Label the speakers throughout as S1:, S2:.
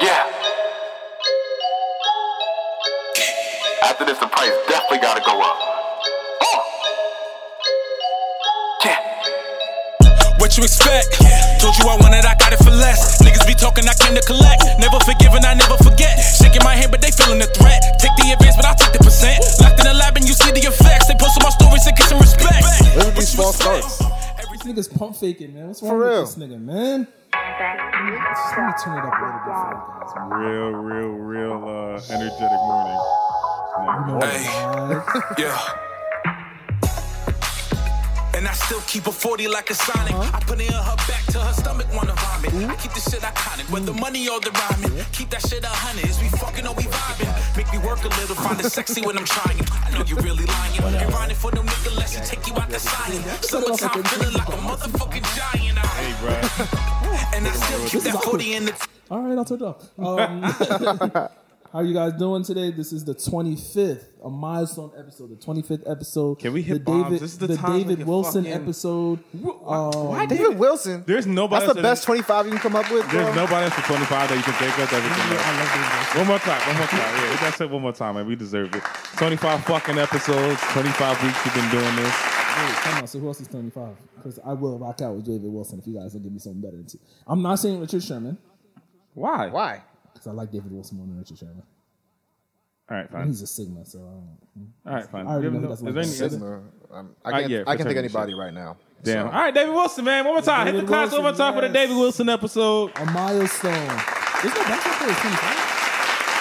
S1: Yeah. After this, the price definitely gotta go up. Oh. Yeah.
S2: What you expect? Told you I wanted, I got it for less. Niggas be talking, I came to collect. Never forgiving, I never forget. Shaking my hand, but they feeling the threat. Take the advance, but I take the percent. Locked in the lab and you see the effects. They posted my stories and get some respect.
S3: Where did
S2: What
S3: these
S2: you
S3: false
S2: expect?
S3: starts?
S4: This nigga's pump faking, man. What's wrong
S3: For
S4: with
S3: real.
S4: this nigga, man? Just let me turn it up a little bit for you guys. man.
S5: Real, real, real uh, energetic morning.
S4: You know what I'm saying?
S2: Yeah. And I still keep a 40 like a sonic. I put it in her back till her stomach wanna vomit. I keep this shit iconic, whether money or the rhyming. Keep that shit a hundred. Is we fucking or we vibing? Make me work a little, find it sexy when I'm trying. I know you really lying. And rhyming for them nigga less to take you out the sign. Summertime feeling like a motherfucking giant. I-
S5: Hey, bro.
S2: And I still keep that 40 in the
S4: All right, I'll turn it up. Um, how you guys doing today? This is the 25th, a milestone episode. The 25th episode.
S5: Can we hit
S4: the
S5: bombs? This is the time we
S4: David
S5: can
S4: Wilson
S5: fucking-
S4: episode.
S3: Why David Wilson?
S5: There's nobody.
S3: That's the
S5: else
S3: best
S5: that-
S3: 25 you can come up with, bro.
S5: There's nobody else for 25 that you can think of. That we can love. One more clap. One more clap. Yeah, we got to say one more time, man. We deserve it. 25 fucking episodes. 25 weeks we've been doing this.
S4: Wait, come on. So who else is 25? Because I will rock out with David Wilson if you guys don't give me something better. Too. I'm not saying Richard Sherman
S5: Why?
S3: Why?
S4: because I like David Wilson more than Richard Sherman.
S5: All right, fine.
S4: He's a Sigma, so I don't.
S5: All right, fine.
S4: Mm. I already
S5: You
S4: know
S5: know-
S4: that's
S5: is there any
S4: Sigma.
S5: other-
S3: Um,
S5: Uh,
S3: I can't,
S5: yeah,
S3: I can
S5: for
S3: think
S5: certain
S3: anybody
S5: shit.
S3: right now.
S5: Damn.
S3: So-
S5: All right, David Wilson, man. One more time. Hit the
S4: David
S5: class
S4: Wilson,
S5: one more time for the
S4: yes. Oh.
S5: David Wilson episode.
S4: A milestone. There's no basketball player at 25.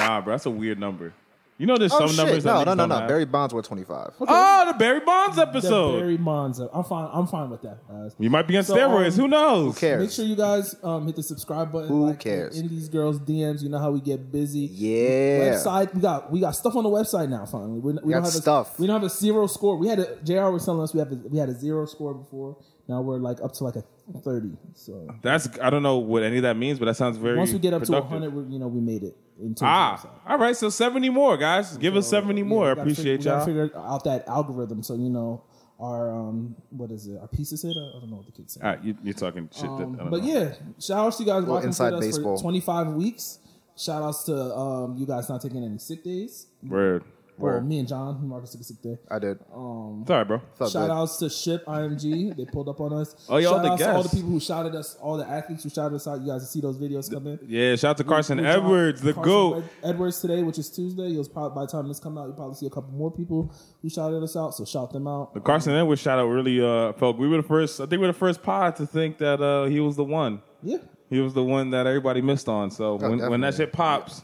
S5: Nah, bro. That's a weird number. You know, there's
S3: Oh,
S5: some
S3: shit.
S5: numbers.
S3: No,
S5: that
S3: no,
S5: niggas
S3: no,
S5: don't
S3: no.
S5: have.
S3: Barry Bonds were 25.
S5: Oh, the Barry Bonds
S4: The
S5: episode.
S4: Barry Monza. I'm fine. I'm fine with that, guys.
S5: you might be on
S4: So,
S5: steroids.
S4: um,
S5: Who knows?
S3: Who
S4: Make
S3: cares?
S4: sure you guys um, hit the subscribe button.
S3: Who
S4: like,
S3: cares?
S4: In these girls' DMs, you know how we get busy.
S3: Yeah.
S4: Website. We got we got stuff on the website now. Finally, we, we
S3: got
S4: don't have
S3: stuff.
S4: A, we don't have a zero score. We had a Jr. was telling us we have a, we had a zero score before. Now we're like up to like a thirty. So
S5: That's I don't know what any of that means, but that sounds very.
S4: once we get up
S5: productive.
S4: to hundred, you know we made it. In terms
S5: Ah,
S4: of website.
S5: all right. So seventy more, guys. Give us seventy
S4: Yeah,
S5: more.
S4: we
S5: I
S4: gotta
S5: appreciate
S4: figure,
S5: y'all.
S4: We gotta figure out that algorithm, so you know our um what is it? Our pieces hit. I don't know what the kids say.
S5: All right, you, you're talking shit. that, I don't
S4: Um, But
S5: know.
S4: yeah, shout outs to you guys rocking
S3: inside
S4: with us
S3: baseball.
S4: for 25 weeks. Shout outs to um, you guys not taking any sick days.
S5: word.
S4: Well,
S3: Word.
S4: me and John, Marcus took a sick day.
S3: I did.
S4: Um,
S5: It's all right, bro.
S3: Felt
S4: Shout
S3: good.
S4: outs to Ship IMG. They pulled up on us.
S5: Oh, yeah, all
S4: Shout
S5: the
S4: outs to all the
S5: guests.
S4: people who shouted us, all the athletes who shouted us out. You guys will see those videos coming.
S5: Yeah, shout out to Carson Edwards, the
S4: Carson
S5: goat.
S4: Ed- Edwards today, which is Tuesday. You'll probably by the time this come out, you'll probably see a couple more people who shouted us out. So shout them out.
S5: The Carson Edwards shout out really uh, felt. We were the first. I think we were the first pod to think that uh, he was the one.
S4: Yeah.
S5: He was the one that everybody missed on. So when, when that
S3: definitely.
S5: shit pops,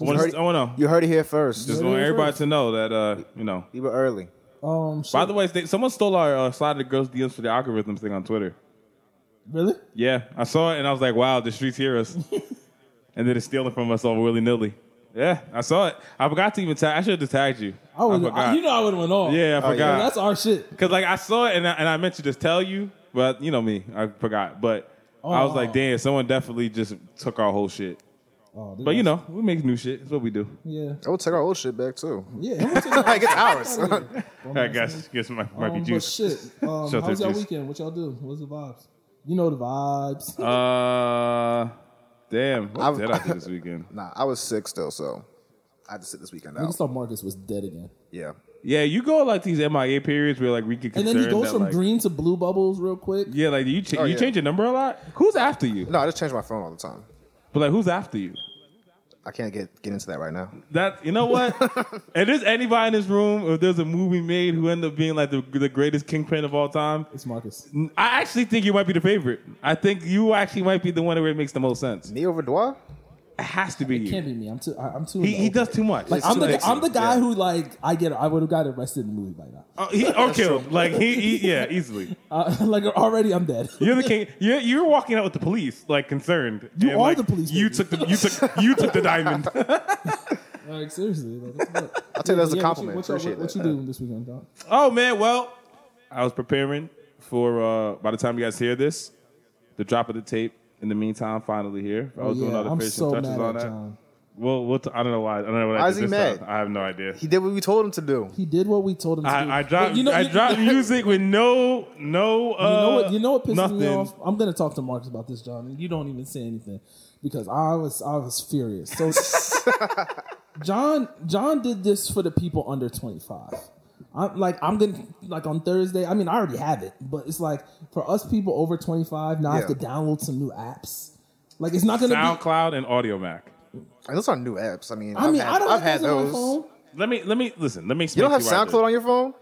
S5: I
S3: You
S5: want
S3: heard,
S5: to know.
S3: you heard it Oh, here first.
S5: Just
S4: heard
S5: want
S4: it
S5: everybody
S4: first.
S5: to know that uh, you know.
S3: we were early.
S4: Um.
S5: By
S4: Ship-
S5: the way, they, someone stole our uh, slide of the girls DMs for the algorithm thing on Twitter.
S4: really?
S5: Yeah, I saw it and I was like, wow, the streets hear us. and then it's stealing from us all willy nilly. Yeah, I saw it. I forgot to even tag. I should have just tagged you.
S4: I was. uh,
S5: forgot.
S4: you know I would have went off.
S5: yeah, I
S3: Oh, yeah.
S5: forgot.
S4: That's our shit.
S5: Cause like I saw it and I, and I meant to just tell you, but you know me, I forgot. But I was like,
S4: Oh.
S5: damn, someone definitely just took our whole shit.
S4: Oh,
S5: But you know, we make new shit. That's what we do.
S4: Yeah.
S3: I would take our old shit back, too.
S4: Yeah.
S3: like, it's ours.
S5: I guess guess my might be
S4: Um, but
S5: juice.
S4: shit, um,
S5: Shut
S4: how's
S5: their
S4: y'all
S5: juice.
S4: weekend? What y'all do? What's the vibes? You know the vibes.
S5: Uh, damn, what
S3: I'm-
S5: did I do this weekend?
S3: nah, I was sick still, so I had to sit this weekend
S4: I
S3: out.
S4: just thought Marcus was dead again,
S3: Yeah.
S5: Yeah, you go like these MIA periods where like we get
S4: and
S5: concerned
S4: then he goes
S5: that,
S4: from
S5: like,
S4: green to blue bubbles real quick.
S5: Yeah, like you, ch-
S3: Oh,
S5: you
S3: yeah.
S5: change your number a lot. Who's after you?
S3: No, I just change my phone all the time.
S5: But like, who's after you?
S3: I can't get, get into that right now.
S5: That you know what? if there's anybody in this room, if there's a movie made who end up being like the, the greatest kingpin of all time,
S4: It's Marcus.
S5: I actually think you might be the favorite. I think you actually might be the one where it makes the most sense.
S3: Neo Vaudois?
S5: It has to be you.
S4: Can't be me. I'm too. I, I'm too.
S5: he, he
S4: open.
S5: does too much.
S4: Like
S3: It's
S4: I'm
S3: too
S4: the
S3: mixy.
S4: I'm the guy
S3: Yeah.
S4: who like I get I would have got arrested in the movie by now.
S5: Oh, he, or killed. Like he, he, yeah, easily.
S4: Uh, like already I'm dead.
S5: You're the king. You're, you're walking out with the police, like concerned.
S4: You
S5: And,
S4: are
S5: like,
S4: the police,
S5: You
S4: baby.
S5: took the you took you took the diamond.
S4: like seriously. Like, I'll
S3: take that as a compliment.
S4: What, you- what, y'all-
S3: Appreciate
S4: what, what you
S3: that.
S4: doing this weekend, dog?
S5: Oh man, well, I was preparing for uh by the time you guys hear this, the drop of the tape. In the meantime, finally here. I was doing all the
S4: Oh, I'm
S5: finishing
S4: so
S5: touches
S4: mad
S5: on
S4: at
S5: that.
S4: John.
S5: Well, we'll t- I don't know why. I don't know what
S3: Why
S5: I
S3: is
S5: did
S3: he
S5: this
S3: mad?
S5: time. I have no idea.
S3: He did what we told him to do.
S4: He did what we told him to do.
S5: I, I
S4: But
S5: dropped.
S4: You know,
S5: I
S4: you-
S5: dropped music with no, no. Uh,
S4: You know what? You know what pisses me
S5: nothing.
S4: off? I'm gonna talk to Marcus about this, John, and you don't even say anything because I was I was furious. So John John did this for the people under 25. I'm like I'm gonna like on Thursday. I mean, I already have it, but it's like for us people over 25 now, I have to
S3: Yeah.
S4: download some new apps. Like it's not gonna be.
S5: SoundCloud and Audio Mac.
S3: And those are new apps. I mean,
S4: I mean,
S3: have had,
S4: I don't
S3: I've
S4: have
S3: had
S4: those on my
S3: those.
S4: phone.
S5: Let me let me listen. Let me explain.
S3: You don't have
S5: to you why I did.
S3: SoundCloud on your phone?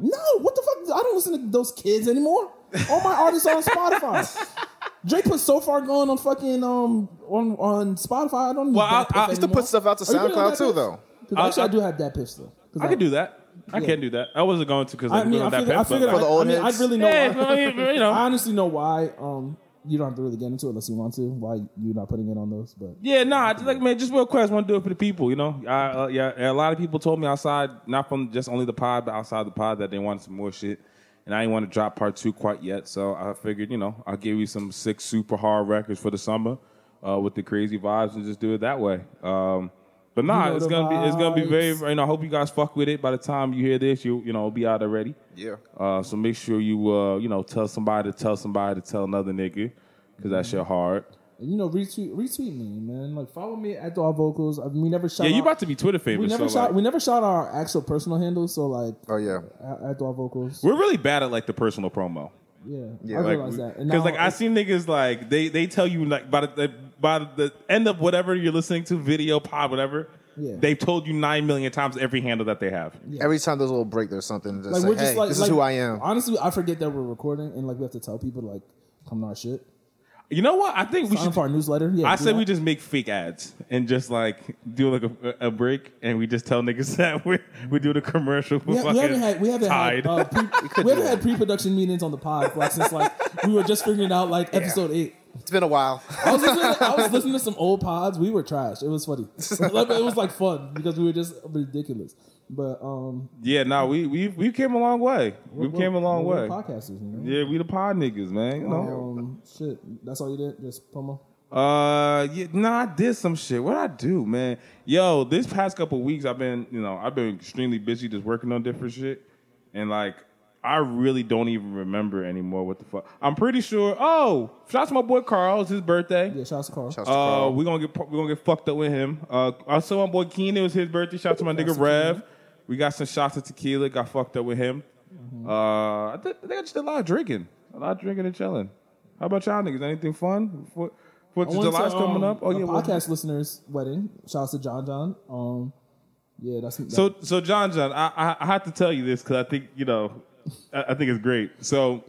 S4: No, what the fuck? I don't listen to those kids anymore. All my artists are on Spotify. Drake put so far gone on fucking um on on Spotify. I don't. Even
S5: Well, I- I-
S4: I
S5: used
S3: to put stuff out to SoundCloud too, though.
S5: I-
S4: Because actually, I,
S5: I-
S4: do have that pistol.
S5: I could do that. I can do that. I wasn't going to because
S4: I mean, I
S5: that
S4: figured. I
S5: pep, but
S4: figured. I,
S5: like-
S3: the old
S4: I mean, I
S3: heads.
S4: really know.
S5: Yeah,
S4: why.
S5: well, you you
S4: I
S5: know.
S4: honestly know why. Um, you don't have to really get into it unless you want to. Why you're not putting it on those? But
S5: Yeah, nah. I Just like man, just real quick. I just want to do it for the people. You know, I, uh, yeah. and A lot of people told me outside, not from just only the pod, but outside the pod, that they wanted some more shit, and I didn't want to drop part two quite yet. So I figured, you know, I'll give you some six super hard records for the summer uh, with the crazy vibes, and just do it that way. Um, but nah,
S4: You know
S5: it's
S4: the
S5: gonna be it's gonna be very.
S4: vibes.
S5: You know, I hope you guys fuck with it. By the time you hear this, you you know, it'll be out already.
S3: Yeah.
S5: Uh, so make sure you uh, you know tell somebody to tell somebody to tell another nigga because that shit hard.
S4: and you know, retweet retweet me, man. Like follow me at Dog Vocals. I, we never shout.
S5: Yeah, you
S4: out-
S5: about to be Twitter famous.
S4: We never
S5: so,
S4: shout.
S5: like-
S4: we never shout our actual personal handles. So like
S3: Oh yeah.
S4: at, at Dog Vocals.
S5: We're really bad at like the personal promo.
S4: Yeah,
S3: Yeah,
S4: I
S3: like,
S4: realize that. And
S5: Because
S4: now
S5: like I seen niggas like they they tell you like by the by the end of whatever you're listening to, video, pod, whatever.
S4: Yeah.
S5: They've told you nine million times every handle that they have.
S3: Every time there's a little break, there's something. Just
S4: like
S3: say,
S4: we're just
S3: hey,
S4: like
S3: this
S4: like,
S3: is who I am.
S4: Honestly, I forget that we're recording and like we have to tell people to, like come to our shit.
S5: You know what? I think we
S4: Sign up
S5: should.
S4: for our newsletter. Yeah,
S5: I
S4: do
S5: say
S4: that.
S5: we just make fake ads and just like do like a, a break and we just tell niggas that we we do the commercial. for
S4: We, ha- we
S5: fucking
S4: haven't had we haven't had
S5: Tide.
S4: uh, pre- we haven't had pre-production meetings on the pod like, since like we were just figuring out like episode eight.
S3: It's been a while.
S4: I was, listening, I was listening to some old pods. We were trash. It was funny. Like, it was like fun because we were just ridiculous. But um,
S5: yeah, no, we we we came a long way. We
S4: we're-
S5: came a long
S4: we're
S5: way.
S4: Podcasters, you know.
S5: Yeah, we the pod niggas, man. You know.
S4: Um, shit. That's all you did. Just promo.
S5: Uh, yeah, nah, I did some shit. What I do, man? Yo, this past couple weeks, I've been, you know, I've been extremely busy just working on different shit, and like, I really don't even remember anymore what the fuck. I'm pretty sure. Oh, shout out to my boy Carl. It's his birthday.
S4: Yeah, shouts to Carl.
S3: Shouts to
S5: Uh,
S3: Carl.
S5: we gonna get we gonna get fucked up with him. Uh, also my boy Keenan. It was his birthday. Shout out to my nigga Rev. We got some shots of tequila. Got fucked up with him.
S4: Mm-hmm.
S5: Uh, I, thi- I think I just did a lot of drinking, a lot of drinking and chilling. How about y'all niggas? Anything fun? Fourth Fourth
S4: I
S5: of
S4: went
S5: July's
S4: to,
S5: coming
S4: um,
S5: up. Oh
S4: a
S5: yeah, well-
S4: podcast listeners' wedding. Shouts to John John. Um, yeah, that's
S5: So so John John, I I, I have to tell you this because I think you know, I, I think it's great. So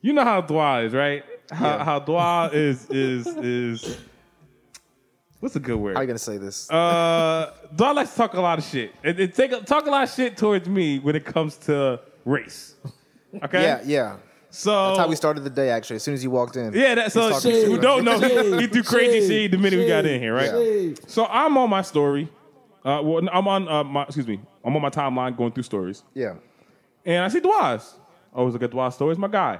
S5: you know how Dwa is, right? How, how Dwa is is is. What's a good word?
S3: How are you gonna say this?
S5: uh, Dwa likes to talk a lot of shit. And, and take a, talk a lot of shit towards me when it comes to race. Okay.
S3: yeah, yeah.
S5: So
S3: That's
S4: Oh.
S3: how we started the day. Actually, as soon as you walked in.
S5: Yeah, that's so
S3: talking
S5: shit.
S3: shit.
S5: who don't know.
S4: Shade,
S5: he threw crazy
S4: shade,
S5: shade the minute we got in here, right?
S4: shade.
S5: So I'm on my story. Uh, well, I'm on uh, my excuse me. I'm on my timeline going through stories.
S3: Yeah.
S5: And I see Dwaz. I always look at Dwaz stories, my guy.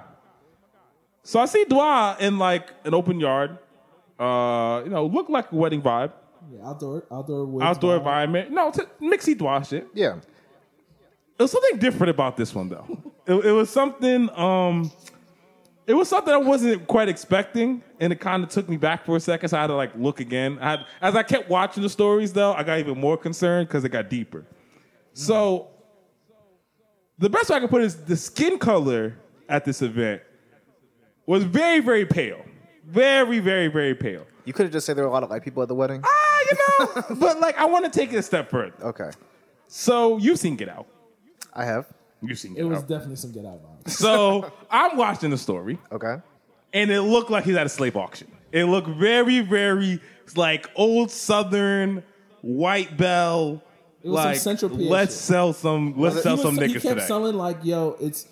S5: So I see Dwa in like an open yard, uh, you know, look like a wedding vibe,
S4: yeah, outdoor, outdoor, woods,
S5: outdoor
S4: vibe.
S5: environment. No, it's a mixy Dwa shit.
S3: Yeah.
S5: It was something different about this one though. it, it was something, um, it was something I wasn't quite expecting, and it kind of took me back for a second. So I had to like look again. I had, as I kept watching the stories though, I got even more concerned because it got deeper. So the best way I can put it is the skin color at this event was very, very pale. Very, very, very pale.
S3: You could have just said there were a lot of white people at the wedding.
S5: Ah, you know, but like I want to take it a step further.
S3: Okay.
S5: So you've seen Get Out.
S3: I have.
S5: You've seen Get
S4: It was
S5: Out.
S4: definitely some get out vibes.
S5: so I'm watching the story,
S3: Okay.
S5: and it looked like he's at a slave auction. It looked very, very like old Southern white bell.
S4: was some
S5: like
S4: Central PA
S5: let's
S4: shit.
S5: sell some, let's
S4: He
S5: sell
S4: was-
S5: some
S4: He
S5: niggas
S4: kept
S5: today.
S4: selling like, yo, it's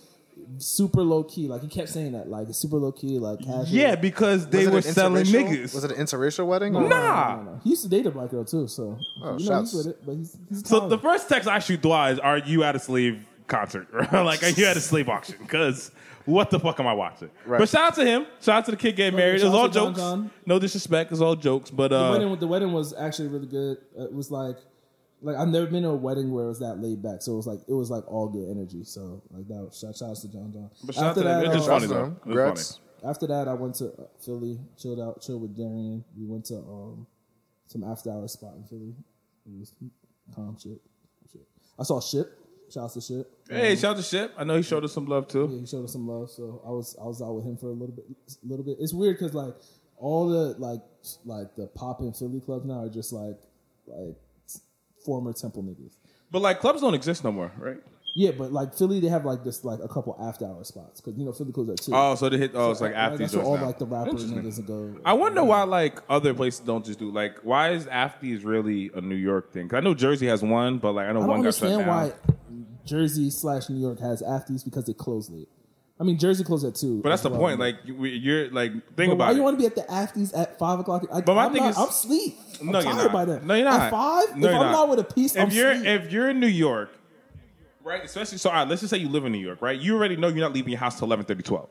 S4: super low key. Like he kept saying that, like it's super low key, like casual.
S5: yeah, because
S3: Was
S5: they
S3: it
S5: were
S3: an
S5: selling
S3: interracial-
S5: niggas.
S3: Was it an interracial wedding?
S5: No. Nah.
S4: No, no, no. He used to date a black girl too, so you know
S3: shouts.
S4: he's with it. But he's, he's
S5: So the
S4: talented.
S5: first text I shoot Dwight is, "Are you out of slave concert or like you had a slave auction because what the fuck am I watching?
S3: Right.
S5: But shout out to him. Shout out to the kid getting married. It
S4: shout
S5: was
S4: out
S5: all
S4: to Don
S5: jokes.
S4: Don.
S5: No disrespect. It was all jokes. But
S4: The
S5: uh,
S4: wedding, the wedding was actually really good. Uh, It was like, like I've never been to a wedding where it was that laid back. So it was like, it was like all good energy. So like that. Was, shout, shout out to John John.
S5: but shout out to them. It's just
S4: uh,
S5: funny though. It's
S3: Congrats.
S4: after that, I went to uh, Philly, chilled out, chilled with Darian. We went to um some after hour spot in Philly. It was calm shit. shit. I saw Ship. Shout out to Ship.
S5: funny. Hey, shout out to Ship. I know he showed us some love too.
S4: Yeah, he showed us some love, so I was I was out with him for a little bit, little bit. It's weird because like all the like like the pop and Philly clubs now are just like like former Temple niggas.
S5: But like clubs don't exist no more, right?
S4: Yeah, but like Philly, they have like this like a couple after hour spots because you know Philly closes at two.
S5: Oh, so they hit. Oh, it's like after
S4: that's
S5: these
S4: where all
S5: joints now.
S4: like the rapper
S5: Interesting.
S4: niggas go.
S5: I wonder why like other places don't just do like why is Afties really a New York thing? 'Cause I know Jersey has one, but like I
S4: I
S5: know
S4: don't
S5: one got shut
S4: understand
S5: down.
S4: why Jersey slash New York has afties because they close late. I mean, Jersey closed at two.
S5: But that's the
S4: as well.
S5: point. Like you- we- you're like
S4: But
S5: think about
S4: why
S5: it.
S4: you want to be at the afties at five o'clock? I,
S5: But my
S4: I'm
S5: thing
S4: not,
S5: is-
S4: I'm sleep. I'm
S5: No, you're
S4: tired
S5: not.
S4: by then.
S5: No, you're not.
S4: At five,
S5: No,
S4: if
S5: you're
S4: I'm
S5: not.
S4: not. with a piece,
S5: if
S4: I'm
S5: you're
S4: sleep.
S5: if you're in New York, right? Especially so. All right, let's just say you live in New York, right? You already know you're not leaving your house till 11, 12.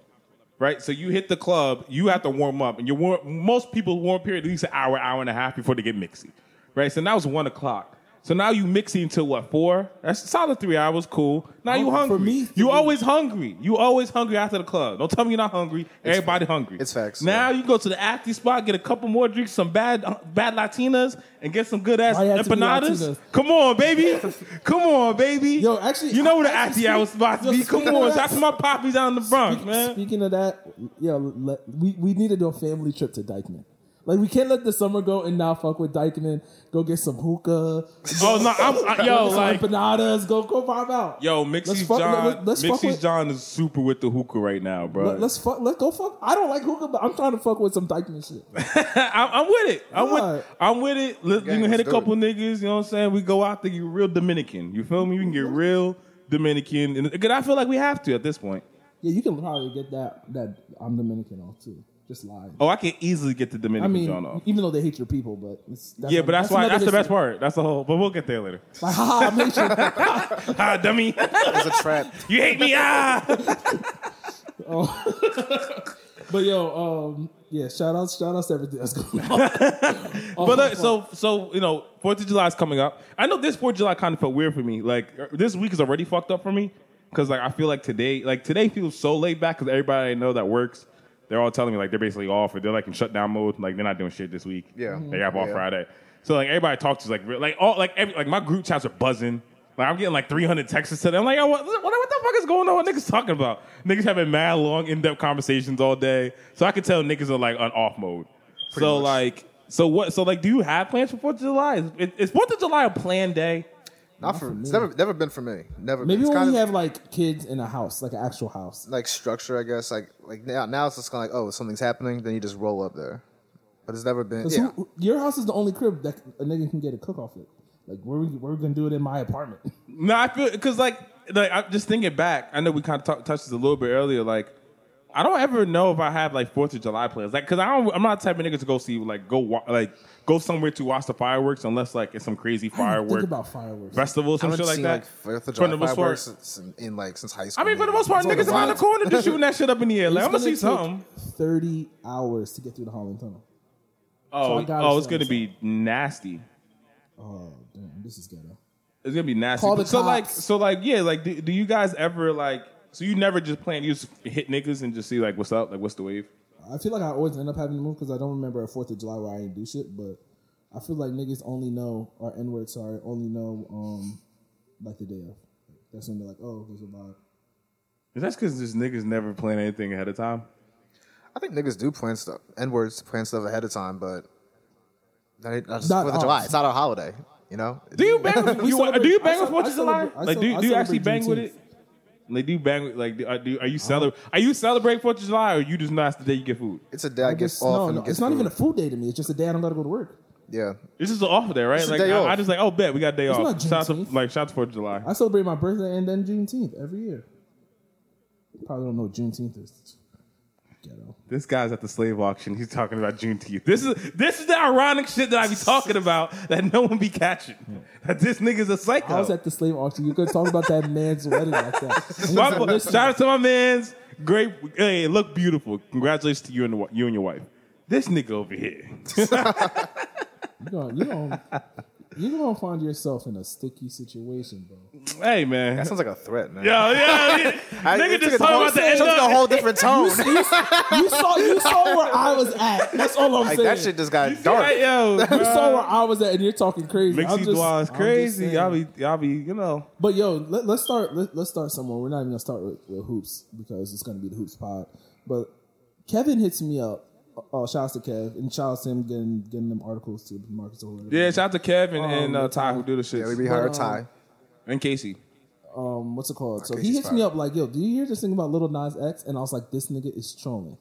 S5: Right, so you hit the club, you have to warm up, and you warm. Most people warm period at least an hour, hour and a half before they get mixy. Right, so now it's one o'clock. So now you mixy until what four? That's a solid three hours. Cool. Now you
S4: Oh, for
S5: hungry.
S4: me,
S5: you
S4: three.
S5: always hungry. You always hungry after the club. Don't tell me you're not hungry. Everybody hungry.
S3: it's facts,
S5: Now you go to the after spot, get a couple more drinks, some bad uh, bad Latinas, and get some good ass
S4: Why you had to be
S5: empanadas.
S4: Latinas?
S5: Come on, baby. Come on, baby.
S4: Yo, actually,
S5: you know where the
S4: I- actually
S5: after hours
S4: speak-
S5: spots
S4: yo,
S5: be. Come
S4: speaking of
S5: on,
S4: that-
S5: shout out to my poppies out in the Bronx,
S4: Speak-
S5: man.
S4: Speaking of that, yo, let, we we need to do a family trip to Dykeman. Like we can't let the summer go and not fuck with Dykeman. Go get some hookah.
S5: Oh no, I'm, I, yo,
S4: go get
S5: like.
S4: some empanadas. Go go vibe out.
S5: Yo, Mixie's
S4: Let's fuck-
S5: John,
S4: let- let's fuck
S5: Mixie's
S4: with-
S5: John is super with the hookah right now, bro.
S4: Let, us fuck. Let go fuck. I don't like hookah, but I'm trying to fuck with some Dykeman shit.
S5: I, I'm with it. I'm
S4: Alright.
S5: with. I'm with it. Let, you
S3: Gang,
S5: can hit a
S3: let's do
S5: couple niggas. You know what I'm saying? We go out there. You real Dominican. You feel me? You can get real Dominican. And 'cause I feel like we have to at this point.
S4: Yeah, you can probably get that that I'm Dominican off too. Just lie.
S5: Oh, I can easily get the
S4: I
S5: Dominican
S4: mean,
S5: John off.
S4: even though they hate your people, but it's, that's
S5: Yeah, but that's, why.
S4: another
S5: That's the best
S4: history.
S5: part. That's the whole. But we'll get there later.
S4: Like, ha, ha, I'm Haitian.
S5: Ah, dummy.
S3: It's a trap.
S5: You hate me. Ah.
S4: but yo, um, yeah, shout outs, shout outs to everything that's going on.
S5: But uh, so so you know Fourth of July is coming up. I know this Fourth of July kind of felt weird for me. Like er, this week is already fucked up for me because like I feel like today like today feels so laid back because everybody I know that works. They're all telling me like they're basically off or they're like in shutdown mode. Like they're not doing shit this week.
S3: Yeah.
S5: they have off
S3: Yeah.
S5: Friday. So like everybody talks to is like real- like all like every like my group chats are buzzing. Like I'm getting like 300 texts today. I'm like, yo, what, what, what the fuck is going on? What niggas talking about? Niggas having mad long in depth conversations all day. So I could tell niggas are like on off mode. so
S3: much.
S5: like, so what? So like, do you have plans for Fourth of July? Is, is- is Fourth of July a planned day?
S3: Not for it's never never been for me. Never. been.
S4: Maybe
S3: It's
S4: when
S3: kind
S4: we
S3: of
S4: have like kids in a house, like an actual house.
S3: like structure, I guess. Like like now now it's just kind of like oh something's happening, then you just roll up there. But it's never been
S4: 'Cause
S3: yeah.
S4: who- your house is the only crib that a nigga can get a cook off it. Like we're we're gonna do it in my apartment.
S5: No, I feel because like, like I'm just thinking back. I know we kind of talk, touched this a little bit earlier. Like, I don't ever know if I have like Fourth of July plans. Like, because I don't, I'm not the type of nigga to go see like go wa- like go somewhere to watch the fireworks unless like it's some crazy
S4: Think
S5: firework
S4: about fireworks.
S5: festival, some
S3: I haven't
S5: shit like
S3: seen
S5: that.
S3: like Fourth of
S5: For
S3: July
S5: the most
S3: fireworks
S5: part-
S3: since- in, in like since high
S5: I
S3: school.
S5: mean, for the most part,
S3: That's all
S5: niggas around the
S3: wild.
S5: corner just shooting that shit up in the air.
S4: It's
S5: Like, I'm gonna
S4: gonna
S5: see
S4: take
S5: something.
S4: Thirty hours to get through the Holland Tunnel.
S5: Oh,
S4: I gotta
S5: oh, it's
S4: see
S5: gonna
S4: it.
S5: be nasty.
S4: Oh damn, this is ghetto.
S5: It's gonna be nasty.
S4: Call the
S5: so like,
S4: cops.
S5: so like, yeah, like, do, do you guys ever like? So you never just plan, you just hit niggas and just see like what's up, like what's the wave?
S4: I feel like I always end up having to move because I don't remember a Fourth of July where I didn't do shit. But I feel like niggas only know or N word sorry only know um like the day of. That's when they're like, oh, there's a vibe.
S5: Is that because just niggas never plan anything ahead of time?
S3: I think niggas do plan stuff. N words plan stuff ahead of time, but that ain't- that's
S4: Not
S3: Fourth
S4: us.
S3: of July. It's not a holiday. You know.
S5: Do you bang? with,
S4: We
S5: you, want-
S4: celebrate-
S5: do you bang
S4: I
S5: with
S4: ce-
S5: Fourth
S4: I
S5: of July?
S4: celebrate- I
S5: Like, do,
S4: ce- I
S5: do you actually
S4: celebrate
S5: bang with
S4: Juneteenth.
S5: it? Like, do you bang with like? Do, are, do, are you celebrate? Are you celebrating Fourth of July, or you just not the day you get food?
S3: It's a day I, get
S4: Just-
S3: off
S4: no,
S3: and
S4: no,
S3: get
S4: it's not
S3: food.
S4: even a food day to me. It's just a day I don't gotta go to work.
S3: yeah.
S5: This is an off day, right?
S3: It's a
S5: like,
S3: day
S5: I,
S3: off.
S5: I just like, oh, bet we got a day
S4: It's
S5: off.
S4: not
S5: Shout out to
S4: Juneteenth.
S5: like, shout out to Fourth of July.
S4: I celebrate my birthday and then Juneteenth every year. Probably don't know what Juneteenth is. Ghetto.
S5: This guy's at the slave auction. He's talking about Juneteenth. This is this is the ironic shit that I be talking about that no one be catching. that this nigga's a psycho.
S4: I was at the slave auction. You could talk about that man's wedding like that. And he's
S5: My
S4: like,
S5: boy-
S4: "Listen,
S5: shout out to my man's great. Hey, look beautiful. Congratulations to you and the, wi- you and your wife. This nigga over here.
S4: you gonna, you gonna, you gonna find yourself in a sticky situation, bro.
S5: Hey man.
S3: That sounds like a threat, man.
S5: Yo, yeah, yeah.
S3: I-
S5: nigga
S3: it took
S5: just
S3: a
S5: talking
S3: whole-
S5: about the
S3: it
S5: end
S3: took a
S5: of
S3: whole different tone.
S4: You saw, you saw where I was at. That's all I'm
S3: like
S4: saying.
S3: that shit just got dark.
S5: Right, yo,
S4: you
S5: bruh.
S4: saw where I was at, and you're talking crazy. I'm
S5: Mixy
S4: just-
S5: Dwa is
S4: I'm just
S5: crazy.
S4: saying.
S5: Y'all be, y'all be, you know.
S4: But yo, let, let's start. Let, let's start somewhere. We're not even gonna start with, with hoops because it's gonna be the hoops pod. But Kevin hits me up. Oh, shout out to Kev and shout out to him getting getting them articles to Marcus or whatever.
S5: Yeah, shout out to Kevin and uh, Ty who do the shit.
S3: Yeah, we be hard tie.
S5: and Casey.
S4: Um, what's it called? So
S3: Okay,
S4: he
S3: she's
S4: hits me up like, "Yo, do you hear this thing about Little Nas X?" And I was like, "This nigga is trolling.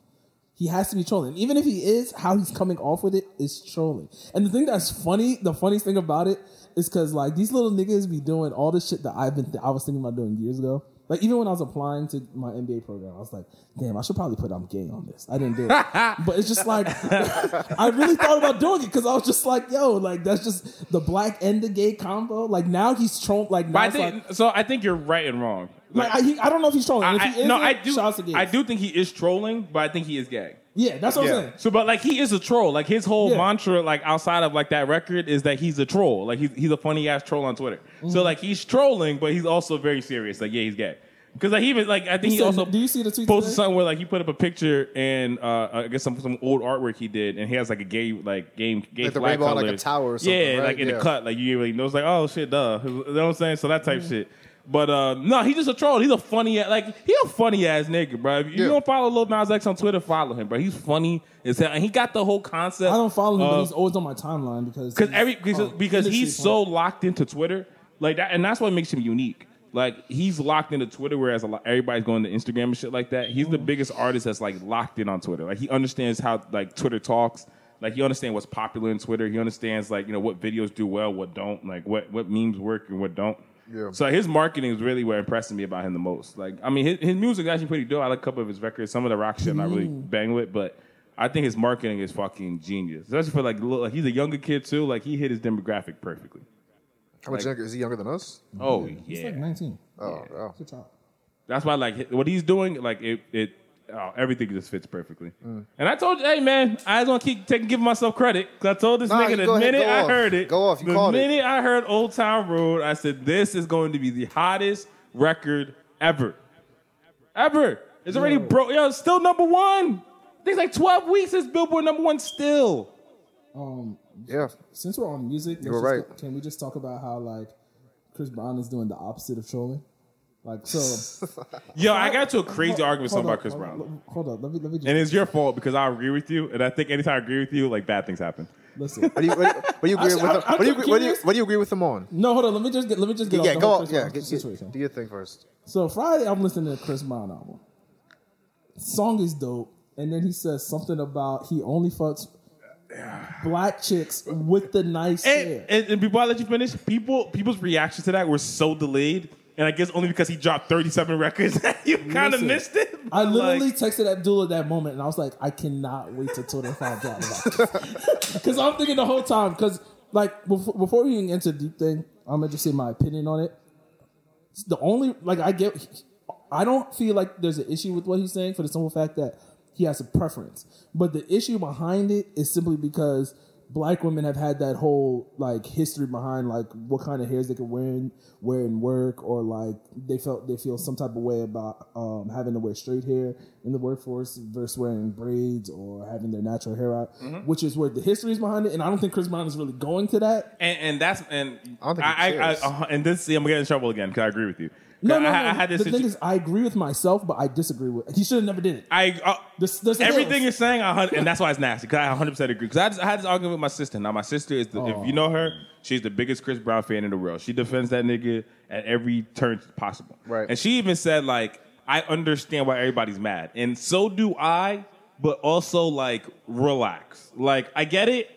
S4: He has to be trolling. Even if he is, how he's coming off with it is trolling." And the thing that's funny, the funniest thing about it is because like these little niggas be doing all this shit that I've been, I was thinking about doing years ago. Like even when I was applying to my MBA program, I was like, "Damn, I should probably put I'm gay on this." I didn't do it, but it's just like I really thought about doing it because I was just like, "Yo, like that's just the black and the gay combo." Like now he's trolling. Like now
S5: But I
S4: it's like,
S5: think so. I think you're right and wrong.
S4: like I, he, I don't know if he's trolling. And if
S5: I-
S4: he
S5: I-
S4: is,
S5: no, I do.
S4: Shouts to Gibbs.
S5: I do think he is trolling, but I think he is gay.
S4: Yeah, that's what
S3: Yeah.
S4: I'm saying.
S5: So, but like he is a troll. Like his whole
S4: Yeah.
S5: mantra, like outside of like that record, is that he's a troll. Like he's he's a funny ass troll on Twitter.
S4: Mm-hmm.
S5: So like he's trolling, but he's also very serious. Like yeah, he's gay. Because like he even like I think he,
S4: said-
S5: also
S4: do you see the tweet
S5: posted
S4: today?
S5: something where like he put up a picture and uh I guess some some old artwork he did and he has like a gay like game gay
S3: Like the
S5: flag
S3: rainbow on, like, a
S5: colours.
S3: tower or something,
S5: Yeah,
S3: right?
S5: like in
S3: Yeah.
S5: the cut, like you really know it's like oh shit, duh. You know what I'm saying? So that type
S3: Mm.
S5: shit. But uh no, he's just a troll. He's a funny ass like he a funny ass nigga, bro. If you
S3: Yeah.
S5: don't follow Lil Nas X on Twitter, follow him, bro. He's funny as hell, and he got the whole concept.
S4: I don't follow him, but
S5: of-
S4: he's always on my timeline because
S5: uh, because
S4: he's-
S5: every because,
S4: oh,
S5: because
S4: industry
S5: he's
S4: point.
S5: so locked into Twitter, like that, and that's what makes him unique. Like he's locked into Twitter, whereas a lot, everybody's going to Instagram and shit like that. He's the biggest artist that's like locked in on Twitter. Like he understands how like Twitter talks. Like he understands what's popular in Twitter. He understands like you know what videos do well, what don't. Like what what memes work and what don't.
S3: Yeah.
S5: So his marketing is really what impressed me about him the most. Like I mean, his, his music is actually pretty dope. I like a couple of his records. Some of the rock shit I'm not really bang with, but I think his marketing is fucking genius. Especially for like, little, like he's a younger kid too. Like he hit his demographic perfectly.
S3: How much younger is he younger than us?
S5: Oh
S4: He's
S5: yeah,
S4: like 19.
S3: Oh, oh.
S4: Good job.
S5: that's why like what he's doing, like it it. Oh, everything just fits perfectly.
S3: Mm.
S5: And I told you, hey man, I just want to keep taking giving myself credit 'cause I told this
S3: Nah, you
S5: nigga the
S3: go ahead,
S5: minute
S3: go
S5: I
S3: off.
S5: heard it,
S3: Go off, you
S5: the
S3: called it.
S5: minute I heard Old Town Road, I said this is going to be the hottest record ever, ever. It's already broke. Yo, it's still number one. I think it's like twelve weeks. It's Billboard number one still.
S4: Um,
S3: Yeah.
S4: since we're on music,
S3: You were
S4: let's just
S3: right.
S4: go- can we just talk about how like Chris Brown is doing the opposite of trolling? Like so,
S5: Yo, I got to a crazy argument with
S4: Hold
S5: somebody
S4: up,
S5: about Chris
S4: hold up,
S5: Brown.
S4: Hold up, let me let me just
S5: And it's your fault because I agree with you, and I think anytime I agree with you, like bad things happen.
S4: listen.
S3: What do you, what do you, what do you agree
S4: Actually,
S3: with?
S4: I'm-
S3: Him?
S4: I'm
S3: What do you
S4: just
S3: agree- what do you
S4: curious.
S3: what do you agree with him on?
S4: No, hold on. Let me just get let me just get off
S3: Yeah,
S4: the
S3: go
S4: whole
S3: on.
S4: Chris
S3: Yeah,
S4: Brown
S3: get,
S4: situation.
S3: get, do your thing first.
S4: So Friday, I'm listening to a Chris Brown album. Song is dope, and then he says something about he only fucks black chicks with the nice
S5: And,
S4: hair.
S5: and, and before I let you finish, people people's reactions to that were so delayed, and I guess only because he dropped thirty seven records, you kind of
S4: Listen,
S5: missed it.
S4: I
S5: but,
S4: literally
S5: like,
S4: texted Abdullah that moment, and I was like, I cannot wait to Twitter finds out about this, because I'm thinking the whole time. Because like before, before we even get into deep thing, I'm interested in my opinion on it. It's the only like I get, I don't feel like there's an issue with what he's saying for the simple fact that he has a preference. But the issue behind it is simply because black women have had that whole like history behind like what kind of hairs they can wear in, wear in work or like they felt they feel some type of way about um, having to wear straight hair in the workforce versus wearing braids or having their natural hair out,
S5: Mm-hmm.
S4: which is where the history is behind it. And I don't think Chris Brown is really going to that.
S5: and, and that's and
S3: I don't think he
S5: I, I, I,
S3: cares.
S5: uh, and this see, I'm getting in trouble again because I agree with you. 'Cause
S4: No,
S5: I,
S4: no, no.
S5: I, I had this.
S4: the thing
S5: situ-
S4: is, I agree with myself, but I disagree with. He should have never did it.
S5: I uh,
S4: This- this is-
S5: everything you're saying, I, hun- and that's why it's nasty. Because I 100 percent agree. Because I, just- I had this argument with my sister. Now my sister is, the, if you know her, she's the biggest Chris Brown fan in the world. She defends that nigga at every turn possible.
S3: Right.
S5: And she even said like, I understand why everybody's mad, and so do I. But also like, relax. Like I get it.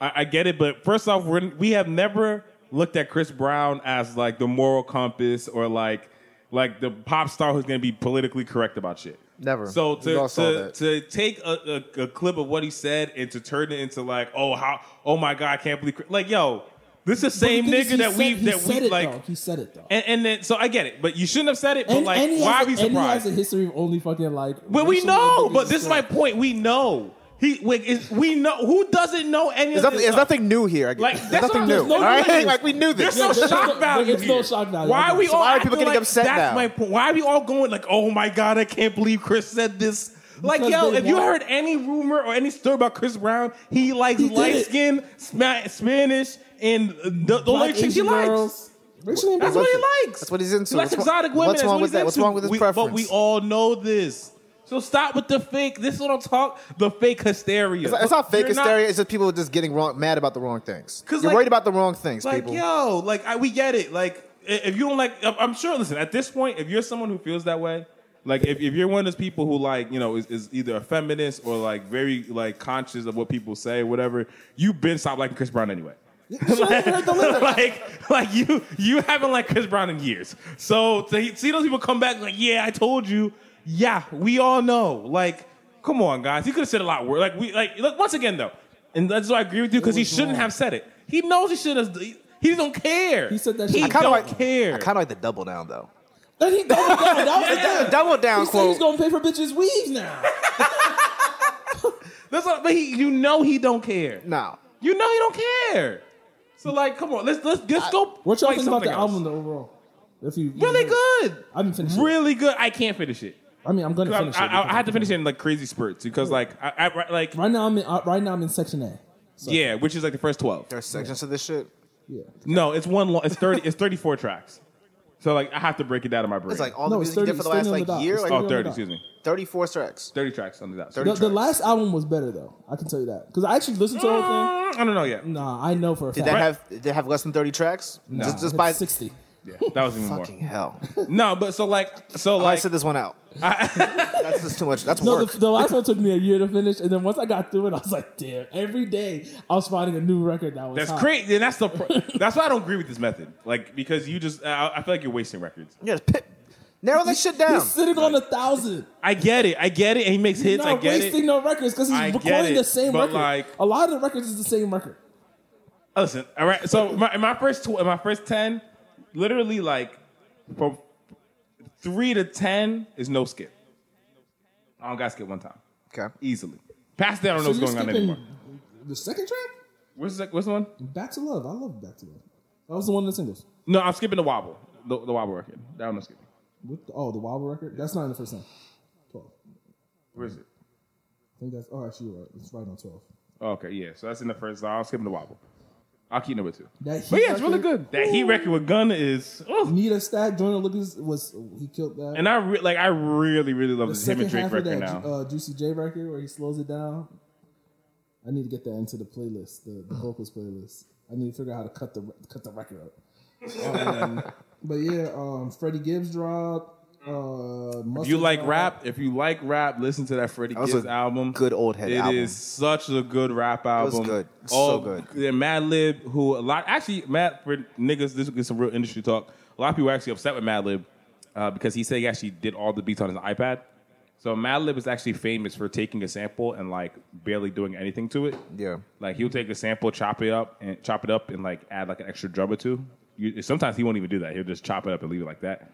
S5: I, I get it. But first off, we're, we have never looked at Chris Brown as like the moral compass or like like the pop star who's going to be politically correct about shit.
S3: Never.
S5: So
S3: We
S5: to
S3: all saw
S5: to,
S3: that.
S5: to take a, a, a clip of what he said and to turn it into like, oh how, oh my god, I can't believe Chris- like yo, This is the same
S4: thing is,
S5: nigga
S4: he
S5: that we
S4: said- he
S5: that
S4: said
S5: we
S4: it,
S5: like.
S4: though. He said it though.
S5: And, and then so I get it, but you shouldn't have said it. But
S4: And-
S5: like,
S4: and he
S5: why
S4: has
S5: are we
S4: a- And he has
S5: surprised?
S4: a history of only fucking like.
S5: But we
S4: racial
S5: know.
S4: ambiguous
S5: But this is my
S4: stuff.
S5: point. We know. He like is, we know who doesn't know any
S3: There's
S5: of
S3: nothing,
S5: this.
S3: there's
S5: stuff?
S3: nothing new here. I guess.
S5: Like,
S3: there's
S5: that's
S3: nothing
S5: not-
S3: new.
S5: there's no
S3: all right,
S5: news.
S3: like we knew this.
S5: There's no
S4: Yeah, there's
S5: shock
S4: no-
S5: value.
S4: there's no
S5: here.
S4: shock value.
S5: Why are we
S4: So
S5: all?
S3: why are people
S5: acting
S3: getting
S5: like-
S3: upset
S5: That's
S3: now?
S5: my point. Why are we all going like, "Oh my god, I can't believe Chris said this." Like,
S4: Because
S5: yo,
S4: they
S5: if you
S4: want-
S5: heard any rumor or any story about Chris Brown, he likes
S4: He did
S5: light
S4: it.
S5: skin, sma- Spanish, and the, the only
S4: Black
S5: chick he
S4: Asian
S5: likes.
S4: girls. Racially ambiguous.
S5: That's what he likes.
S3: That's what he's into.
S5: He likes
S3: What's wrong-
S5: exotic women.
S3: what's
S5: That's
S3: wrong
S5: what
S3: with
S5: he's
S3: that? What's
S5: into.
S3: wrong with his
S5: We- But we
S3: preference?
S5: all know this. So stop with the fake. This little talk, the fake hysteria.
S3: It's not fake
S5: You're
S3: hysteria. it's just people just getting wrong, mad about the wrong things.
S5: 'Cause,
S3: You're
S5: like-
S3: worried about the wrong things,
S5: like,
S3: people.
S5: yo, like I, we get it. Like i- if you don't like, I'm- I'm sure. Listen, at this point, if you're someone who feels that way, like if, if you're one of those people who like you know is, is either a feminist or like very like conscious of what people say, whatever, you've been stopped liking Chris Brown anyway. like, like you, you haven't liked Chris Brown in years. So to see those people come back, like, yeah, I told you. Yeah, we all know. Like, come on, guys, he could have said a lot worse. Like, we, like, look once again though, and that's why I agree with you because he shouldn't have said it. He knows he should have. He, he don't care.
S4: He said that
S5: He
S4: shit. I
S5: don't
S4: kinda
S5: care.
S3: I kind of like the double down though.
S4: And he doubled down. That was the thing.
S3: Double down
S4: He said
S3: quote.
S4: he's gonna pay for bitches' weaves now.
S5: That's what, but he, you know, he don't care.
S3: No,
S5: You know, he don't care. So like, come on, let's let's just go.
S4: What y'all
S5: play
S4: think about
S5: something
S4: the
S5: else.
S4: album though, overall? If you you
S5: Really
S4: know-
S5: good.
S4: I haven't finished. Really?
S5: Really good. I can't finish it.
S4: I mean, I'm gonna
S5: I,
S4: finish
S5: I,
S4: it.
S5: I, I had to finish it in like crazy spurts because like I, I right- like
S4: Right now, I'm in, uh, right now I'm in section A. So,
S5: yeah, which is like the first twelve.
S3: there's sections to this shit.
S4: yeah.
S5: No, it's one. Long, it's thirty. It's thirty four tracks. So like I have to break it down in my brain.
S3: It's like all
S4: No,
S3: the
S4: it's
S3: music you did for
S4: 30
S3: the last
S4: it's 30 on
S3: like
S4: the dot.
S3: year,
S4: It's
S3: like
S5: oh, 30,
S4: down.
S5: Excuse me.
S3: 34 tracks.
S5: Thirty tracks on the dot.
S3: 30
S4: The, the last album was better though. I can tell you that because I actually listened to the whole thing.
S5: Mm, I don't know yet.
S4: Nah, I know for a
S3: Did
S4: fact.
S3: that have did they have less than 30 tracks? No, just, just
S4: It's
S3: by
S4: sixty.
S5: That was even more.
S3: fucking hell.
S5: No, but so like so
S3: I
S5: like
S3: said this one out. that's just too much. That's
S4: No,
S3: work.
S4: the, the last one took me a year to finish, and then once I got through it, I was like, damn. Every day I was finding a new record that was
S5: That's
S4: hot.
S5: crazy, and that's the. Pro- that's why I don't agree with this method. Like because you just, I, I feel like you're wasting records.
S3: yeah, pit, narrow that shit down.
S4: He's sitting on a thousand.
S5: I get it, I get it, and he makes
S4: He's
S5: hits. I
S4: not
S5: get
S4: wasting
S5: it.
S4: no records because he's
S5: I get
S4: recording
S5: it,
S4: the same
S5: but,
S4: record.
S5: like-
S4: a lot of the records is the same record.
S5: Listen, all right. So my, in my first, tw- in my first ten, literally like from three to ten is no skip. I don't got skip one time
S3: okay.
S5: easily. Past that, I don't know
S4: you're
S5: what's going on
S4: skipping
S5: anymore.
S4: The second track,
S5: What's the, what's the one?
S4: "Back to Love." I love "Back to Love." That was the one of the singles.
S5: No, I'm skipping the wobble, the, the wobble record. That one I'm skipping.
S4: What the, oh, the Wobble record. That's not in the first time. Twelve.
S5: Where is it?
S4: I think that's. Oh, actually, you're right. It's right on twelve.
S5: Oh, okay, yeah. So that's in the first. I'm skipping the wobble. I'll keep number two.
S4: That Heat
S5: But yeah, it's really
S4: record-
S5: good. That heat record with Gunna is. oof.
S4: Nita Stack, Jordan Lucas was he killed that.
S5: And I re- like I really really love
S4: the
S5: this him
S4: second
S5: and Drake
S4: half of
S5: record
S4: that
S5: now.
S4: Ju- uh, Juicy J record where he slows it down. I need to get that into the playlist, the,
S3: Mm.
S4: the vocals playlist. I need to figure out how to cut the cut the record up.
S5: Oh,
S4: Um, but yeah, um, Freddie Gibbs drop. Uh,
S5: if you like rap, if you like rap, listen to that Freddie
S3: was
S5: Gibbs
S3: a
S5: album.
S3: good old head
S5: It
S3: album.
S5: is such a good rap album.
S3: good. So good.
S5: Yeah, Madlib, who a lot actually Mad for niggas, this is some real industry talk. A lot of people are actually upset with Madlib uh, because he said he actually did all the beats on his iPad. So Madlib is actually famous for taking a sample and like barely doing anything to it.
S3: Yeah.
S5: Like he'll take a sample, chop it up, and chop it up, and like add like an extra drum or two. You, sometimes he won't even do that. He'll just chop it up and leave it like that.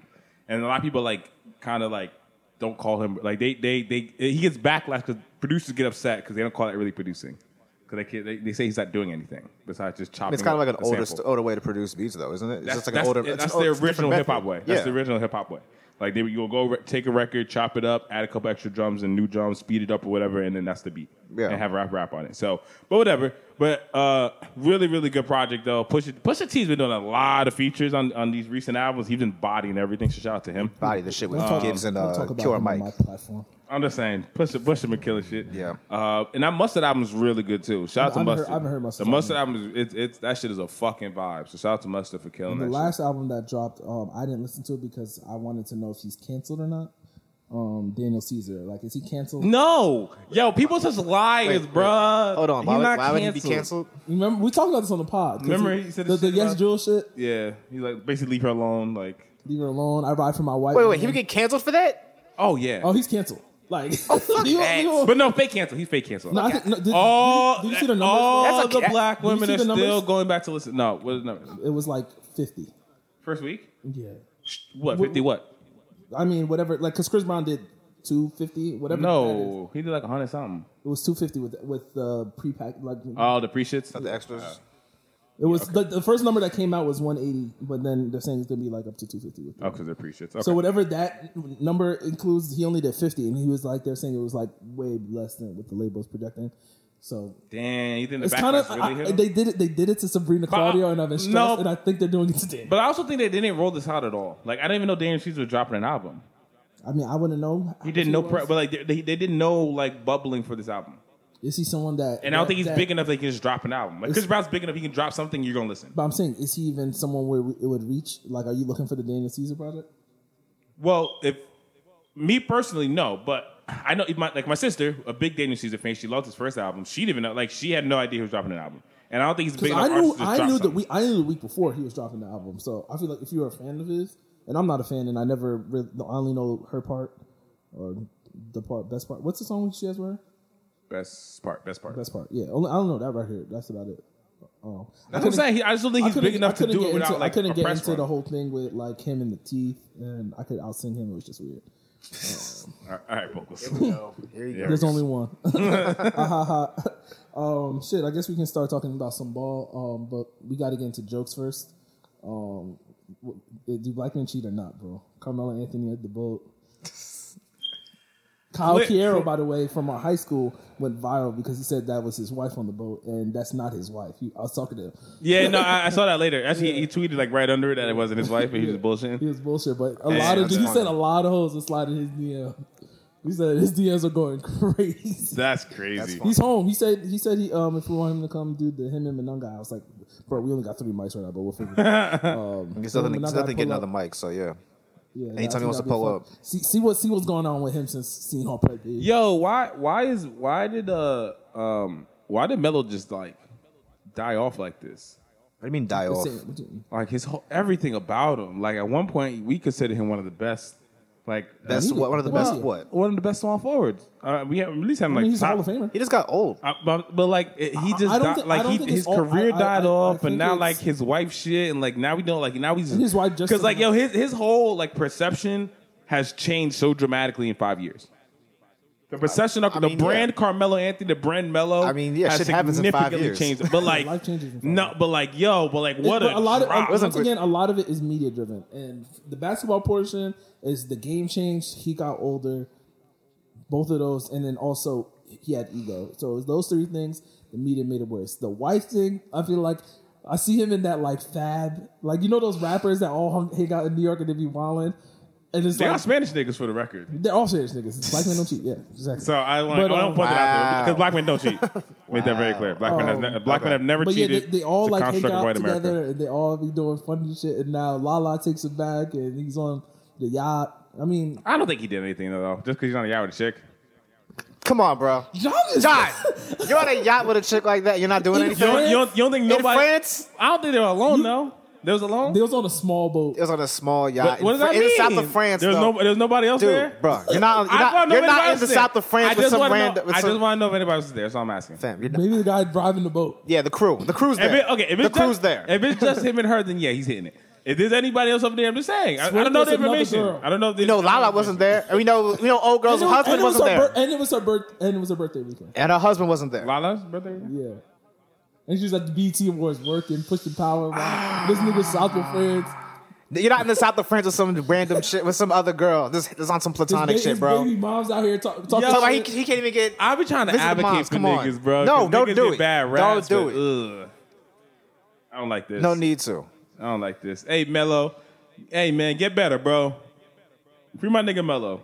S5: And a lot of people like kind of like don't call him like they they they he gets backlash because producers get upset because they don't call it really producing because they, can't- they they say he's not doing anything besides just chopping.
S3: It's kind of
S5: up
S3: like an
S5: a
S3: older,
S5: sample.
S3: st- older way to produce beats, though, isn't it? It's
S5: That's,
S3: just like
S5: that's,
S3: an older.
S5: yeah,
S3: it's-
S5: that's
S3: oh,
S5: the
S3: it's a different
S5: original hip hop
S3: method.
S5: way. That's
S3: yeah.
S5: the original hip hop way. Like they you'll go re- take a record, chop it up, add a couple extra drums and new drums, speed it up or whatever, and then that's the beat.
S3: Yeah.
S5: And have rap rap on it. So, but whatever. But uh, really, really good project though. Pusha Pusha T's been doing a lot of features on, on these recent albums. He's been bodying everything. So shout out to him.
S3: Body the shit with
S4: talk-
S3: Gibbs and
S4: don't
S3: uh,
S4: talk about
S3: Killer
S4: him on my
S3: Mike.
S4: platform.
S5: I'm just saying, Pusha Pusha been killing shit.
S3: Yeah.
S5: Uh, and that Mustard album's really good too. Shout out to
S4: I haven't
S5: Mustard.
S4: heard- I haven't heard Mustard's
S5: The Mustard album, is, it's it's that shit is a fucking vibe. So shout out to Mustard for killing
S4: The
S5: that. shit.
S4: last album that dropped, um, I didn't listen to it because I wanted to know if he's canceled or not. Um, Daniel Caesar, like, is he canceled?
S5: No, yo, people just liars,
S3: Wait,
S5: bruh.
S3: Hold on,
S5: He
S3: why, would-
S5: not
S3: why would he be canceled?
S4: Remember, we talked about this on the pod. 'cause
S5: Remember he said
S4: the,
S5: this
S4: the
S5: shit
S4: Yes
S5: about-
S4: Jewel shit.
S5: Yeah, he like basically leave her alone. Like,
S4: Leave her alone. I ride for my wife.
S3: Wait, wait, he
S4: man.
S3: would get canceled for that?
S5: oh yeah,
S4: Oh, he's canceled. Like,
S6: facts.
S5: But no, fake cancel. He's fake cancel.
S4: No, I think- no, did,
S5: all
S4: did you see the numbers?
S5: all
S6: That's a
S5: the
S6: ca-
S5: black
S4: Did you
S5: women
S4: see
S5: are
S4: the numbers?
S5: still going back to listen. No, what is the number?
S4: it was like fifty.
S5: First week?
S4: Yeah,
S5: What, 50 what?
S4: I mean whatever. Like, cause Chris Brown did two fifty, whatever. that is.
S5: No, he did like 100 something.
S4: it was two fifty with with the pre pack. Like,
S5: Oh, the pre shits?
S3: The extras.
S4: it was the, the first number that came out was one eighty, but then they're saying it's gonna be like up to two fifty.
S5: Oh, because they're pre shits. Okay.
S4: So whatever that number includes, he only did fifty, and he was like they're saying it was like way less than what the label's projecting. So
S5: Damn, you think the
S4: it's
S5: back
S4: kind of
S5: really hit him?
S4: they did it. They did it to Sabrina
S5: I-
S4: Claudio and Evan Strauss,
S5: no.
S4: and I think they're doing it today.
S5: But I also think they didn't roll this out at all. Like, I didn't even know Daniel Caesar was dropping an album.
S4: I mean, I wouldn't know.
S5: He didn't know, pre-
S4: Was.
S5: but like, they, they didn't know, like, bubbling for this album.
S4: Is he someone that?
S5: And I don't
S4: that-
S5: think he's
S4: that-
S5: big enough that he can just drop an album. Like, Chris
S4: It's-
S5: Brown's big enough he can drop something, you're going to listen.
S4: But I'm saying, is he even someone where it would reach? Like, are you looking for the Daniel Caesar project?
S5: Well, if me personally, no, but I know my like my sister, a big Daniel Caesar fan, she loved his first album. She didn't even know, like she had no idea he was dropping an album, and I don't think he's a big
S4: Because
S5: enough
S4: I knew,
S5: artist to
S4: I
S5: drop
S4: knew that
S5: something.
S4: we, I knew the week before he was dropping the album. So I feel like if you were a fan of his, and I'm not a fan, and I never, really, I only know her part or the part, best part. What's the song she has with her?
S5: best part, best part.
S4: Best part. Yeah, only, I don't know that right here. That's about it. Um,
S5: That's what I'm saying. He, I just don't think he's big enough to do it without
S4: into,
S5: like
S4: I couldn't
S5: a
S4: get
S5: press
S4: into
S5: run.
S4: the whole thing with like him and the teeth, and I could outsing him. It was just weird.
S5: All right, all right, vocals.
S3: Here you
S4: There's only one. um, shit, I guess we can start talking about some ball, um, but we got to get into jokes first. Um, w- do black men cheat or not, bro? Carmelo Anthony at the boat. Kyle
S5: Lit-
S4: Piero, by the way, from our high school, went viral because he said that was his wife on the boat, and that's not his wife. He, I was talking to him.
S5: Yeah, no, I, I saw that later. Actually, he tweeted like right under it that it wasn't his wife, but he was
S4: He
S5: bullshitting.
S4: was bullshit, but a lot of
S5: that's
S4: he
S5: funny.
S4: said a lot of hoes were sliding his DM. He said his DMs are going crazy.
S5: That's crazy.
S4: He's home. He said he said he um if we want him to come do the him and Manunga, I was like, bro, we only got three mics right now, but we'll figure it
S3: There's
S4: out.
S3: nothing,
S4: Remember
S3: there's
S4: that
S3: nothing getting
S4: pull
S3: another mic, so yeah.
S4: Yeah,
S3: Anytime
S4: I
S3: he
S4: think
S3: wants to
S4: that'd be
S3: pull
S4: fun.
S3: up.
S4: See see what see what's going on with him since seeing all prep dude.
S5: Yo, why why is why did uh um why did Melo just like die off like this?
S3: What do you mean die
S4: Just
S3: off?
S4: saying, what you-
S5: like his whole everything about him. Like at one point, we considered him one of the best, like
S3: Best
S4: He-
S3: what? One of the
S4: well-
S3: best what?
S5: one of the best small forwards. Uh, we have, at least had him
S4: I
S5: like
S4: mean, he's a
S5: top-
S4: Hall of Famer.
S3: He just got old.
S5: Uh, but, but like it- he just
S4: I don't
S5: died,
S4: thi- I
S5: like
S4: don't
S5: he,
S4: think
S5: his
S4: it's all-
S5: career
S4: I- I-
S5: died
S4: I- I
S5: off, but
S4: think
S5: now
S4: it's-
S5: like his wife shit, and like now we don't like now he's
S4: And his wife just
S5: because like yo
S4: doesn't-
S5: his his whole like perception has changed so dramatically in five years. The perception of
S3: I mean,
S5: the
S3: yeah.
S5: brand Carmelo Anthony, the brand Mello.
S3: I mean, yeah,
S5: has
S3: shit happens in five
S5: significantly
S3: years.
S5: Changed, but like
S4: life changes in five
S5: no, but like yo, but like what
S4: But a
S5: a,
S4: lot of
S5: drop.
S4: and once again, a lot of it is media driven, and the basketball portion is the game changed. He got older, both of those, and then also he had ego. So it was those three things. The media made it worse. The wife thing, I feel like I see him in that like fab, like you know those rappers that all hung, hang out in New York and they be wildin', and it's
S5: They
S4: like
S5: got Spanish niggas for the record.
S4: they're all serious niggas. Black men don't cheat. Yeah, exactly.
S5: So I want to
S4: But,
S5: don't
S4: um,
S5: put that out there
S3: Wow.
S5: because black men don't cheat. Made that very clear. Black men have ne- black men have never
S4: Oh. But yeah,
S5: cheated.
S4: they, they all
S5: It's a
S4: like hang
S5: construct of
S4: out
S5: white
S4: together,
S5: America.
S4: and they all be doing funny shit. And now Lala takes it back, and he's on the yacht. I mean,
S5: I don't think he did anything though. Just because he's on a yacht with a chick.
S3: Come on, bro.
S4: John is
S3: John, you're on a yacht with a chick like that. You're not doing
S4: In
S5: You
S3: anything.
S5: don't, you don't- you don't think
S3: In
S5: nobody?
S3: France,
S5: I don't think they were alone though. They was alone.
S4: They was on a small boat.
S3: it was on a small
S5: what
S3: yacht.
S5: what does
S3: in,
S5: that
S3: in
S5: mean?
S3: the south of France,
S5: There's
S3: though.
S5: no. There's nobody else there.
S3: Dude, bro, you're not. You're
S5: I
S3: not,
S5: don't know
S3: you're
S5: nobody
S3: not in
S5: else
S3: the
S5: there.
S3: south of
S5: I
S3: France with
S5: just
S3: some
S5: wanna know-
S3: random. with
S5: I
S3: some-
S5: just want to know if anybody was there. So I'm asking.
S3: Fam, you're not-
S4: Maybe the guy driving the boat.
S3: yeah, the crew. The crew's
S5: If
S3: there.
S5: it, okay, if
S3: the
S5: it's just,
S3: crew's there.
S5: If it's just him and her, then yeah, he's hitting it. If there's anybody else over there, I'm just saying. I, I
S4: Swift
S5: don't know the
S4: is another
S5: information.
S4: girl.
S5: I don't know. If
S3: you know, Lala wasn't there. And we know. We know old girl's
S4: And it was-
S3: husband
S4: and it was
S3: wasn't
S4: her
S3: there.
S4: bir- and it was her birth. And it was her birthday weekend.
S3: And her husband wasn't there.
S5: Lala's brother.
S4: Yeah. And she was at the BT Awards working, pushing power. around. this nigga south of France.
S3: You're not in the south of France with some random shit with some other girl. This, this on some
S4: His
S3: platonic
S4: ba-
S3: shit,
S4: his
S3: bro.
S4: Baby mom's out here talk- talking.
S3: So like,
S4: shit.
S3: he, he can't even get.
S5: I be trying to
S3: Visit
S5: advocate
S3: moms,
S5: for
S3: come on.
S5: niggas, bro.
S3: No,
S5: 'cause
S3: don't
S5: niggas
S3: do
S5: get
S3: it.
S5: Bad
S3: Don't
S5: raps,
S3: do
S5: but, ugh. I don't like this.
S3: No need to.
S5: I don't like this. Hey, Mello. Hey, man, get better, bro. Free my nigga Mello.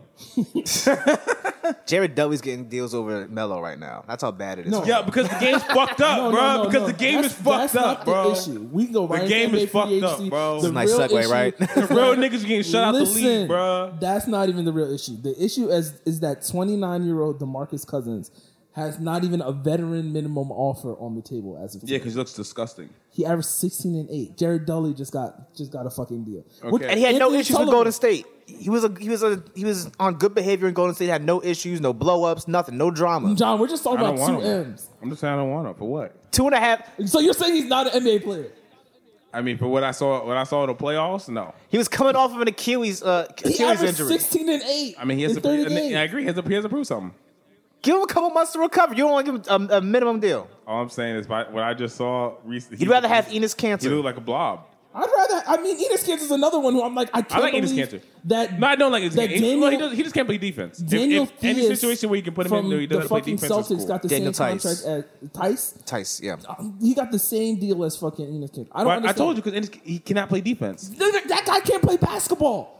S3: Jared Dudley's getting deals over Melo right now. That's how bad it is.
S4: No.
S5: Yeah, because the game's fucked up,
S4: No, no,
S5: bro.
S4: no,
S5: because
S4: no.
S5: the game
S4: That's-
S5: is fucked
S4: that's
S5: up,
S4: not
S5: bro.
S4: The issue. We can go right
S5: The
S4: into
S5: game is
S4: NBA free
S5: fucked up,
S4: agency.
S5: bro.
S4: The
S5: It's a
S3: nice
S4: real
S3: segue,
S4: issue-
S3: right?
S4: the
S5: Real niggas getting shut out the
S4: Listen,
S5: league, bro.
S4: That's not even the real issue. The issue is is that 29 year old Demarcus Cousins has not even a veteran minimum offer on the table as of
S5: Yeah,
S4: today.
S5: because he looks disgusting.
S4: He averaged sixteen and eight. Jared Dudley just got just got a fucking deal. What-
S5: Okay.
S6: And he had no
S4: Anthony
S6: issues with
S4: Sullivan.
S6: Golden State.
S3: He was a he was a he was on good behavior in Golden State. Had no issues, no blow ups, nothing, no drama.
S4: John, we're just talking
S5: I don't
S4: about
S5: want
S4: two
S5: him.
S4: M's.
S5: I'm just saying I don't want him for what.
S3: Two and a half.
S4: So you're saying he's not an NBA player?
S5: I mean, for what I saw, what I saw in the playoffs, no.
S3: He was coming off of an Achilles uh,
S4: He
S3: Achilles
S4: averaged
S3: injury.
S4: sixteen and eight.
S5: I mean, he has
S4: in
S5: to.
S4: 30
S5: and
S4: games.
S5: I agree. He has to. He has to prove something.
S3: Give him a couple months to recover. You don't want to give him a, a minimum deal.
S5: All I'm saying is, by, what I just saw recently,
S3: You'd rather have Enos
S5: He
S3: Cantor.
S5: looked like a blob.
S4: I'd rather. I mean, Enos Kanter's another one who I'm like, I can't
S5: like Enes
S4: believe
S5: Kanter.
S4: that.
S5: No, I don't like his
S4: that
S5: game. He, well, he,
S4: Daniel-
S5: does, he just can't play defense. If-
S4: Daniel
S5: if, any
S4: Theus
S5: situation where you can put him
S4: from
S5: in, no, he
S4: the
S5: doesn't play
S4: fucking
S5: defense.
S4: Celtics
S5: is cool.
S4: got the
S3: Daniel
S4: same
S3: Tice.
S4: contract as Tice.
S3: Tice, yeah.
S4: He got the same deal as fucking Enos Kanter. I don't.
S5: But I
S4: understand.
S5: told you because he cannot play defense.
S4: Nigga, that guy can't play basketball.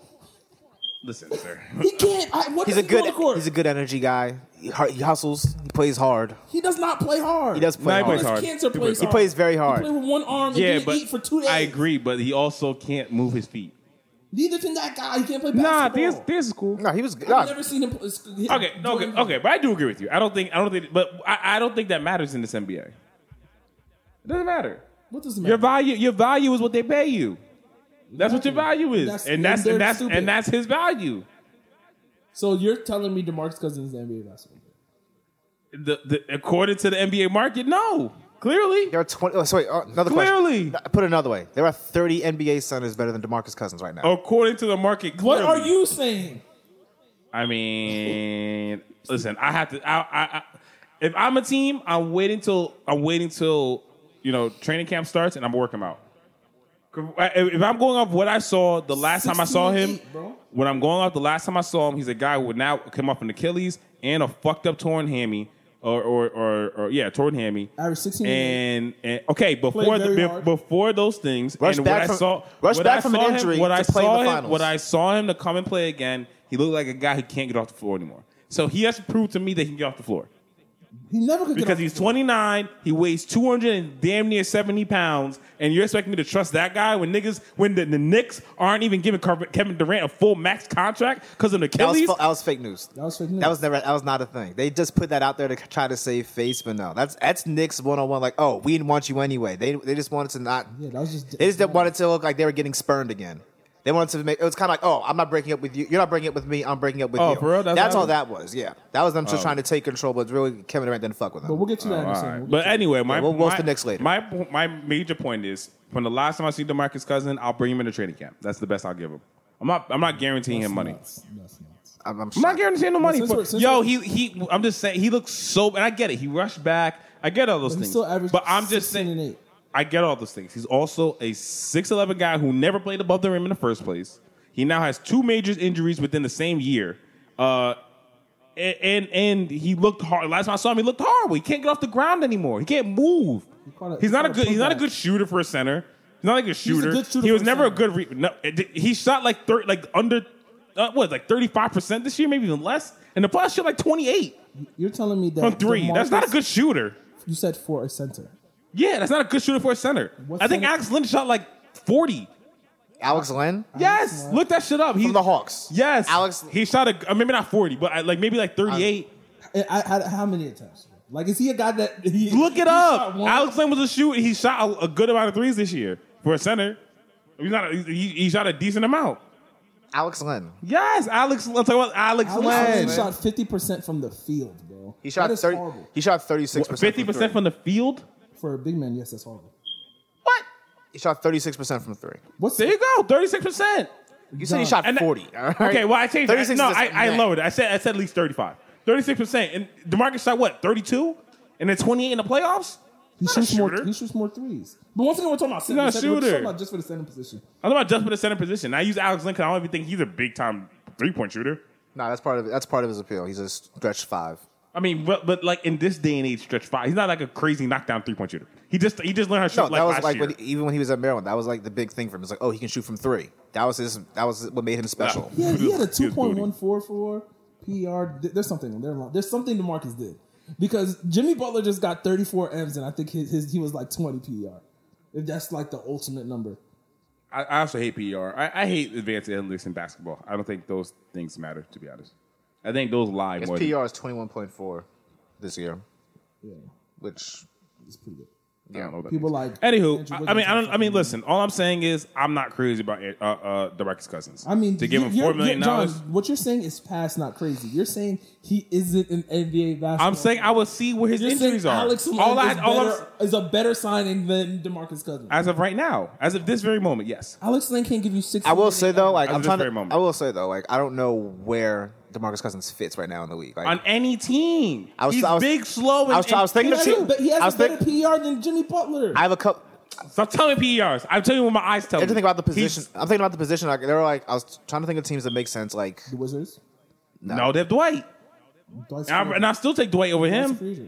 S5: Listen, sir.
S4: He can't. I, what
S3: He's
S4: does
S3: a
S4: he do
S3: good
S4: on the court?
S3: he's a good energy guy. He, hu- he hustles. He plays hard.
S4: he does not play hard.
S3: He does play
S5: Nah, he
S3: hard.
S5: plays hard.
S4: Cancer
S5: He
S4: plays
S5: plays
S4: hard.
S5: hard.
S3: Plays very
S4: He played
S3: hard.
S4: with one arm and
S5: yeah,
S4: didn't
S5: but
S4: eat for two days.
S5: I agree, but he also can't move his feet.
S4: Neither can that guy. He can't play
S5: Nah,
S4: basketball.
S5: this this is cool.
S3: No, he was
S4: I've
S3: nah,
S4: never seen him. play- sc- hit-
S5: Okay, no, okay,
S4: Jordan-
S5: okay, but I do agree with you. I don't think I don't think, but I, I don't think that matters in this NBA. It doesn't matter.
S4: What does it matter?
S5: Your value, your value is what they pay you. That's what your value is,
S4: That's-
S5: and that's
S4: and they're
S5: and that's
S4: stupid.
S5: and that's his value.
S4: so you're telling me DeMarcus Cousins is an NBA basketball player?
S5: The, the according to the NBA market, no, clearly,
S3: There are twenty. Oh, sorry. uh, another
S5: clearly,
S3: question. Put it another way. There are thirty NBA centers better than Demarcus Cousins right now.
S5: according to the market.
S4: What
S5: Clearly.
S4: are you saying?
S5: I mean, listen, I have to. I, I, I, if I'm a team, I'm waiting till I'm waiting till you know training camp starts, and I'm working him out. 'Cause I- If I'm going off what I saw the last time I saw
S4: 16 and
S5: him,
S4: eight, bro.
S5: when I'm going off the last time I saw him, he's a guy who would now come off an Achilles and a fucked up torn hammy, or or or, or yeah, torn hammy.
S4: Average 16 and eight.
S5: And, and okay, before the,
S4: very
S5: be-
S4: hard.
S5: before those things,
S3: Rushed
S5: and
S3: back
S5: what I
S3: from-
S5: saw,
S3: rushed
S5: what
S3: back
S5: I
S3: from an
S5: saw him-
S3: injury
S5: what
S3: to
S5: I
S3: play in
S5: saw
S3: the
S5: him,
S3: finals.
S5: what I saw him to come and play again, he looked like a guy who can't get off the floor anymore. So he has to prove to me that he can get off the floor
S4: He never could get
S5: because
S4: off
S5: he's
S4: the floor.
S5: 29, he weighs 200 and damn near 70 pounds, and you're expecting me to trust that guy when niggas when the, the Knicks aren't even giving Car- Kevin Durant a full max contract because of an
S3: That was,
S5: Achilles.
S3: fa- that was fake news.
S4: That was fake news.
S3: That was never. That was not a thing. They just put that out there to try to save face, but no, that's that's Knicks one on one. Like, oh, we didn't want you anyway. They they just wanted to not.
S4: Yeah, that was just.
S3: They just didn't want it to look like they were getting spurned again. They wanted to make it was kind of like, oh, I'm not breaking up with you. You're not breaking up with me. I'm breaking up with
S5: Oh,
S3: you.
S5: for real? That's
S3: That's,
S5: what
S3: all that
S5: happened? Oh.
S3: was. Yeah, that was them just trying to take control, but really Kevin Durant didn't fuck with them.
S4: But we'll get to that in a
S5: All
S4: second.
S5: right.
S4: We'll get
S5: But
S4: to that.
S5: anyway, my
S3: we'll- we'll
S5: my-
S3: the next later.
S5: My po- my major point is from the last time I see Demarcus Cousin, I'll bring him into training camp. That's the best I'll give him. I'm not I'm not guaranteeing him money.
S4: Nuts, nuts, nuts.
S3: I'm, I'm
S5: I'm not
S3: shocked.
S5: guaranteeing no money.
S4: since
S5: but-
S4: we're- since
S5: yo,
S4: we're-
S5: he he. I'm just saying he looks so. And I get it. He rushed back. I get all those
S4: But he
S5: things.
S4: still averaged
S5: but I'm just
S4: 16 and
S5: saying.
S4: eight.
S5: I get all those things. He's also a six eleven guy who never played above the rim in the first place. He now has two major injuries within the same year. Uh, and, and and he looked hard. Last time I saw him, he looked horrible. He can't get off the ground anymore. He can't move.
S4: caught a- he
S5: he's not a
S4: caught a
S5: good. He's not a
S4: putback.
S5: good shooter for a center. He's not like a shooter.
S4: good shooter
S5: he was
S4: for a
S5: never a
S4: center.
S5: good. Re- no, it did- he shot like thirty, like under, uh, what, like thirty five percent this year, maybe even less. And the plus shot like twenty eight
S4: You're telling me that
S5: on three. That's not a
S4: DeMarcus-
S5: good shooter.
S4: You said for a center.
S5: Yeah, that's not a good shooter for a center.
S4: What
S5: I think
S4: center-
S5: Alex Lynn shot like forty.
S3: Alex Len
S5: Yes, look that shit up. He
S3: from the Hawks.
S5: Yes,
S3: Alex-
S5: He shot a uh, maybe not forty, but uh, like maybe like thirty eight.
S4: I, I, I- how many attempts? Like, is he a guy that he
S5: Look
S4: he
S5: it
S4: shot
S5: up.
S4: one-
S5: Alex Lynn was a shooter. He shot a, a good amount of threes this year for a center. He's not. A, he, he shot a decent amount.
S3: Alex Len.
S5: Yes, Alex. I'm talking about Alex,
S4: Alex
S5: Len.
S4: Lynn shot fifty percent from the field, bro.
S3: He shot
S4: that is
S3: thirty.
S4: horrible
S3: He shot thirty six percent.
S5: Fifty percent from the field.
S4: for a big man. Yes, that's horrible.
S5: What?
S3: He shot thirty six percent from three.
S4: What's
S5: There you go. Thirty six percent.
S3: You said he
S4: Done.
S3: shot
S5: And that-
S3: forty. all right?
S5: Okay. Well, I changed. I,
S3: 36
S5: no,
S3: is
S5: I, I
S3: mad.
S5: lowered. it. I said I said at least thirty five. Thirty six percent. And Demarcus shot what? Thirty two. And then twenty eight in the playoffs.
S4: He
S5: Not a
S4: shoots more.
S5: shooter.
S4: He shoots more threes. But once again, we're talking about center.
S5: not a
S4: center- we're talking
S5: shooter.
S4: about just for the center position.
S5: I'm talking about just for the center position. I use Alex Lynn because I don't even think he's a big time three point shooter.
S3: No, that's part of it. That's part of his appeal. He's a stretch five.
S5: I mean, but, but like in this day and age, stretch five. He's not like a crazy knockdown three point shooter. He just he just learned how to shoot.
S3: No,
S5: like
S3: that was
S5: last
S3: like
S5: year.
S3: when, even when he was at Maryland, that was like the big thing for him. It's like, oh, he can shoot from three. That was his. That was what made him special.
S4: Yeah, he had a
S5: His booty.
S4: two point one four four PR. Th- There's something. There's there's something Demarcus did because Jimmy Butler just got 34 M's and I think his, his he was like 20 PR. If that's like the ultimate number.
S5: I, I also hate PER. I, I hate advanced analytics in basketball. I don't think those things matter, to be honest. I think those lie
S3: His
S5: more.
S3: PR is twenty one point four. this year,
S4: Yeah,
S3: which
S4: it's pretty good.
S5: I don't know what that
S4: People
S5: means.
S4: like
S5: Anywho,
S4: Andrew
S5: I, I
S4: Wiggins
S5: mean, I
S4: and
S5: don't. I mean,
S4: fucking-
S5: listen. All I'm saying is, I'm not crazy about uh, uh, Directors Cousins.
S4: I mean,
S5: to give him
S4: you're-
S5: four million
S4: you're- John,
S5: dollars.
S4: What you're saying is past, not crazy. You're saying he isn't an NBA basketball.
S5: I'm saying I will see where his
S4: You're saying
S5: injuries are.
S4: Alex Len
S5: all I,
S4: is,
S5: all I'm,
S4: better- is a better signing than Demarcus Cousins.
S5: as of right now, as of this very moment, yes.
S4: Alex Len can't give you six.
S3: I will say though, like
S5: As of
S3: I'm
S5: this
S3: trying
S5: very
S3: to,
S5: moment.
S3: I will say though, like I don't know where Demarcus Cousins fits right now in the league. Like
S5: On any team,
S3: I was-
S5: he's
S3: I was-
S5: big, slow, and
S3: I was- I was thinking
S4: he
S3: of
S4: has,
S3: two.
S4: a, but he has
S3: I
S4: a
S3: was
S4: better
S3: think-
S4: PR than Jimmy Butler.
S3: I have a couple.
S5: Stop telling me PERs. I'm telling you what my eyes tell
S3: I
S5: me.
S3: have to think about the
S5: He's-
S3: position. I'm thinking about the position. Like they're like I was trying to think of teams that make sense. Like
S4: the Wizards.
S5: No, they have Dwight.
S4: Dwight
S5: And I, and I still take Dwight over
S4: Dwight
S5: him.
S4: Frazier.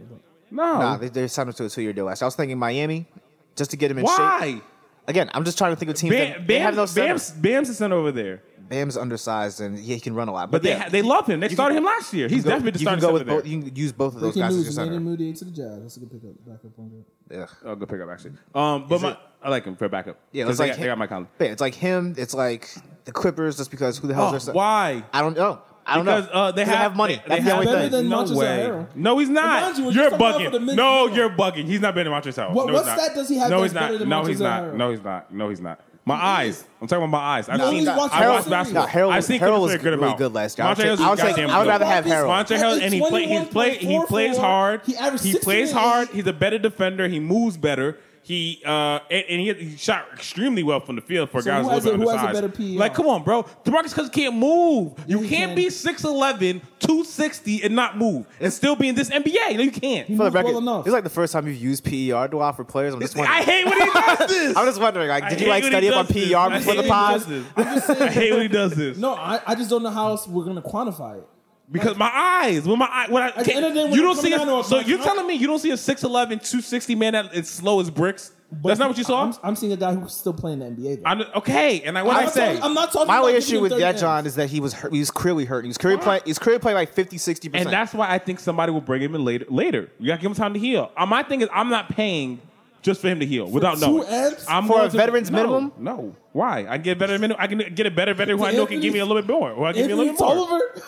S5: No.
S3: nah, they, they signed him to a two year deal last. year. I was thinking Miami just to get him in shape.
S5: Why?
S3: Again, I'm just trying to think of teams
S5: Bam,
S3: that they have
S5: Bam,
S3: no center.
S5: Bam's, Bam's the center over there.
S3: Bam's undersized and he can run a lot,
S5: But they
S3: yeah,
S5: ha- they love him. They
S3: You
S5: started
S3: can-
S5: him last year.
S3: you
S5: He's
S3: can go-
S5: definitely the
S3: you can
S5: starting
S3: go
S5: center
S3: with
S5: there.
S3: both. You can use both of those
S4: Breaking
S3: guys as your
S4: news: Manny
S3: center.
S4: Moody to the Jazz. That's a good pickup. Backup point guard.
S3: Yeah.
S5: I'll go pick up actually. Um, but
S3: Is
S5: my,
S3: it-
S5: I like him for backup.
S3: Yeah,
S5: 'Cause
S3: it's
S5: they
S3: like
S5: got, they got my column.
S3: Yeah, it's like him. It's like the Clippers, just because who the hell
S5: Oh,
S3: is their
S5: why?
S3: I don't know. I don't
S5: Because
S3: know.
S5: uh, they,
S3: 'Cause
S5: have,
S3: money.
S5: They,
S3: That's
S5: they
S3: the
S5: have
S3: only
S4: better
S3: thing.
S4: than
S5: no
S4: Montrezl
S5: way.
S4: Harrell.
S5: No, he's not.
S4: Mind you, we're
S5: you're
S4: just talking about for the
S5: bugging.
S4: mid-
S5: No, you're bugging. He's not better than Montrezl Harrell.
S4: What-
S5: no,
S4: what's
S5: he's
S4: that?
S5: not.
S4: Does he have
S5: no,
S4: that's
S5: he's not.
S4: better than
S5: no, he's
S4: Montrezl
S5: not.
S4: Harrell?
S5: No, he's not. No, he's not. My eyes. I'm talking about my eyes. I've
S4: No,
S5: seen.
S4: he's
S5: I
S4: watched
S5: watched
S4: Harrell.
S5: basketball.
S3: No, Harold-
S5: I've seen
S3: Harold was
S5: Chris Patrick good
S3: really
S5: about.
S3: good last year. I would
S5: Montrezl
S3: say-
S5: Harrell's
S3: I would say-
S5: goddamn
S3: I would
S5: good.
S3: rather have
S4: Marcus-
S3: Harold.
S5: Montrezl Harrell, and he play, he
S4: 21.44.
S5: play, he plays hard.
S4: He averaged
S5: He
S4: 16
S5: plays
S4: and
S5: hard. He's a better defender. He moves better. He uh and, and he, he shot extremely well from the field for
S4: So
S5: guys
S4: who
S5: who
S4: has
S5: are
S4: a- who has a
S5: undersized.
S4: better PER?
S5: Like, come on, bro. Demarcus Cousins can't move. You,
S4: You
S5: can't
S4: can.
S5: be 6'11", 260, and not move and still be in this NBA. No, you can't.
S3: For the
S4: He's well
S3: record,
S4: enough.
S3: it's like the first time you've used E PER dual for players. I'm just
S5: I
S3: wondering.
S5: hate when he does this.
S3: I'm just wondering. Like,
S5: I
S3: did
S5: hate
S3: you like
S5: when he
S3: study up on
S5: does this.
S3: PER
S5: I
S3: before
S5: hate
S3: the
S5: when he
S3: pod?
S5: does this. I hate when he does this.
S4: No, I, I just don't know how else we're gonna quantify it.
S5: Because my eyes, when my eye, when I,
S4: At the end of the day, when
S5: you don't
S4: I'm
S5: see
S4: coming down to
S5: a,
S4: a
S5: so
S4: bunch-
S5: you're telling me you don't see a 6'11", 260 man that is slow as bricks. That's not what you saw.
S4: I'm, I'm seeing a guy who's still playing the NBA. Though.
S5: I'm, okay, and I what
S4: I'm
S5: I
S4: not
S5: say,
S4: talking- I'm not talking.
S3: My
S4: about
S3: only
S4: giving
S3: issue
S4: him
S3: with
S4: 30
S3: that,
S4: M's.
S3: John, is that he was hurt. He was clearly hurt. He was clearly playing. He's clearly playing like 50, 60
S5: and
S3: percent.
S5: that's why I think somebody will bring him in later. Later, you gotta give him time to heal. Uh, my thing is, I'm not paying just for him to heal without
S4: two
S5: knowing.
S4: M's?
S5: I'm
S3: For
S5: going
S3: a veteran's
S5: no,
S3: minimum?
S5: No, why? I get better minimum. I can get a better veteran who I know can
S4: Anthony-
S5: give me a little bit more. Who I give me a
S4: Anthony
S5: little bit more.
S4: Tolliver,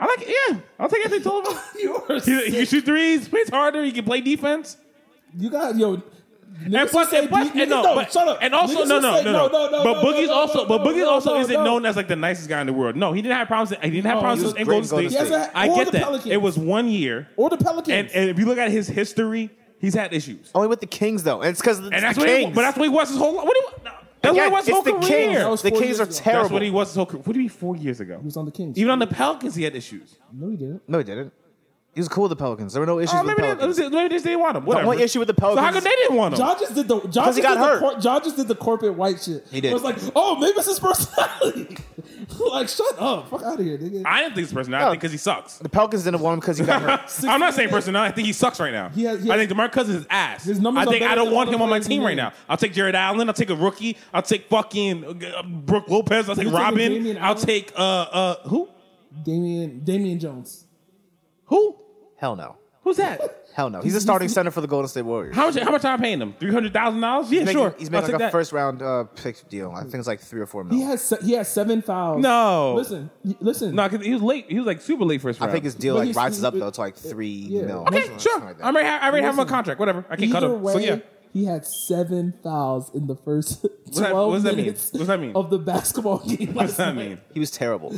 S5: I like it. Yeah, I'll take Anthony Tolliver.
S4: you are
S5: He, he can
S4: sick.
S5: shoot threes, plays harder. He can play defense.
S4: You got yo.
S5: And plus, and plus, and no, but,
S4: shut up.
S5: and also,
S4: Niggas
S5: no,
S4: who
S5: no,
S4: say-
S5: no, no,
S4: no,
S5: But Boogie's
S4: no,
S5: also,
S4: no,
S5: but Boogie's
S4: no,
S5: also
S4: no,
S5: isn't
S4: no.
S5: known as like the nicest guy in the world. No, he didn't have problems. He didn't have
S4: No,
S5: problems
S4: he was
S5: in
S3: great
S5: Golden
S3: in Golden
S5: State.
S3: State. He
S4: has a-
S5: I
S4: or
S5: get
S4: the
S5: that.
S4: Pelicans.
S5: It was one year,
S4: Or the Pelicans.
S5: and, and if you look at his history, he's had issues,
S3: only with the Kings though. And it's because
S5: and that's
S3: Oh, the
S5: what. He,
S3: Kings.
S5: but that's what he was his whole. What do you, no, that's
S3: Again,
S5: what he was his whole
S3: it's the
S5: career.
S4: That
S3: Kings.
S4: was
S3: The
S4: four
S3: Kings
S4: years
S3: are
S4: ago. That's
S3: terrible.
S5: That's what he was his whole. career. What do you mean? Four years ago,
S4: he was on the Kings.
S5: even on the Pelicans, he had issues.
S4: no, he didn't.
S3: No, he didn't. He was cool with the Pelicans. There were no issues
S5: Oh,
S3: with
S5: maybe
S3: the
S5: they,
S3: Pelicans.
S5: maybe they just didn't want him.
S3: The
S5: Whatever.
S3: only issue with the
S5: so
S3: Pelicans.
S5: how come they didn't want him?
S4: John just did the John just
S3: he got
S4: did
S3: hurt.
S4: The, cor- John just did the corporate white shit.
S3: He did.
S4: It was like, oh, maybe it's his personality. like, shut up, fuck out of here, nigga.
S5: I didn't think it's personality
S3: No.
S5: because he sucks.
S3: the Pelicans didn't want him because he got hurt.
S5: I'm not saying personality. I think he sucks right now.
S4: He has- he
S5: I
S4: has-
S5: think DeMar Cousins is ass.
S4: His numbers
S5: I
S4: are
S5: think
S4: better
S5: I don't
S4: than
S5: want
S4: other
S5: him on my
S4: players in
S5: team
S4: the
S5: right
S4: league.
S5: now. I'll take Jared Allen. I'll take a rookie. I'll take fucking uh, Brooke Lopez. I'll take
S4: You taking
S5: Robin.
S4: Damian
S5: I'll
S4: Allen?
S5: take uh uh who
S4: Damian Damian Jones.
S5: who
S3: Hell no.
S5: who's that?
S3: Hell no. He's a starting center for the Golden State Warriors.
S5: how much how much am I paying him? Three hundred thousand dollars? Yeah,
S3: He's making-
S5: sure.
S3: He's
S5: I'll
S3: made
S5: take
S3: like a
S5: that.
S3: first round uh, pick deal. I think it's like three or four
S4: He
S3: million.
S4: has se- he has seven fouls.
S5: No.
S4: listen, y- listen.
S5: No, 'cause he was late. He was like super late first round.
S3: I think his deal
S4: But
S3: like
S4: he's-
S3: rises up though to like
S4: he-
S3: three
S4: yeah.
S3: mil.
S4: Okay,
S5: okay. Sure.
S3: Something like that.
S5: I already have, I already have him on
S4: Listen.
S5: contract. Whatever. I can cut
S4: Either
S5: him.
S4: way,
S5: so yeah.
S4: he had seven fouls in the first
S5: that-
S4: twelve
S5: what does that mean?
S4: minutes
S5: What does that mean?
S4: of the basketball game.
S5: What does that mean?
S3: He was terrible.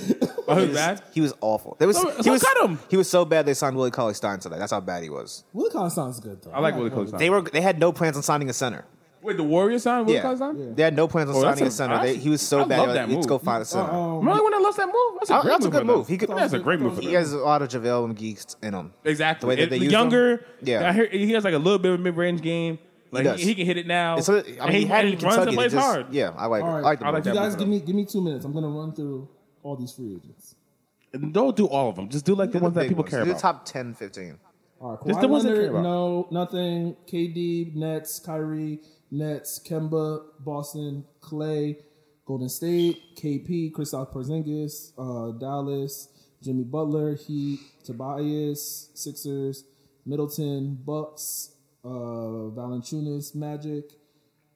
S5: Oh, he's bad.
S3: He was awful. There was,
S5: So-
S3: he
S5: so
S3: was,
S5: cut him.
S3: He was so bad they signed Willie Cauley Stein today. That's how bad he was.
S4: Willie Collins sounds good though.
S5: I like Willie Collins.
S3: They were they had no plans on signing a center.
S5: Wait, the Warriors signed Willie
S3: Yeah.
S5: Collins. signed?
S3: They had no plans on
S5: Oh, that's
S3: signing a,
S5: a-
S3: center.
S5: I-
S3: they, he was so
S5: I
S3: bad.
S5: love
S3: they were
S5: that
S3: like, Let's
S5: move.
S3: go find a center.
S4: Um,
S5: Remember when I lost that move? That's a
S3: Oh,
S5: great
S3: that's a good
S5: move by them.
S3: move. He could-
S5: that's a great move for
S3: He
S5: them.
S3: has a lot of JaVale geeks in him.
S5: Exactly.
S3: The way that
S5: And
S3: they use
S5: younger.
S3: them? Yeah.
S5: I hear he has like a little bit of mid range game. Like he,
S3: does.
S5: he can hit it now.
S3: It's, I mean,
S5: And
S3: he had
S5: and
S3: it in
S5: runs
S3: Kentucky.
S5: and
S3: They
S5: plays
S3: just-
S5: hard.
S3: Yeah, I like. it.
S4: all right,
S3: I like, the
S5: I like
S3: move.
S5: that
S4: you guys
S5: move.
S4: give me give me two minutes. I'm gonna run through all these free agents.
S5: And Don't do all of them. Just do like the
S3: They're
S5: ones
S3: the
S5: that
S3: big
S5: people
S3: ones.
S5: care
S3: They're the top
S5: about.
S3: 10, 15.
S4: All right,
S5: Just
S4: Kawhi
S5: the ones that
S4: Leonard,
S5: care about.
S4: no, nothing. KD, Nets, Kyrie, Nets, Kemba, Boston, Clay, Golden State, KP, Kristaps Porzingis, uh, Dallas, Jimmy Butler, Heat, Tobias, Sixers, Middleton, Bucks, uh, Valanciunas, Magic,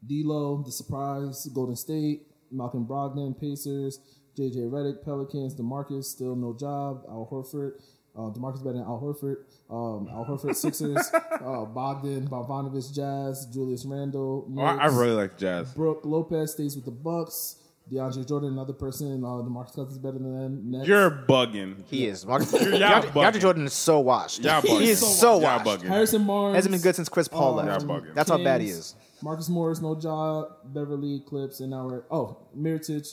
S4: D'Lo, the surprise, Golden State, Malcolm Brogdon, Pacers, JJ Redick, Pelicans, DeMarcus, still no job, Al Horford, Uh, Demarcus Bennett, Al Horford, um, Al Horford Sixers, uh, Bogdan Bogdanovich Jazz, Julius Randle.
S5: Oh, I, I
S4: Knicks.
S5: really like Jazz.
S4: Brooke Lopez stays with the Bucks. DeAndre Jordan, another person. Uh, Demarcus Cousins better than them. Next.
S5: You're bugging.
S3: He is. Mark-
S5: y'all
S3: DeAndre DeAndre
S5: bugging.
S3: Jordan is so washed.
S5: Y'all bugging.
S3: he is so
S5: y'all
S3: washed.
S5: bugging.
S4: Harrison Barnes
S3: Hasn't been good since Chris Paul
S4: Um,
S5: Y'all
S3: left.
S5: bugging.
S3: That's how bad he
S4: Kings,
S3: is.
S4: Marcus Morris, no job. Beverly, Clips, and now we're oh Miritich.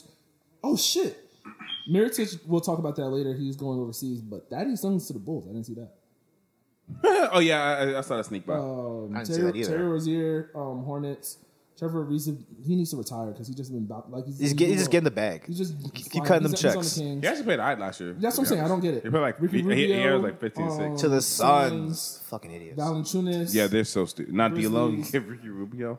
S4: Oh shit, Miritich. We'll talk about that later. He's going overseas, but Daddy Sons to the Bulls. I didn't see that.
S5: oh yeah, I, I- I saw that sneak by.
S4: Um,
S3: I didn't see
S4: Terry,
S3: that either.
S4: Terry Rozier, um, Hornets. Trevor Reese, he needs to retire because he's just been about, like he's,
S3: He's, get, he's just getting the bag.
S4: he's just fine.
S3: cutting
S4: He's-
S3: them
S4: he's on the
S3: checks.
S4: Kings.
S5: he actually played high last year.
S4: That's what I'm saying. I don't get it.
S5: He played like
S4: Ricky
S5: he, he, he
S4: Rubio,
S5: was like fifteen to six.
S3: to the Suns.
S4: Suns.
S3: Fucking idiots.
S4: Valanciunas.
S5: Yeah, they're so stupid. Not D
S4: Grizzlies.
S5: Lo. You give Ricky Rubio.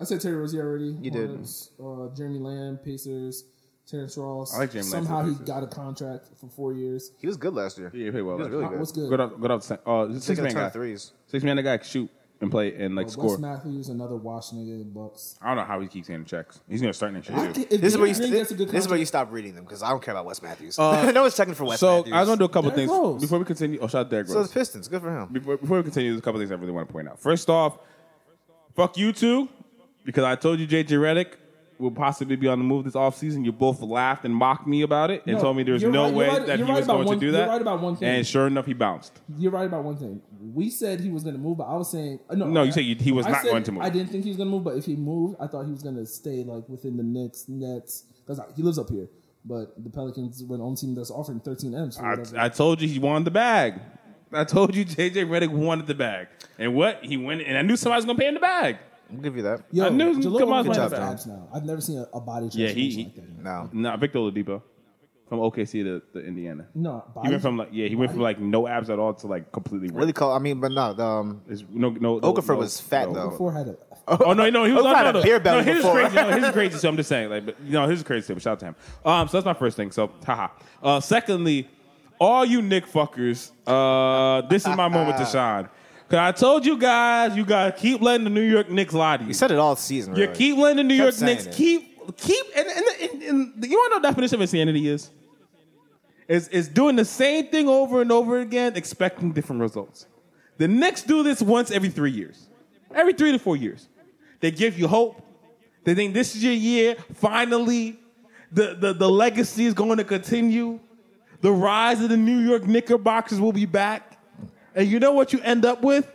S4: I said Terry Rozier already.
S3: You did.
S4: Hornets, Uh, Jeremy Lamb, Pacers, Terrence Ross.
S5: I like Jeremy Lamb for
S4: Somehow
S5: the
S4: he
S5: Pacers.
S4: got a contract for four years.
S3: He was good last year.
S5: Yeah, he played well.
S3: He was really
S4: Uh,
S3: good.
S4: What's good?
S5: Good off, good off. the- Uh, six
S3: Taking a
S5: man
S3: ton
S5: guy.
S3: of threes.
S5: Six man that guy can shoot and play and like
S4: Wes
S5: score.
S4: Matthews, another wash nigga in Bucks.
S5: I don't know how he keeps getting checks. He's gonna start next
S4: I
S5: year.
S4: think
S5: Too.
S4: if
S3: This is where you
S4: Green
S3: this,
S4: gets a good
S3: this is where you
S4: contract-
S3: stop reading them because I don't care about Wes Matthews. no one's checking for Wes
S5: So
S3: Matthews.
S5: I was gonna do a couple
S4: Derrick
S5: things
S4: Rose.
S5: before we continue. Oh, shout out Derrick
S3: so the
S5: Rose.
S3: Pistons. Good for him.
S5: Before, before we continue, there's a couple things I really want to point out. First off, fuck you two, because I told you JJ Redick will possibly be on the move this offseason. You both laughed and mocked me about it and
S4: No,
S5: told me there's
S4: you're
S5: no
S4: right- you're
S5: way
S4: right-
S5: that he
S4: you're right
S5: was
S4: about
S5: going
S4: one-
S5: to do
S4: you're
S5: that.
S4: right about one thing.
S5: And sure enough, he bounced.
S4: You're right about one thing. We said he was going to move, but I was saying uh, no.
S5: No,
S4: I-
S5: you said you- he was
S4: I
S5: not
S4: said
S5: going to move.
S4: I didn't think he was going to move, but if he moved, I thought he was going to stay like within the Knicks, Nets, because he lives up here. But the Pelicans were the only team that's offering 13 M's. For
S5: I,
S4: whatever.
S5: I told you he wanted the bag. I told you JJ Redick wanted the bag. And what? He went, and I knew somebody was going to pay him the bag.
S3: I'll give you that.
S4: Yo,
S5: I knew-
S4: Jahlil
S5: come on,
S4: Okafor
S5: come
S4: has
S5: on.
S4: abs now. I've never seen a, a body
S5: Yeah,
S4: transformation
S5: he-
S4: like that.
S3: No.
S5: No, Victor Oladipo from OKC to, to Indiana.
S4: No,
S5: He
S4: body,
S5: went from like yeah, he went from like no abs at all to like completely ripped.
S3: Really cool. I mean, but no. The, um,
S5: It's- no, no, no,
S3: Okafor
S5: no-
S3: was fat,
S5: no.
S3: though.
S4: before had a
S5: Oh no, no, he
S3: Okafor
S5: was no,
S3: had
S5: no,
S3: a
S5: no.
S3: beer belly
S5: no, his
S3: before.
S5: crazy. No, his crazy. So I'm just saying, like, but, no, his crazy. But shout out to him. Um, so that's my first thing. So, haha. Uh, secondly, all you Nick fuckers, uh, this is my moment to shine. Cause I told you guys, you guys keep letting the New York Knicks lie to you.
S3: you said it all season.
S5: You
S3: really.
S5: keep letting the New York
S3: saying
S5: Knicks
S3: it.
S5: keep keep and, and, and, and you want to know what the definition of insanity is? It's, it's doing the same thing over and over again, expecting different results. The Knicks do this once every three years, every three to four years. They give you hope. They think this is your year. Finally, the, the, the legacy is going to continue. The rise of the New York Knickerbockers will be back. And you know what you end up with?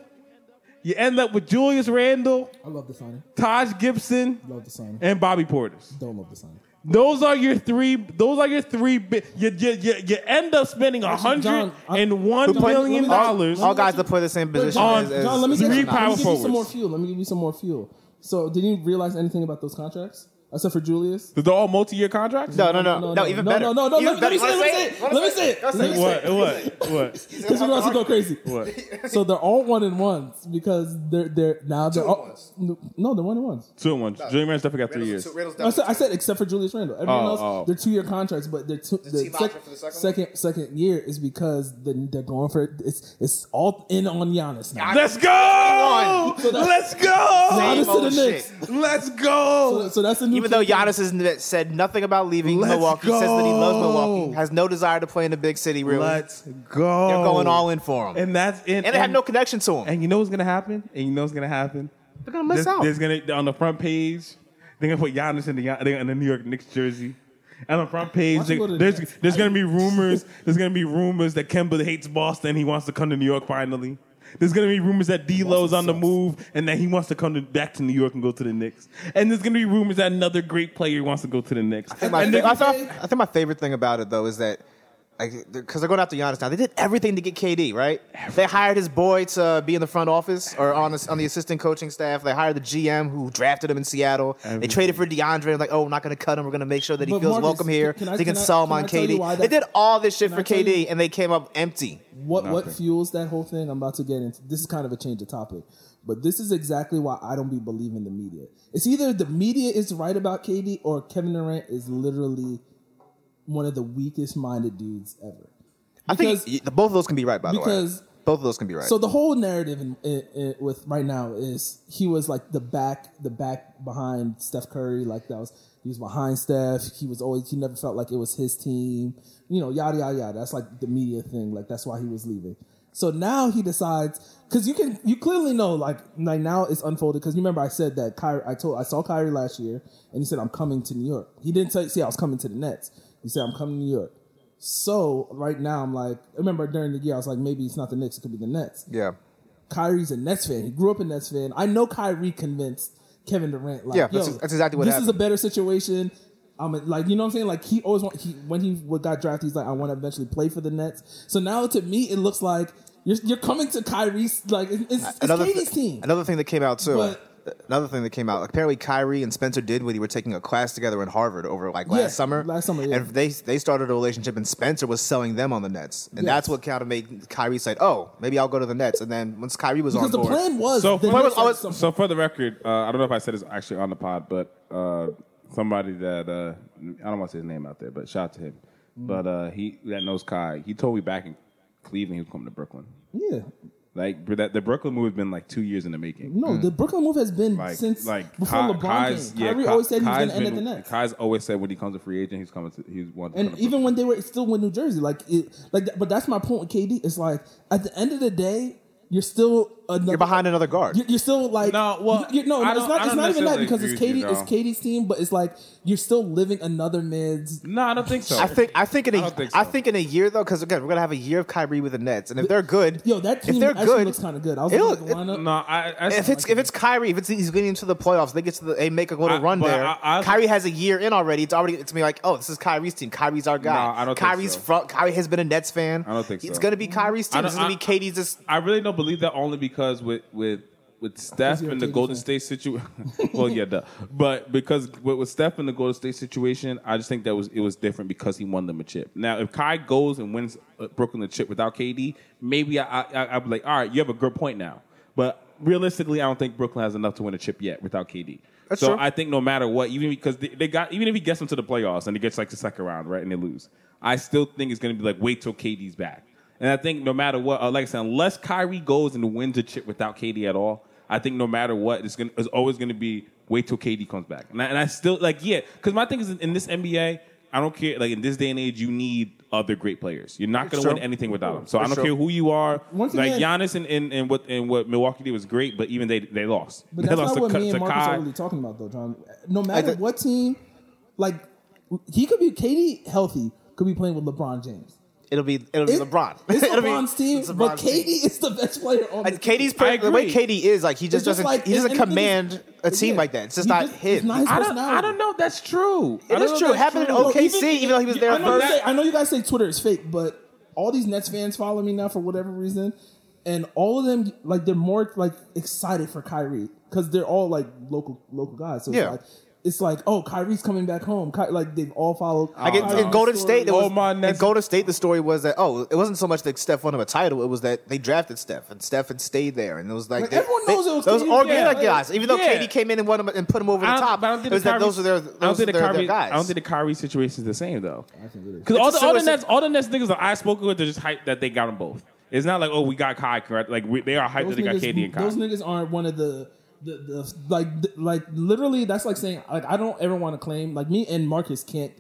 S5: You end up with Julius Randle,
S4: I love the signing.
S5: Oh. Taj Gibson,
S4: Love the signing.
S5: and Bobby Portis.
S4: Don't love the signing.
S5: Those are your three. Those are your three. bi- You you you, you end up spending a hundred
S4: John, I-
S5: and one
S3: Who play-
S5: million
S3: all-
S5: dollars.
S3: All, guys that play the same position.
S5: John-
S3: as, as
S4: John, let me, say,
S5: Three
S4: let me
S5: power
S4: give you some
S5: forwards.
S4: more fuel. Let me give you some more fuel. So, did you realize anything about those contracts except for Julius?
S5: They're all multi-year contracts.
S3: No, no, no, no, even
S4: no,
S3: better.
S4: No, no, no,
S3: Even
S4: Let, let me
S3: better.
S4: say, it, let me say it. Let me say it.
S5: What? What? What?
S4: Because we're about to go crazy.
S5: What?
S4: So they're all one and ones because they're they're now they're all no they're one and ones.
S5: Two and one. Julian Randle definitely got three years.
S4: I said, I said except for Julius Randle. Everyone
S5: Oh,
S4: else,
S5: oh.
S4: they're two year contracts, but they're two, the
S3: team
S4: sec-
S3: option for the second
S4: second second year is because the, they're going for it. It's it's all in on Giannis now.
S5: Let's go!
S4: So that's-
S5: Let's go!
S4: Giannis
S3: Same
S4: to
S3: old
S4: the Knicks.
S5: Let's
S4: So,
S5: go!
S4: so that's the new
S3: Even though
S4: team.
S3: Giannis has said nothing about leaving
S5: Let's
S3: Milwaukee, says that he loves
S5: go.
S3: Milwaukee, has no desire to play in the big city. Really,
S5: Let's go!
S3: they're going all in for him, and,
S5: and that's it.
S3: they have no connection to him.
S5: And you know what's gonna happen? And you know what's gonna happen?
S3: they're gonna miss
S5: There's,
S3: out.
S5: there's gonna on the front page. They're gonna put Giannis in the they- in the New York Knicks jersey. And on the front page,
S4: Why'd you go to the
S5: there's
S4: Nets?
S5: there's gonna be rumors. there's gonna be rumors that Kemba hates Boston. He wants to come to New York finally. There's gonna be rumors that D'Lo's on the move and that he wants to come to, back to New York and go to the Knicks. And there's gonna be rumors that another great player wants to go to the Knicks.
S3: I think my,
S5: And
S3: fa-
S5: then-
S3: I, thought, I think my favorite thing about it though is that because they're, 'cause they're going after Giannis now, they did everything to get KD right. They hired his boy to be in the front office or on the, on the assistant coaching staff. They hired the GM who drafted him in Seattle. They traded for DeAndre. Like, oh, we're not going to cut him. We're going to make sure that he
S4: But
S3: feels
S4: Marcus,
S3: welcome here.
S4: can
S3: so
S4: I-
S3: he can,
S4: can I-
S3: sell him
S4: can
S3: on
S4: I tell you why
S3: KD. They
S4: that-
S3: did all this shit
S4: can
S3: for
S4: I tell
S3: KD,
S4: you-
S3: and they came up empty.
S4: What
S5: Nothing.
S4: what fuels that whole thing? I'm about to get into. This is kind of a change of topic, but this is exactly why I don't be believing the media. It's either the media is right about KD or Kevin Durant is literally one of the weakest minded dudes ever.
S3: I think
S4: Because-
S3: y- the, both of those can be right. By the way,
S4: Because
S3: Both of those can be right.
S4: So the whole narrative in, in, in- with right now is he was like the back, the back behind Steph Curry. Like that was he was behind Steph. He was always he never felt like it was his team. You know, yada yada yada. That's like the media thing. Like that's why he was leaving. So now he decides because you can you clearly know like like now it's unfolded because you remember I said that Kyrie I told I saw Kyrie last year and he said I'm coming to New York. He didn't say see I was coming to the Nets. He said I'm coming to New York. So right now I'm like remember during the year I was like maybe it's not the Knicks it could be the Nets.
S3: yeah.
S4: Kyrie's a Nets fan. He grew up a Nets fan. I know Kyrie convinced Kevin Durant. Like,
S3: Yeah, that's-
S4: Yo,
S3: that's exactly what
S4: This is
S3: happened.
S4: a better situation. I'm a- like, you know what I'm saying? Like he always want he when he w- got drafted, he's like, I want to eventually play for the Nets. So now to me, it looks like you're you're coming to Kyrie's like it's, it's, it's
S3: Another,
S4: Katie's
S3: thi-
S4: team.
S3: another thing that came out too. uh,
S4: But-
S3: another thing that came out. Apparently, Kyrie and Spencer Dinwiddie were taking a class together in Harvard over like last
S4: Yeah,
S3: summer.
S4: last summer, yeah.
S3: and they they started a relationship, and Spencer was selling them on the Nets, and
S4: Yes.
S3: that's what kind of made Kyrie say, "Oh, maybe I'll go to the Nets." And then once Kyrie was
S4: because
S3: on
S4: the
S3: board,
S4: plan was
S5: So,
S4: the
S5: plan
S3: was
S4: Nets had
S3: always-
S4: some-
S5: So for the record, uh, I don't know if I said this actually on the pod, but uh, somebody that uh, I don't want to say his name out there, but shout out to him.
S4: Mm-hmm.
S5: But uh, he that knows Kai, he told me back in Cleveland he was coming to Brooklyn.
S4: yeah.
S5: Like br- that, the Brooklyn move has been like two years in the making.
S4: No, the Brooklyn move has been
S5: Hmm. Like
S4: since
S5: like
S4: before
S5: Kai-
S4: LeBron
S5: Kai's-
S4: came. Kyrie
S5: Kai-
S4: always said he was
S5: Kai's
S4: going to end at the
S5: been-
S4: Nets.
S5: Kai's always said when he comes a free agent, he's coming to he's one. to come
S4: And
S5: to
S4: even
S5: Brooklyn.
S4: when they were still when New Jersey, like it, like that, but that's my point with KD. It's like at the end of the day, you're still another,
S3: you're behind another guard.
S4: You're, you're still like
S5: No, well,
S4: you, you- no,
S5: I
S4: it's
S5: don't-
S4: not.
S5: I
S4: It's
S5: don't
S4: not even that
S5: necessarily
S4: because it's
S5: agree with
S4: Katie.
S5: you,
S4: It's
S5: though.
S4: Katie's team, but it's like you're still living another mid's.
S5: no, I don't think so.
S3: I think I think in a I
S5: don't
S3: think,
S5: think so.
S3: in a year though, because again, we're gonna have a year of Kyrie with the Nets, and if they're good,
S4: Yo, that
S3: if
S4: team
S3: they're
S4: actually
S3: good,
S4: looks kind of good. I was
S3: it'll-
S4: looking at the lineup.
S5: no, I, I
S3: If it's if it's Kyrie, if it's he's getting into the playoffs, they get to the, they make a little
S5: I-
S3: run
S5: but
S3: there.
S5: I- I-
S3: Kyrie has a year in already. It's already it's me like, oh, this is Kyrie's team. Kyrie's our guy.
S5: No, I don't think
S3: Kyrie's
S5: so.
S3: front. Kyrie has been a Nets fan.
S5: I don't think
S3: It's
S5: so.
S3: gonna be Kyrie's
S5: I
S3: team.
S5: don't-
S3: This is gonna be
S5: I-
S3: Katie's. This
S5: I really don't believe that only because with with with Steph
S4: you're a
S5: and the
S4: KD
S5: Golden
S4: fan.
S5: State situation. well, yeah, duh. But because with, with Steph and the Golden State situation, I just think that was it was different because he won them a chip. Now, if Kai goes and wins uh, Brooklyn a chip without KD, maybe I I I'd be like, all right, you have a good point now. But realistically, I don't think Brooklyn has enough to win a chip yet without KD.
S3: That's
S5: so
S3: true.
S5: I think no matter what, even because they, they got even if he gets them to the playoffs and he gets like the second round, right, and they lose, I still think it's going to be like wait till KD's back. And I think no matter what, uh, like I said, unless Kyrie goes and wins a chip without KD at all, I think no matter what, it's going to it's always going to be wait till KD comes back. And I, and I still like yeah, because my thing is in this NBA, I don't care. Like in this day and age, you need other great players. You're not going to
S3: true.
S5: win anything without them. So I
S3: That's
S5: don't
S3: true.
S5: care who you are.
S4: Once
S5: like
S4: again-
S5: Giannis and, and, and what and what Milwaukee did was great, but even they they lost.
S4: But
S5: they
S4: that's not
S5: lost to
S4: what
S5: Ka-
S4: me
S5: to
S4: and Marcus
S5: Kai.
S4: are really talking about, though, John. No matter
S3: th-
S4: what team, like he could be Katie healthy could be playing with LeBron James.
S3: it'll be it'll be
S4: It-
S3: LeBron.
S4: It's
S3: It'll be-
S4: LeBron's team,
S3: it's
S4: but
S3: LeBron's team.
S4: Katie is the best player on the
S3: And Katie's
S4: team.
S3: pretty, the way
S5: agree.
S3: Katie is like he just
S4: It's just
S3: doesn't
S4: like-
S3: he doesn't
S4: and- and the thing
S3: command
S4: is-
S3: a team
S4: yeah,
S3: like that. It's just
S4: he
S3: not
S4: just-
S3: his.
S4: it's not his
S5: I don't, I
S4: personality.
S5: don't know if that's true. I
S3: It
S5: don't know
S3: is
S5: if
S3: true. It
S5: that's
S3: happened in
S5: true.
S3: OKC, even, though he was there
S4: I know, you
S3: first.
S4: say, I know you guys say Twitter is fake, but all these Nets fans follow me now for whatever reason, and all of them like they're more like excited for Kyrie because they're all like local local guys. So
S3: Yeah.
S4: it's like, it's like oh Kyrie's coming back home. Ky- like they've all followed.
S3: Like in,
S4: Kyrie's
S3: in Golden
S4: story.
S3: State, it
S5: Oh,
S3: was,
S5: my
S3: in
S5: next-
S3: Golden State, the story was that oh, it wasn't so much that Steph won him a title; it was that they drafted Steph and Steph had stayed there, and it was like,
S4: Like,
S3: they-
S4: everyone knows
S3: they-
S4: it was
S3: those
S4: KD,
S3: organic
S4: yeah, like-
S3: guys. Even though
S5: yeah.
S3: KD came in and won him and put him over the
S5: I don't-
S3: top,
S5: but I don't think
S3: it was
S5: the
S3: that
S5: Kyrie-
S3: those are their
S5: I don't
S3: those are
S5: think the
S3: their,
S5: Kyrie,
S3: their guys.
S5: I don't think the Kyrie situation is the same though.
S4: it is.
S5: Because all
S3: It's
S5: the
S3: a
S5: all the
S3: similar
S5: Nets, all the Nets niggas are I spoke with. They're just hyped that they got them both. It's not like oh we got Kai correct. Like we, they are hyped that they got KD and Kai.
S4: those niggas aren't one of the, the, the like th- like literally that's like saying like I don't ever want to claim like me and Marcus can't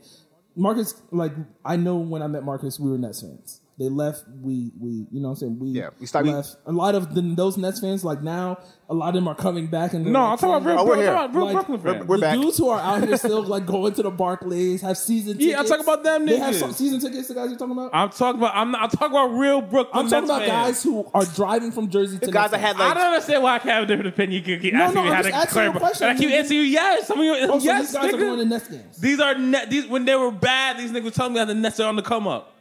S4: Marcus like I know when I met Marcus we were Nets fans. They left. We we you know what I'm saying we
S3: Yeah, we stopped-
S4: left. a lot of the, those Nets fans like now a lot of them are coming back and they're,
S5: no,
S4: like,
S5: I'm talking about real,
S3: Oh, we're
S5: I'm
S3: here.
S5: talking about real
S4: Like,
S5: Brooklyn fans.
S3: We're
S4: the
S3: back.
S4: dudes who are out here still like going to the Barclays have season. tickets.
S5: Yeah, I'm talking about them
S4: They have
S5: niggas.
S4: some season tickets. The guys you're talking about.
S5: I'm talking about I'm not, I'm talking about real Brooklyn.
S4: I'm talking
S5: Nets
S4: about
S5: fans.
S4: guys who are driving from Jersey to
S3: guys
S4: Nets
S3: that had
S4: games.
S5: I
S3: like
S5: don't understand why I can't have a different opinion. You keep asking
S4: no,
S5: me
S4: I'm
S5: how
S4: just
S5: to
S4: asking you a
S5: clarify.
S4: question.
S5: And I keep answering you yes. Some of you
S4: Oh, so
S5: yes.
S4: these guys
S5: nigga.
S4: are going to Nets games.
S5: These are net. These when they were bad, these niggas were telling me that the Nets are on the come up.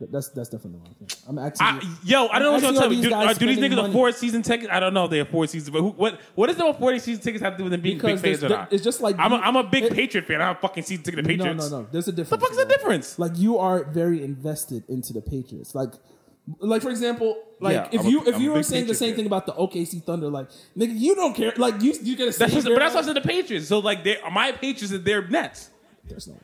S4: But That's that's definitely the wrong thing. I'm actually.
S5: I, yo, I don't know what
S4: I'm
S5: you're telling me.
S4: asking
S5: Do,
S4: all these
S5: are, do
S4: guys
S5: these
S4: spending
S5: niggas
S4: money.
S5: afford season tickets? I don't know. if They afford season, but who, what what does the affording season tickets have to do with them being
S4: Because
S5: big fans or
S4: there's-
S5: not?
S4: it's just like
S5: I'm a,
S4: you-
S5: I'm a big
S4: it-
S5: Patriot fan. I'm a fucking season ticket to
S4: no,
S5: Patriots.
S4: no, no. There's a difference.
S5: The fuck's the
S4: bro.
S5: difference?
S4: Like you are very invested into the Patriots. Like, like for example, like
S5: Yeah,
S4: if
S5: I'm a-
S4: you if
S5: I'm a
S4: you were
S5: big
S4: saying the
S5: Patriot
S4: same
S5: fan.
S4: thing about the OKC Thunder, like nigga, you don't care. Like you you get a
S5: That's what, but that's why I said the Patriots. So like, they my Patriots is their Nets.
S4: There's no way.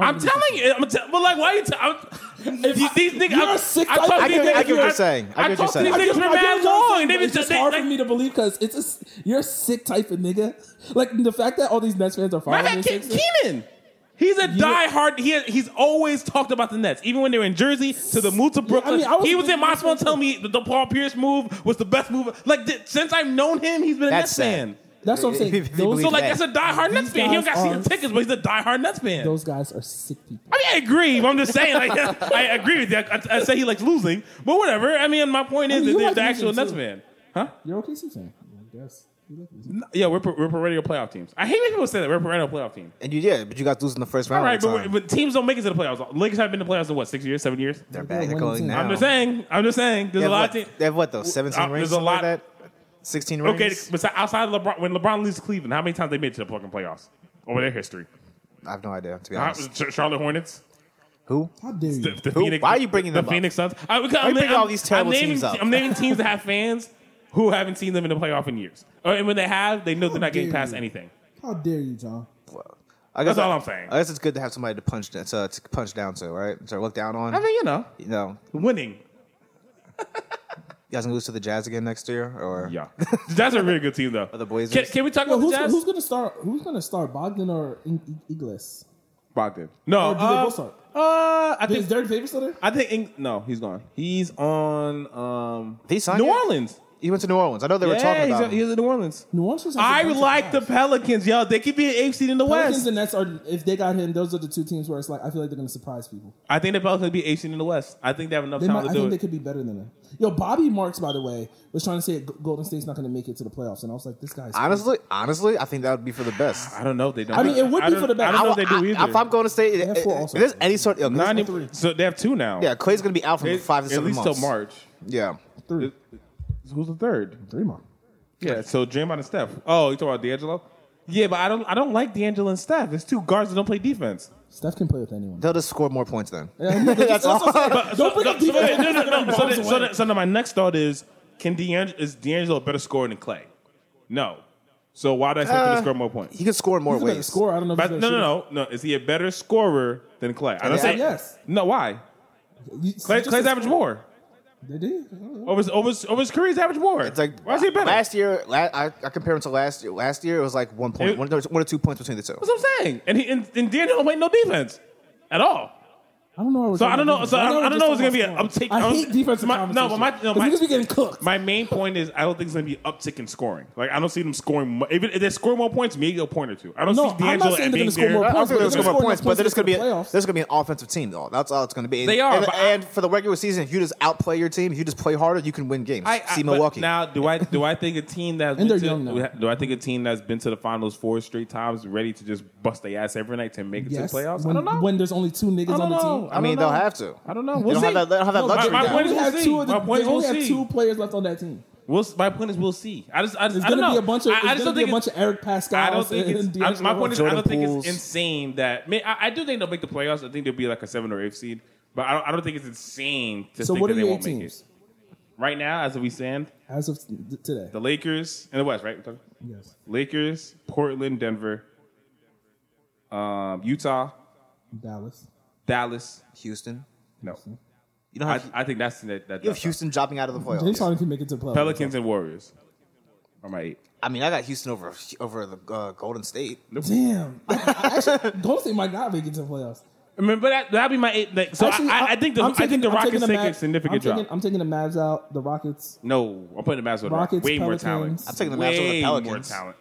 S5: I'm telling you. I'm te- but like, why you? T- I'm, if you, these niggas,
S4: You're
S5: I'm,
S4: a sick-
S5: I,
S4: I
S5: talk
S4: get-
S5: to these niggas.
S4: I get what
S3: you're
S5: I-
S3: saying. I
S5: I
S3: get what
S5: talk to
S3: you're
S5: these
S3: saying.
S5: niggas for
S4: I get
S5: mad
S4: what y'all
S5: long.
S4: saying,
S5: They
S4: but
S5: been
S4: it's
S5: just
S4: just
S5: they,
S4: hard
S5: like,
S4: for me to believe because it's a, s- you're a sick type of nigga. Like the fact that all these Nets fans are
S5: I
S4: following
S5: got
S4: this shit-
S5: Keenan. He's a diehard. He, he's always talked about the Nets, even when they were in Jersey to the move to Brooklyn.
S4: mean, I was
S5: he was in
S4: thinking
S5: my
S4: the
S5: phone
S4: same
S5: telling me that the Paul Pierce move was the best move. Like th- since I've known him, he's been a
S3: That's
S5: Nets
S3: sad.
S5: fan.
S4: That's what I'm saying.
S3: If you
S4: Those,
S3: believe
S5: So like,
S3: Bad.
S5: that's a diehard Nets fan. He don't got
S4: guys
S5: season
S4: are-
S5: tickets, but he's a diehard Nets fan.
S4: those guys are sick people.
S5: I mean, I agree. But I'm just saying, like, I agree with you. I, I say he likes losing, but whatever. I mean, my point is
S4: mean, you
S5: that
S4: like
S5: they're the actual
S4: losing,
S5: Nets
S4: too.
S5: fan. Huh?
S4: You're OKC fan. I guess. You like this.
S5: No, Yeah, we're, pro- we're perennial playoff teams. I hate when people say that we're perennial playoff team.
S3: And you yeah, but you got to lose in the first round.
S5: All right,
S3: all
S5: but,
S3: the
S5: we're-
S3: time.
S5: but teams don't make it to the playoffs. Lakers have been to the playoffs in what six years, seven years.
S3: they're back. They're
S4: one
S3: going
S4: team.
S3: now.
S5: I'm just saying. I'm just saying.
S3: They
S5: There's a
S3: have,
S5: lot.
S3: what,
S5: of team-
S3: they have what though? Seventeen
S5: uh,
S3: rings.
S5: there's a
S3: something like
S5: lot-
S3: that? Sixteen rings.
S5: okay, but outside of LeBron, when LeBron leaves Cleveland, how many times they made it to the fucking playoffs over their history?
S3: I have no idea. To be
S5: Huh?
S3: honest,
S5: Charlotte Hornets.
S3: who?
S4: How dare you?
S5: The, the
S3: Who?
S5: Phoenix,
S3: Why are you bringing
S5: the
S3: them up?
S5: Phoenix Suns? I, because
S3: you
S5: I'm,
S3: bringing
S5: I'm-
S3: all these terrible
S5: I'm naming,
S3: teams up?
S5: I'm naming teams that have fans who haven't seen them in the playoff in years, Or- and when they have, they know they're not getting
S4: How dare
S5: past
S4: you.
S5: anything.
S4: How dare you, John?
S3: I guess
S5: That's all
S3: I,
S5: I'm saying.
S3: I guess it's good to have somebody to punch to, to punch down to, right? To look down on.
S5: I mean, you know,
S3: you know,
S5: winning.
S3: you guys gonna lose to the Jazz again next year, or
S5: Yeah, that's a really good team though.
S3: the Blazers?
S5: Can, can we talk
S4: Well,
S5: about
S4: who's,
S5: the Jazz?
S4: who's gonna start? Who's gonna start? Bogdan or In- I- Inglis?
S5: Bogdan? No,
S4: Or do they
S5: uh,
S4: both start?
S5: uh, I
S4: Is
S5: think
S4: Derek Favors still there?
S5: I think Eng- no, he's gone. He's on um
S3: He signed
S5: New
S3: yet?
S5: Orleans.
S3: He went to New Orleans. I know they were
S5: yeah,
S3: talking
S5: he's,
S3: about.
S5: a,
S3: him.
S5: he's in New Orleans.
S4: New Orleans.
S5: I like the Pelicans, yo. They could be an eighth seed in the
S4: Pelicans
S5: West.
S4: and Nets are. If they got him, those are the two teams where it's like I feel like they're gonna surprise people.
S5: I think the Pelicans could be eighth seed in the West. I think they have enough
S4: They might,
S5: talent
S4: I
S5: to do
S4: think they
S5: it.
S4: could be better than them. Yo, Bobby Marks, by the way, was trying to say G- Golden State's not going to make it to the playoffs, and I was like, this guy's
S3: honestly, honestly, I think that would be for the best.
S5: I don't know if they don't.
S4: I mean, it would
S5: I
S4: be
S5: don't-
S4: for the best.
S5: I don't know if
S3: I-
S5: they do
S3: I-
S5: either.
S3: if I'm going to stay,
S4: have
S3: if
S4: four also.
S3: there's any sort, yo, 'cause-
S5: Not
S4: three.
S5: even, so they have two now.
S3: yeah, Clay's gonna be out for
S5: It-
S3: five to
S5: at
S3: seven
S5: least
S3: months.
S5: till March.
S3: Yeah,
S4: three.
S5: Who's the third?
S4: Three more.
S5: Yeah, so Draymond and Steph. Oh, you talking about D'Angelo? Yeah, but I don't. I don't like D'Angelo and Steph. It's two guards that don't play defense.
S4: Steph can play with anyone.
S3: they'll just score more points then.
S4: That's
S3: all.
S4: what I'm saying. Don't bring
S5: So-
S4: up
S5: so-
S4: defense.
S5: no, no, no, no. So,
S4: Bombs
S5: then- so
S4: away.
S5: then- so then my next thought is, can D'Angelo, is D'Angelo a better scorer than Clay? No. So why do I expect him to
S3: Uh,
S5: score more points?
S3: He could score more
S4: He's a better
S3: ways.
S4: scorer. I don't know. If
S5: But
S4: he's
S5: no,
S4: gonna
S5: no, no, no. Is he a better scorer than Clay? I don't
S3: Yeah,
S5: say
S4: yes.
S5: No, why?
S4: shoot. You-
S5: Clay,
S4: you just
S5: Clay's
S4: said-
S5: average more
S4: They did.
S5: over his, over his, over his career. He's average more.
S3: It's like
S5: why is he better?
S3: last year. La- I, I compare him to last year. Last year it was like one point,
S5: It-
S3: one, there was one or two points between the two.
S5: That's what I'm saying. And he, and, and D'Angelo played no defense at all.
S4: I don't know.
S5: So I don't know. So I, I don't know. It's gonna be. A uptick.
S4: I
S5: don't-
S4: hate defensive
S5: my, No, but my no,
S4: my
S5: my,
S4: niggas be getting cooked.
S5: my main point is I don't think it's gonna be uptick in scoring. Like I don't see them scoring. Mu- even if they score more points, maybe a point or two. I don't
S4: No,
S5: see
S4: I'm not
S5: D'Angelo
S4: saying
S5: and
S4: they're
S5: being
S4: gonna score more
S5: there.
S3: I don't think they're
S4: They're
S3: gonna score more
S4: scoring
S3: points,
S4: those
S3: but
S4: points
S3: there's gonna be
S4: in the playoffs.
S3: there's gonna be an offensive team though. That's all it's gonna be.
S5: They are,
S3: and,
S5: but I-
S3: and for the regular season, if you just outplay your team, if you just play harder, you can win games.
S5: I, I,
S3: See
S5: but
S3: Milwaukee.
S5: now. Do I do I think a team that's
S4: And
S5: been
S4: they're young now.
S5: to, do I think a team that's been to the finals four straight times, ready to just bust their ass every night to make it
S4: Yes.
S5: to the playoffs?
S4: When,
S5: I don't know.
S4: when there's only two niggas
S5: I
S4: on
S5: don't
S4: the
S5: know.
S4: team.
S3: I mean,
S5: don't know.
S3: they'll have to.
S5: I don't know.
S3: They
S5: We'll
S3: don't
S5: see.
S3: have that. They don't have that
S5: my-
S3: luxury.
S5: my
S3: now.
S5: point
S4: They
S5: is-
S4: only
S5: We'll
S4: have
S5: see.
S4: two of the-
S5: My point
S4: they
S5: is we'll
S4: only have
S5: see.
S4: two players left on that team.
S5: We'll, my point is, we'll see. I just, I just,
S4: It's
S5: I don't
S4: gonna
S5: know.
S4: be a bunch of.
S5: I, I
S4: it's
S5: just
S4: gonna
S5: don't
S4: be a
S5: think
S4: bunch
S5: it's,
S4: of Eric Pascal.
S5: I don't think it's.
S4: and
S5: I, my point is, I
S3: Jordan
S5: don't think
S3: Poole's-
S5: it's insane that. I, mean, I, I do think they'll make the playoffs. I think they'll be like a seven or eight seed, but I don't, I don't think it's insane to
S4: So
S5: think
S4: what
S5: that
S4: are
S5: they
S4: your
S5: won't
S4: eight
S5: make it.
S4: teams
S5: Right now, as we stand,
S4: as of t- today?
S5: the Lakers in the West, right? We're talking-
S4: Yes.
S5: Lakers, Portland, Denver, um, Utah,
S4: Dallas.
S5: Dallas.
S3: Houston.
S5: No,
S3: You don't
S5: I,
S3: have,
S5: I think that's that. that
S3: you have Houston dropping out of the
S4: James
S3: playoffs.
S4: Harden can make it to the playoffs.
S5: Pelicans and Warriors. Are my eight.
S3: I mean, I got Houston over over the uh, Golden State.
S4: Damn. Actually, Golden State might not make it to the playoffs.
S5: I mean, but that, that'd be my eight. Like, so
S4: Actually,
S5: I, I, I think the
S4: I'm
S5: i think the
S4: I'm
S5: Rockets take a
S4: Mavs-
S5: significant
S4: I'm
S5: drop.
S4: taking, I'm taking the Mavs out. The Rockets.
S5: No, I'm putting the Mavs with
S4: Rockets,
S5: way more
S4: Pelicans.
S5: talent.
S4: I'm
S3: taking the Mavs over the
S5: way more
S3: Pelicans.
S5: talent.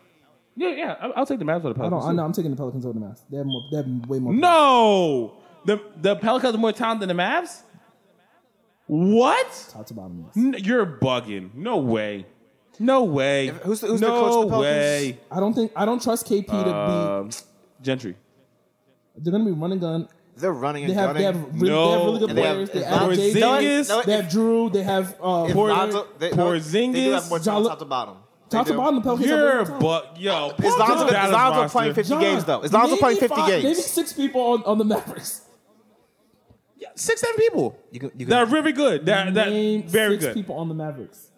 S5: Yeah, yeah, I'll, I'll take the Mavs over the
S4: I
S5: Pelicans.
S4: don't. I
S5: too.
S4: know. I'm taking the Pelicans over the Mavs. They have more. They have way more.
S5: No, the the Pelicans are more talented than the Mavs. What?
S4: Top to bottom. yes.
S5: N- you're bugging. No way. No way.
S3: who's the- who's the
S5: no
S3: coach of the Pelicans?
S5: way.
S4: I don't think. I don't trust KP to
S5: Um, Gentry.
S4: be. They're gonna be running gun.
S3: They're running and
S4: They have. They
S3: gunning.
S4: have. Really,
S5: No.
S4: They have really good
S3: And they have-
S4: players. They
S3: if
S4: have,
S3: Lonzo-
S4: Jay
S5: Porzingis.
S4: Jones,
S5: No,
S3: no,
S4: They have Drew. They have. Uh,
S3: if
S4: Porter.
S3: Lonzo- they-
S5: Porzingis.
S3: they do have more
S4: John
S3: talent
S4: Lo-
S3: top to bottom. They
S4: top to
S3: do.
S4: bottom. The Pelicans. have
S5: You're
S4: more talent.
S5: buck. Yo,
S3: Is
S5: Portland
S3: Lonzo,
S5: Dallas
S3: is Lonzo
S5: roster.
S3: playing 50
S4: John,
S3: games, though? Is Lonzo
S4: maybe
S3: playing 50
S4: five-
S3: games?
S4: Maybe six people on, on the Mavericks.
S5: Six, seven people.
S3: You can, you
S5: They're
S3: can,
S5: really good. They're, they're
S4: Name
S5: very
S4: six
S5: good.
S4: people on the Mavericks.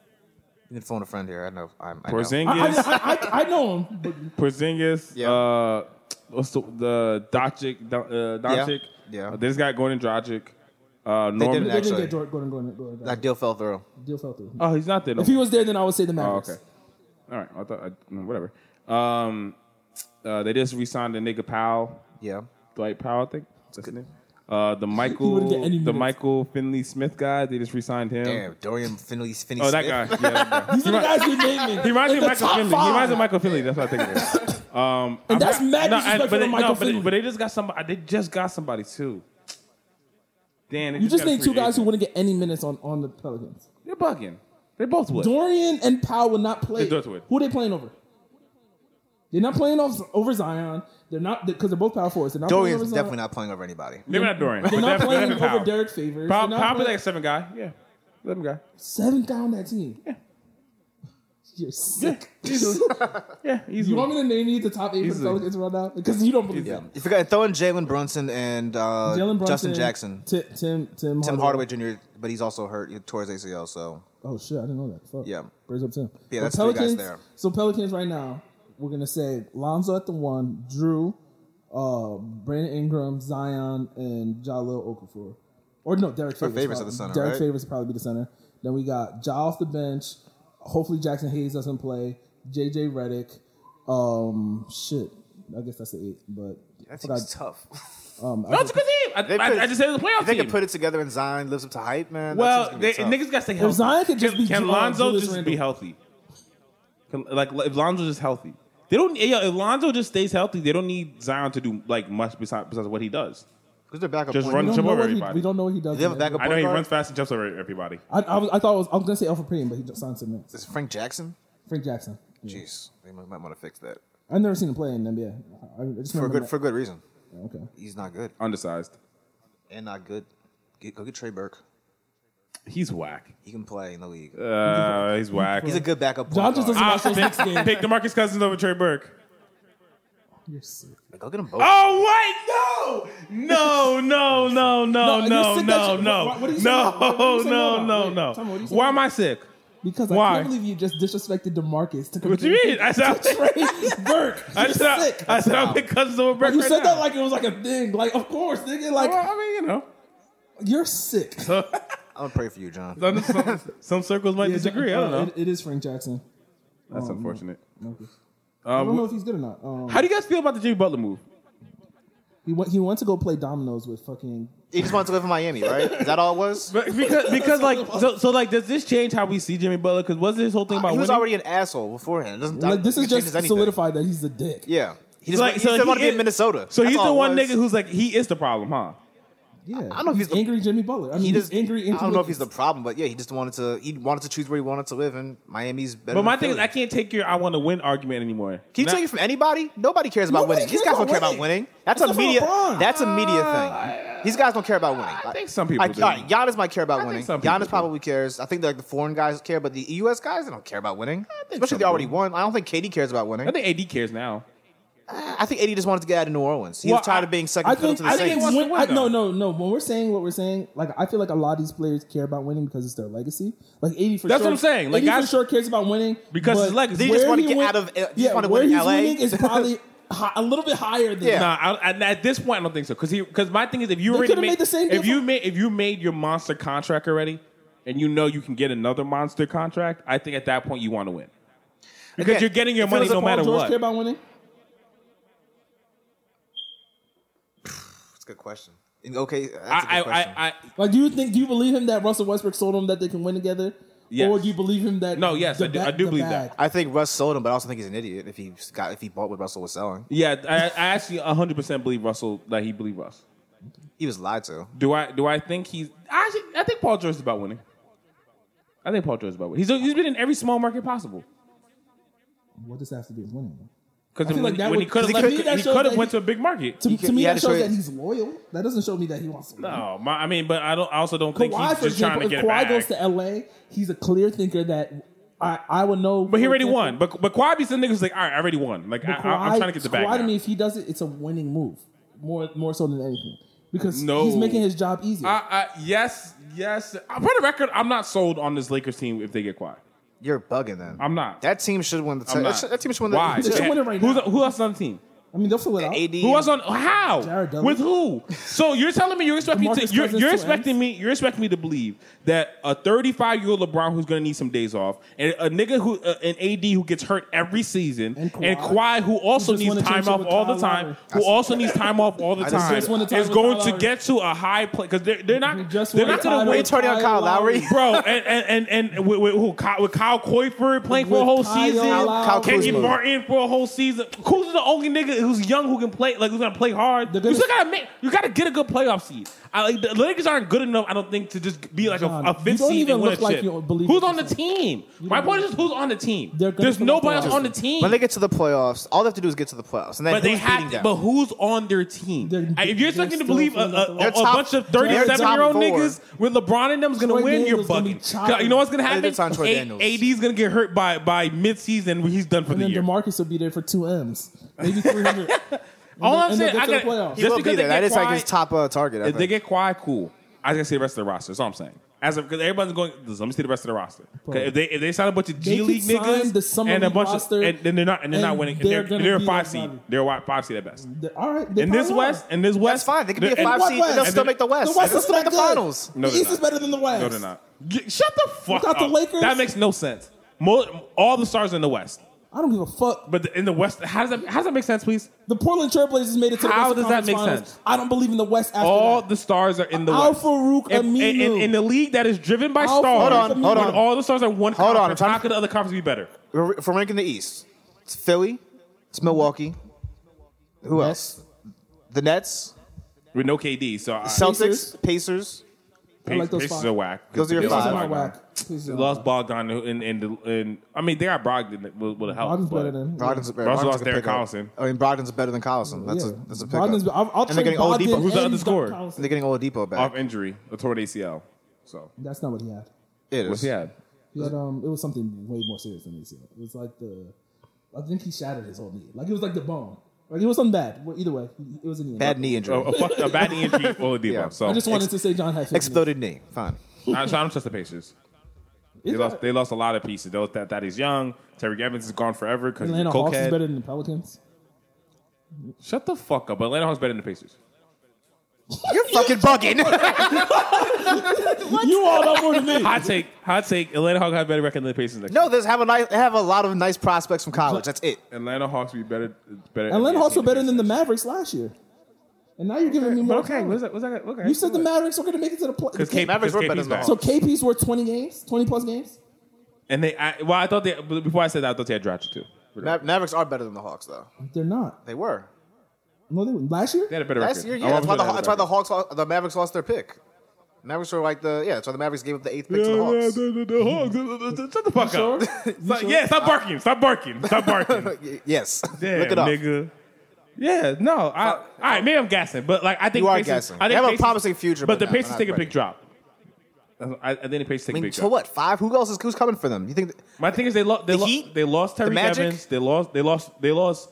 S3: you can phone a friend here. I know. I'm, I know.
S5: Porzingis.
S4: I, I, I, I know them.
S5: Porzingis.
S3: Yeah.
S5: Uh, what's the, the Doncic, Don- uh, Doncic.
S3: Yeah.
S5: They just got Gordon Dragic. Uh, Norman.
S3: didn't
S4: They didn't
S3: Actually.
S4: get Jordan Gordon. Gordon, Gordon, Gordon.
S3: That deal fell through.
S4: deal fell through.
S5: oh, he's not there. No.
S4: if he was there, then I would say the
S5: oh,
S4: Mavericks.
S5: okay. All right. I thought I, no, whatever. Um, uh, they just re-signed the nigga Powell,
S3: Yeah.
S5: Dwight Powell. I think that's his name. Uh, the
S4: wouldn't get
S5: Michael,
S4: any
S5: the
S4: minutes.
S5: Michael Finley Smith guy. They just re-signed him.
S3: Damn, Dorian Finley. Finley
S5: Oh, that
S3: Smith.
S5: guy. Yeah, that guy.
S4: These are the guys who named
S5: He
S4: me.
S5: reminds me of
S4: the
S5: Michael
S4: top
S5: Finley. He
S4: five.
S5: reminds me of Michael Finley. That's what I think it is. Um,
S4: And
S5: I
S4: that's
S5: forgot-
S4: mad
S5: I-
S4: disrespectful to
S5: but they,
S4: Michael
S5: but, they,
S4: Finley.
S5: but they just got somebody. They just got somebody too. Dan,
S4: You just named two guys who wouldn't get any minutes on, on the Pelicans.
S5: They're bugging. They both would.
S4: Dorian and Powell would not play.
S5: They both would.
S4: Who they playing over? They're not playing off, over Zion. They're not because they're both power forwards. They're not
S3: Dorian's
S4: playing over
S3: definitely
S4: Zion.
S3: not playing over anybody.
S5: Maybe not Dorian.
S4: They're
S5: but
S4: not
S5: def-
S4: playing
S5: definitely
S4: over
S5: Powell.
S4: Derek Favors.
S5: Powell,
S4: They're not
S5: Powell be
S4: playing-
S5: like a seven guy. Yeah, seven guy.
S4: seventh guy on that team. You're sick.
S5: Yeah, easy.
S4: You want me to name you the top eight for
S5: Easily.
S4: the Pelicans right now? Because you don't believe
S5: Easily.
S4: them.
S3: You forgot throw in Jalen Brunson and uh,
S4: Jalen Brunson,
S3: Justin Jackson.
S4: Ti- Tim Tim
S3: Tim Hardaway Jr., but he's also hurt. He tore his ACL, so
S4: Oh shit, I didn't know that. Fuck.
S3: Yeah.
S4: brings up Tim.
S3: Yeah,
S4: But
S3: that's three guys there.
S4: So Pelicans right now, we're gonna say Lonzo at the one, Drew, uh, Brandon Ingram, Zion, and Jalil Okafor. Or no, Derek Favors.
S3: Favors at
S4: probably.
S3: the center,
S4: Derek
S3: right?
S4: Favors would probably be the center. Then we got Ja off the bench. Hopefully Jackson Hayes doesn't play. JJ Redick. Um, shit. I guess that's the eight, but I
S3: that
S4: forgot-
S3: team's tough.
S4: um, I
S5: No,
S4: just-
S5: it's a good team. I,
S3: They
S5: I-
S3: put-
S5: I just said it was a playoff
S3: If they
S5: team.
S3: could put it together and Zion lives up to hype, man. that
S5: well,
S3: team's
S5: they,
S3: gonna be tough.
S5: niggas got to stay healthy.
S4: Zion could just
S5: can,
S4: be
S5: can
S4: Ju- uh,
S5: Lonzo
S4: Julius
S5: just
S4: Randle.
S5: be healthy? Can, like if Lonzo just healthy, they don't. Yeah, if Lonzo just stays healthy, they don't need Zion to do like much besides, besides what he does.
S3: Who's their backup
S5: Just
S3: point
S5: run-
S3: guard?
S4: we don't
S5: Jump
S4: know
S5: over
S4: what he-
S5: everybody.
S4: we don't know what he does.
S3: Do they have a
S4: in
S3: backup
S5: I
S3: point
S5: know he
S3: guard?
S5: runs fast and jumps over everybody.
S4: I, I, was, I thought it was, I was gonna say Alfred Payne, but he just signed some minutes.
S3: Is it Frank Jackson?
S4: Frank Jackson.
S3: Jeez, they might, want to fix that
S4: I've never seen him play in the NBA. I- I just
S3: for
S4: remember
S3: good for good reason.
S4: that. Okay.
S3: He's not good
S5: Undersized.
S3: and not good. Get, go get Trey Burke.
S5: He's whack.
S3: He can play in the league.
S5: Uh, he's whack.
S3: He's a good backup point
S4: John
S3: guard.
S4: just doesn't
S5: I'll
S4: watch those
S5: pick,
S4: next games.
S5: pick DeMarcus Cousins over Trey Burke.
S4: You're sick.
S3: Go get him both.
S5: Oh wait, no, no, no, no, no,
S4: No,
S5: no,
S4: you're
S5: no,
S4: sick
S5: no,
S4: that you-
S5: no,
S4: what- what are you saying? What are
S5: no,
S4: you saying?
S5: no,
S4: Hold on.
S5: no,
S4: Wait, tell me, what are you saying?
S5: Why am I sick?
S4: Because
S5: Why?
S4: I can't believe you just disrespected DeMarcus to
S5: What do you mean? I sound
S4: Trey Burke.
S5: I
S4: You're
S5: sound,
S4: sick.
S5: I sound like Cousins over Burke.
S4: you
S5: right
S4: said
S5: now.
S4: that like it was like a thing. Like, of course, nigga. Like,
S5: Well, I mean, you know,
S4: you're sick.
S3: I'm gonna pray for you, John.
S5: some, some, some circles might disagree. I don't know.
S4: It, it is Frank Jackson.
S5: That's unfortunate.
S4: I don't
S5: Um,
S4: know if he's good or not. Um,
S5: how do you guys feel about the Jimmy Butler move?
S4: he went. He went to go play dominoes with fucking.
S3: He just wanted to live in Miami, right? Is that all it was?
S5: But because because like so, so like does this change how we see Jimmy Butler? Because wasn't his whole thing about
S3: Uh, He was
S5: winning?
S3: already an asshole beforehand. It doesn't,
S4: Like, this is
S3: it changes
S4: just
S3: anything.
S4: solidified that he's a dick.
S3: Yeah, he just,
S5: like,
S3: like, he
S5: so
S3: just
S5: he
S3: want to be
S5: is-
S3: in Minnesota.
S5: So
S3: That's
S5: he's the
S3: all it
S5: one
S3: was.
S5: nigga who's like he is the problem, huh?
S4: Yeah,
S3: I don't know if he's the-
S4: angry Jimmy Butler. I mean,
S3: He
S4: he's
S3: just
S4: angry.
S3: I don't know if he's the problem, but yeah, he just wanted to. He wanted to choose where he wanted to live, and Miami's better.
S5: But my
S3: than
S5: thing is,
S3: Philly.
S5: I can't take your I want to win argument anymore.
S3: Can you
S5: Now-
S3: take it from anybody? Nobody cares about
S4: Nobody
S3: winning. These guys
S4: cares
S3: don't
S4: about
S3: care about
S4: winning.
S3: winning. That's a
S4: Except for
S3: media.
S4: LeBron.
S3: That's a media thing. These guys don't care about winning.
S5: Uh, I think some people
S3: I,
S5: do.
S3: all right, Giannis might care about
S5: think
S3: winning.
S5: some people
S3: Giannis
S5: do.
S3: probably cares. I think like the foreign guys care, but the U.S. guys they don't care about winning. Especially
S5: some
S3: if they already
S5: do.
S3: won. I don't think KD cares about winning.
S5: I think AD cares now.
S3: I think AD just wanted to get out of New Orleans. He
S5: Well,
S3: was tired
S5: I-
S3: of being second
S4: I
S3: fiddle
S4: think.
S3: to the
S4: I think
S3: Saints.
S5: wants to
S4: when,
S5: win,
S4: I,
S5: though.
S4: no, no, no. When we're saying what we're saying, like I feel like a lot of these players care about winning because it's their legacy. Like eighty for
S5: That's
S4: sure.
S5: what I'm saying. Like,
S4: 80 for
S5: guys-
S4: sure cares about winning
S5: Because
S4: but
S5: his legacy.
S3: They just
S4: where
S3: want to
S4: he
S3: get
S4: went-
S3: out of. Just
S4: yeah,
S3: want to
S4: where
S3: win in
S4: he's
S3: L.A.
S4: winning is probably hi- a little bit higher than.
S3: Yeah.
S5: Nah, I, I, at this point, I don't think so. Because because my thing is, if you already
S4: could've made the same deal
S5: if you
S4: for-
S5: made if you made your monster contract already, and you know you can get another monster contract, I think at that point you want to win because
S3: Again,
S5: you're getting your
S3: if it
S5: money
S3: was a
S5: no
S4: Paul
S5: matter
S4: George
S5: what.
S4: care about winning.
S3: That's a good question. Okay, that's a good
S5: I, I,
S3: question.
S5: I, I
S4: Like, do you think? Do you believe him that Russell Westbrook sold him that they can win together?
S5: Yes.
S4: Or do you believe him that?
S5: No, yes,
S4: the
S5: I do-
S4: ba-
S5: I do
S4: the
S5: believe that.
S4: bag-
S3: I think Russ sold him, but I also think he's an idiot if he got if he bought what Russell was selling.
S5: yeah, I, I actually 100 percent believe Russell that he believe Russ.
S3: He was lied to.
S5: Do I do I think he's actually I think Paul George is about winning. I think Paul George is about winning. He's, he's been in every small market possible.
S4: What does that have to do with winning?
S5: Because
S4: I feel
S5: when,
S4: like that
S5: when he
S4: would-
S5: could have
S4: to
S5: left,
S4: me, that
S5: he
S4: shows
S5: could have
S4: that
S5: went
S4: he-
S5: to a big market.
S4: To,
S3: He
S4: to
S3: could-
S4: me,
S3: he had
S4: that
S3: to
S4: shows
S3: show
S4: that
S3: it.
S4: he's loyal. That doesn't show me that he wants to win.
S5: No, my, I mean, but I don't. I also don't think
S4: Kawhi,
S5: he's
S4: for
S5: just trying
S4: example,
S5: to
S4: if
S5: get back.
S4: Kawhi goes to LA, he's a clear thinker that I, I would know.
S5: But he already won. But but Kawhi be some niggas like, all right, I already won. Like I, I, am trying to get the
S4: Kawhi
S5: bag.
S4: to
S5: now.
S4: me, if he does it, it's a winning move more more so than anything because
S5: No.
S4: he's making his job easier.
S5: I, I, yes, yes. Uh, For the record, I'm not sold on this Lakers team if they get Kawhi.
S3: You're bugging then.
S5: I'm not.
S3: That team should win the. That
S5: I'm not.
S3: should- that team should win the.
S5: Why?
S4: They should win it right
S5: Who's,
S4: now.
S5: who else on the team?
S4: I mean, they'll fill it out.
S3: AD.
S5: Who was on how?
S4: Jared Dudley.
S5: With who? So you're telling me you're expecting to,
S4: DeMarcus
S5: you're,
S4: Cousins
S5: you're
S4: twins.
S5: expecting me you're expecting me to believe that a 35 year old LeBron who's going to need some days off and a nigga who uh, an AD who gets hurt every season
S4: And
S5: and
S4: Kawhi.
S5: Kawhi, who also
S4: Who just
S5: needs
S4: won a
S5: time
S4: championship
S5: off
S4: with
S5: all
S4: Kyle
S5: the time
S4: Lowry.
S5: who also needs time off all the
S3: just
S5: time
S3: just
S4: won a time
S5: is
S4: with
S5: going
S4: Kyle
S5: to
S4: Lowry.
S5: get to a high play because they're they're
S4: Who
S5: not
S4: just
S5: they're
S4: won a
S5: not
S4: time
S5: going to
S3: Are
S4: with
S3: you
S5: wait
S3: turning on Kyle
S4: Kyle
S3: Lowry?
S4: Lowry.
S5: Um, bro, and and and, and with, with who Kyle, with Kyle Koifer playing for a
S4: With
S5: whole
S4: Kyle
S5: season,
S4: Lowry. Kyle
S5: Kenny
S3: Kuzma.
S5: Martin for a whole season. Kuzma's the only nigga who's young who can play, like who's gonna play hard.
S4: They're gonna-
S5: you still gotta make, you gotta get a good playoff seed. I like the Lakers aren't good enough, I don't think, to just be like
S4: John,
S5: a, a
S4: you
S5: fifth
S4: don't
S5: seed
S4: even
S5: and win a
S4: look like
S5: chip.
S4: you don't believe
S5: who's
S4: what
S5: on the
S4: you're
S5: team? My point is, who's on the team?
S4: They're gonna
S5: There's
S4: come up
S5: nobody
S4: with
S5: else
S4: a-
S5: on the team.
S3: When they get to the playoffs, all they have to do is get to the playoffs, and then
S5: But they
S3: who's
S5: have,
S3: beating them?
S5: but who's on their team?
S4: They're-
S5: if you're expecting
S4: they're
S5: to believe a,
S4: still
S5: a,
S4: feeling
S5: a,
S3: that way.
S5: bunch of
S4: They're top-
S5: 37 year old
S3: they're top four.
S5: niggas with LeBron in them is going
S4: Troy
S5: to win, you're
S4: Daniels gonna be
S5: bugging.
S4: chopping.
S5: You know what's going to
S3: Hey,
S5: happen?
S3: that's on Troy Daniels.
S5: A- AD's going to get hurt by by midseason when he's done for
S4: And
S5: the
S4: then
S5: year.
S4: Demarcus will be there for two M's, maybe three hundred.
S5: All
S4: and
S5: I'm
S4: they'll
S5: saying,
S4: get
S5: I
S4: to the
S5: got
S4: playoffs.
S5: just
S4: He
S3: he will
S5: because
S3: be
S5: they
S3: there. That
S5: get
S3: is like
S5: quiet-
S3: his top uh, target. I
S5: If
S3: think.
S5: they get quiet, cool. I gotta see the rest of the roster. That's all I'm saying. As of because everybody's going, let me see the rest of the roster. 'Cause If they if they sign a bunch of
S4: They
S5: G
S4: could
S5: League
S4: sign
S5: niggas
S4: the summer
S5: and a
S4: league
S5: bunch of
S4: roster,
S5: and then they're not and they're not
S4: and
S5: winning. and
S4: they're
S5: They're
S4: gonna
S5: they're a
S4: be
S5: five
S4: that
S5: seed.
S4: body.
S5: They're a wi- five seed at best.
S4: All right, they
S5: In this
S4: probably
S5: West,
S4: are.
S5: in this West,
S3: That's fine. They could be a
S5: and-
S3: five
S4: what
S3: seed.
S4: West?
S3: They'll
S4: And
S3: still
S5: then-
S3: make the West.
S4: the West
S3: They'll
S4: is
S3: still make
S4: not
S3: the
S4: good.
S3: finals.
S4: the
S5: No, they're
S4: East is
S5: not.
S4: better than the West.
S5: No, they're not. Y- Shut the fuck
S4: Without
S5: up.
S4: the Lakers?
S5: That makes no sense. Mo- all the stars in the West,
S4: I don't give a fuck.
S5: but the- in the West, how does that how does that make sense, please?
S4: The Portland Trailblazers made it to the
S5: How
S4: Western
S5: does that
S4: Conference
S5: make
S4: Finals.
S5: sense?
S4: I don't believe in the West after
S5: All
S4: that.
S5: the stars are in the
S4: Al
S5: West.
S4: Farouk
S5: in, in, in,
S4: Aminu.
S5: in the league that is driven by
S4: Al
S5: stars,
S4: Farouk
S3: Hold on, hold
S5: when
S3: on.
S5: all the stars are one
S3: Hold on, I'm
S5: conference,
S3: trying
S5: how
S3: to-
S5: could the other conference be better?
S3: We're- If we're ranking the East, it's Philly, it's Milwaukee. Who else? The Nets,
S5: With no KD, so I,
S4: Pacers.
S3: Celtics, Pacers.
S5: Pace,
S4: like those
S5: Pacers
S4: five.
S5: are whack.
S3: Those are your
S5: They
S4: Pacers
S5: lost
S3: five.
S4: are
S5: Bogdan.
S4: whack. Pacers
S5: They
S4: are
S5: lost
S4: whack.
S5: Bogdan and and and I mean they got Brogdon with, with help.
S4: Bogdan's
S5: but-
S4: better than
S3: Brogdon's,
S5: Brogdon's
S3: Brogdon's
S5: lost
S3: a
S5: Derrick
S3: pickup.
S5: Collison.
S3: I mean, Brogdon's better than Collison. That's
S4: Yeah.
S3: a that's a pickup.
S4: Brogdon's- I'll, I'll
S3: and they're
S4: trade
S3: getting Oladipo.
S4: Bogdan
S5: Who's the
S4: and
S5: other scorer?
S4: Duncan Robinson.
S3: They're getting Oladipo back.
S5: off injury, a torn ACL. So
S4: That's not what he had.
S3: It is.
S5: what's he had?
S4: He had um, it was something way more serious than ACL. It was like the, I think he shattered his whole knee. Like it was like the bone. Like it was something bad. Well, either way, it was a knee.
S3: Bad knee
S5: A,
S3: injury.
S5: a, fuck, a bad knee injury, Oladipo.
S3: Yeah.
S5: So
S4: I just wanted to say John had 15.
S3: Exploded knee. Fine.
S5: I, so I don't trust the Pacers. They lost. They lost a lot of pieces. They lost that Thaddeus Young. Terry Evans is gone forever because
S4: Atlanta Hawks is better than the Pelicans.
S5: Shut the fuck up. Atlanta Hawks better than the Pacers.
S3: You're fucking bugging.
S4: You all know more than me.
S5: Hot take. Hot take. Atlanta Hawks have better record than the Pacers. Next.
S3: no, they have a nice, they have a lot of nice prospects from college. That's it.
S5: Atlanta Hawks be better. Better.
S4: Atlanta Hawks were better than the Mavericks last year, and now you're giving me more.
S5: Okay.
S4: credit.
S5: What's that? What's that? Okay.
S4: You said the Mavericks were going to make it to the play.
S5: Because K-
S3: Mavericks
S5: Mavericks
S3: were
S5: were
S3: better than the
S5: back.
S4: So KP's were 20 games, 20 plus games.
S5: And they, I, well, I thought they, but before I said that, I thought they had Dragic too.
S3: Ma- Mavericks are better than the Hawks, though.
S4: They're not.
S3: They were.
S4: No, they were last year.
S5: They had a better
S3: Last
S5: record.
S3: year,
S5: I'm
S3: yeah. That's why, the,
S5: obviously
S3: that's why the
S5: they
S3: Hawks, lo- the Mavericks lost their pick. Mavericks were like the yeah. That's why the Mavericks gave up the eighth pick to the Hawks. Mm-hmm.
S5: had a better record. Shut the fuck
S4: You sure?
S5: up.
S4: You
S5: Stop-
S4: sure?
S5: Yeah, stop barking. Stop barking. Stop barking.
S3: Y- Yes.
S5: Damn,
S3: Look it up.
S5: nigga. Yeah, no. I, all right, maybe I'm gassing, but like I think
S3: You are
S5: Pacers-
S3: gassing.
S5: I
S3: They have
S5: think
S3: a
S5: Pacers-
S3: promising future, but
S5: but the
S3: no,
S5: Pacers
S3: not
S5: take a big
S3: ready.
S5: drop. I, I think the Pacers take
S3: I
S5: a
S3: mean,
S5: big
S3: so
S5: drop.
S3: what? Five? Who else is who's coming for them? You think? th-
S5: My thing is they lost. They,
S3: The
S5: lo-
S3: Heat?
S5: they lost
S3: The
S5: Terry
S3: Magic?
S5: Evans. They lost. They lost. They lost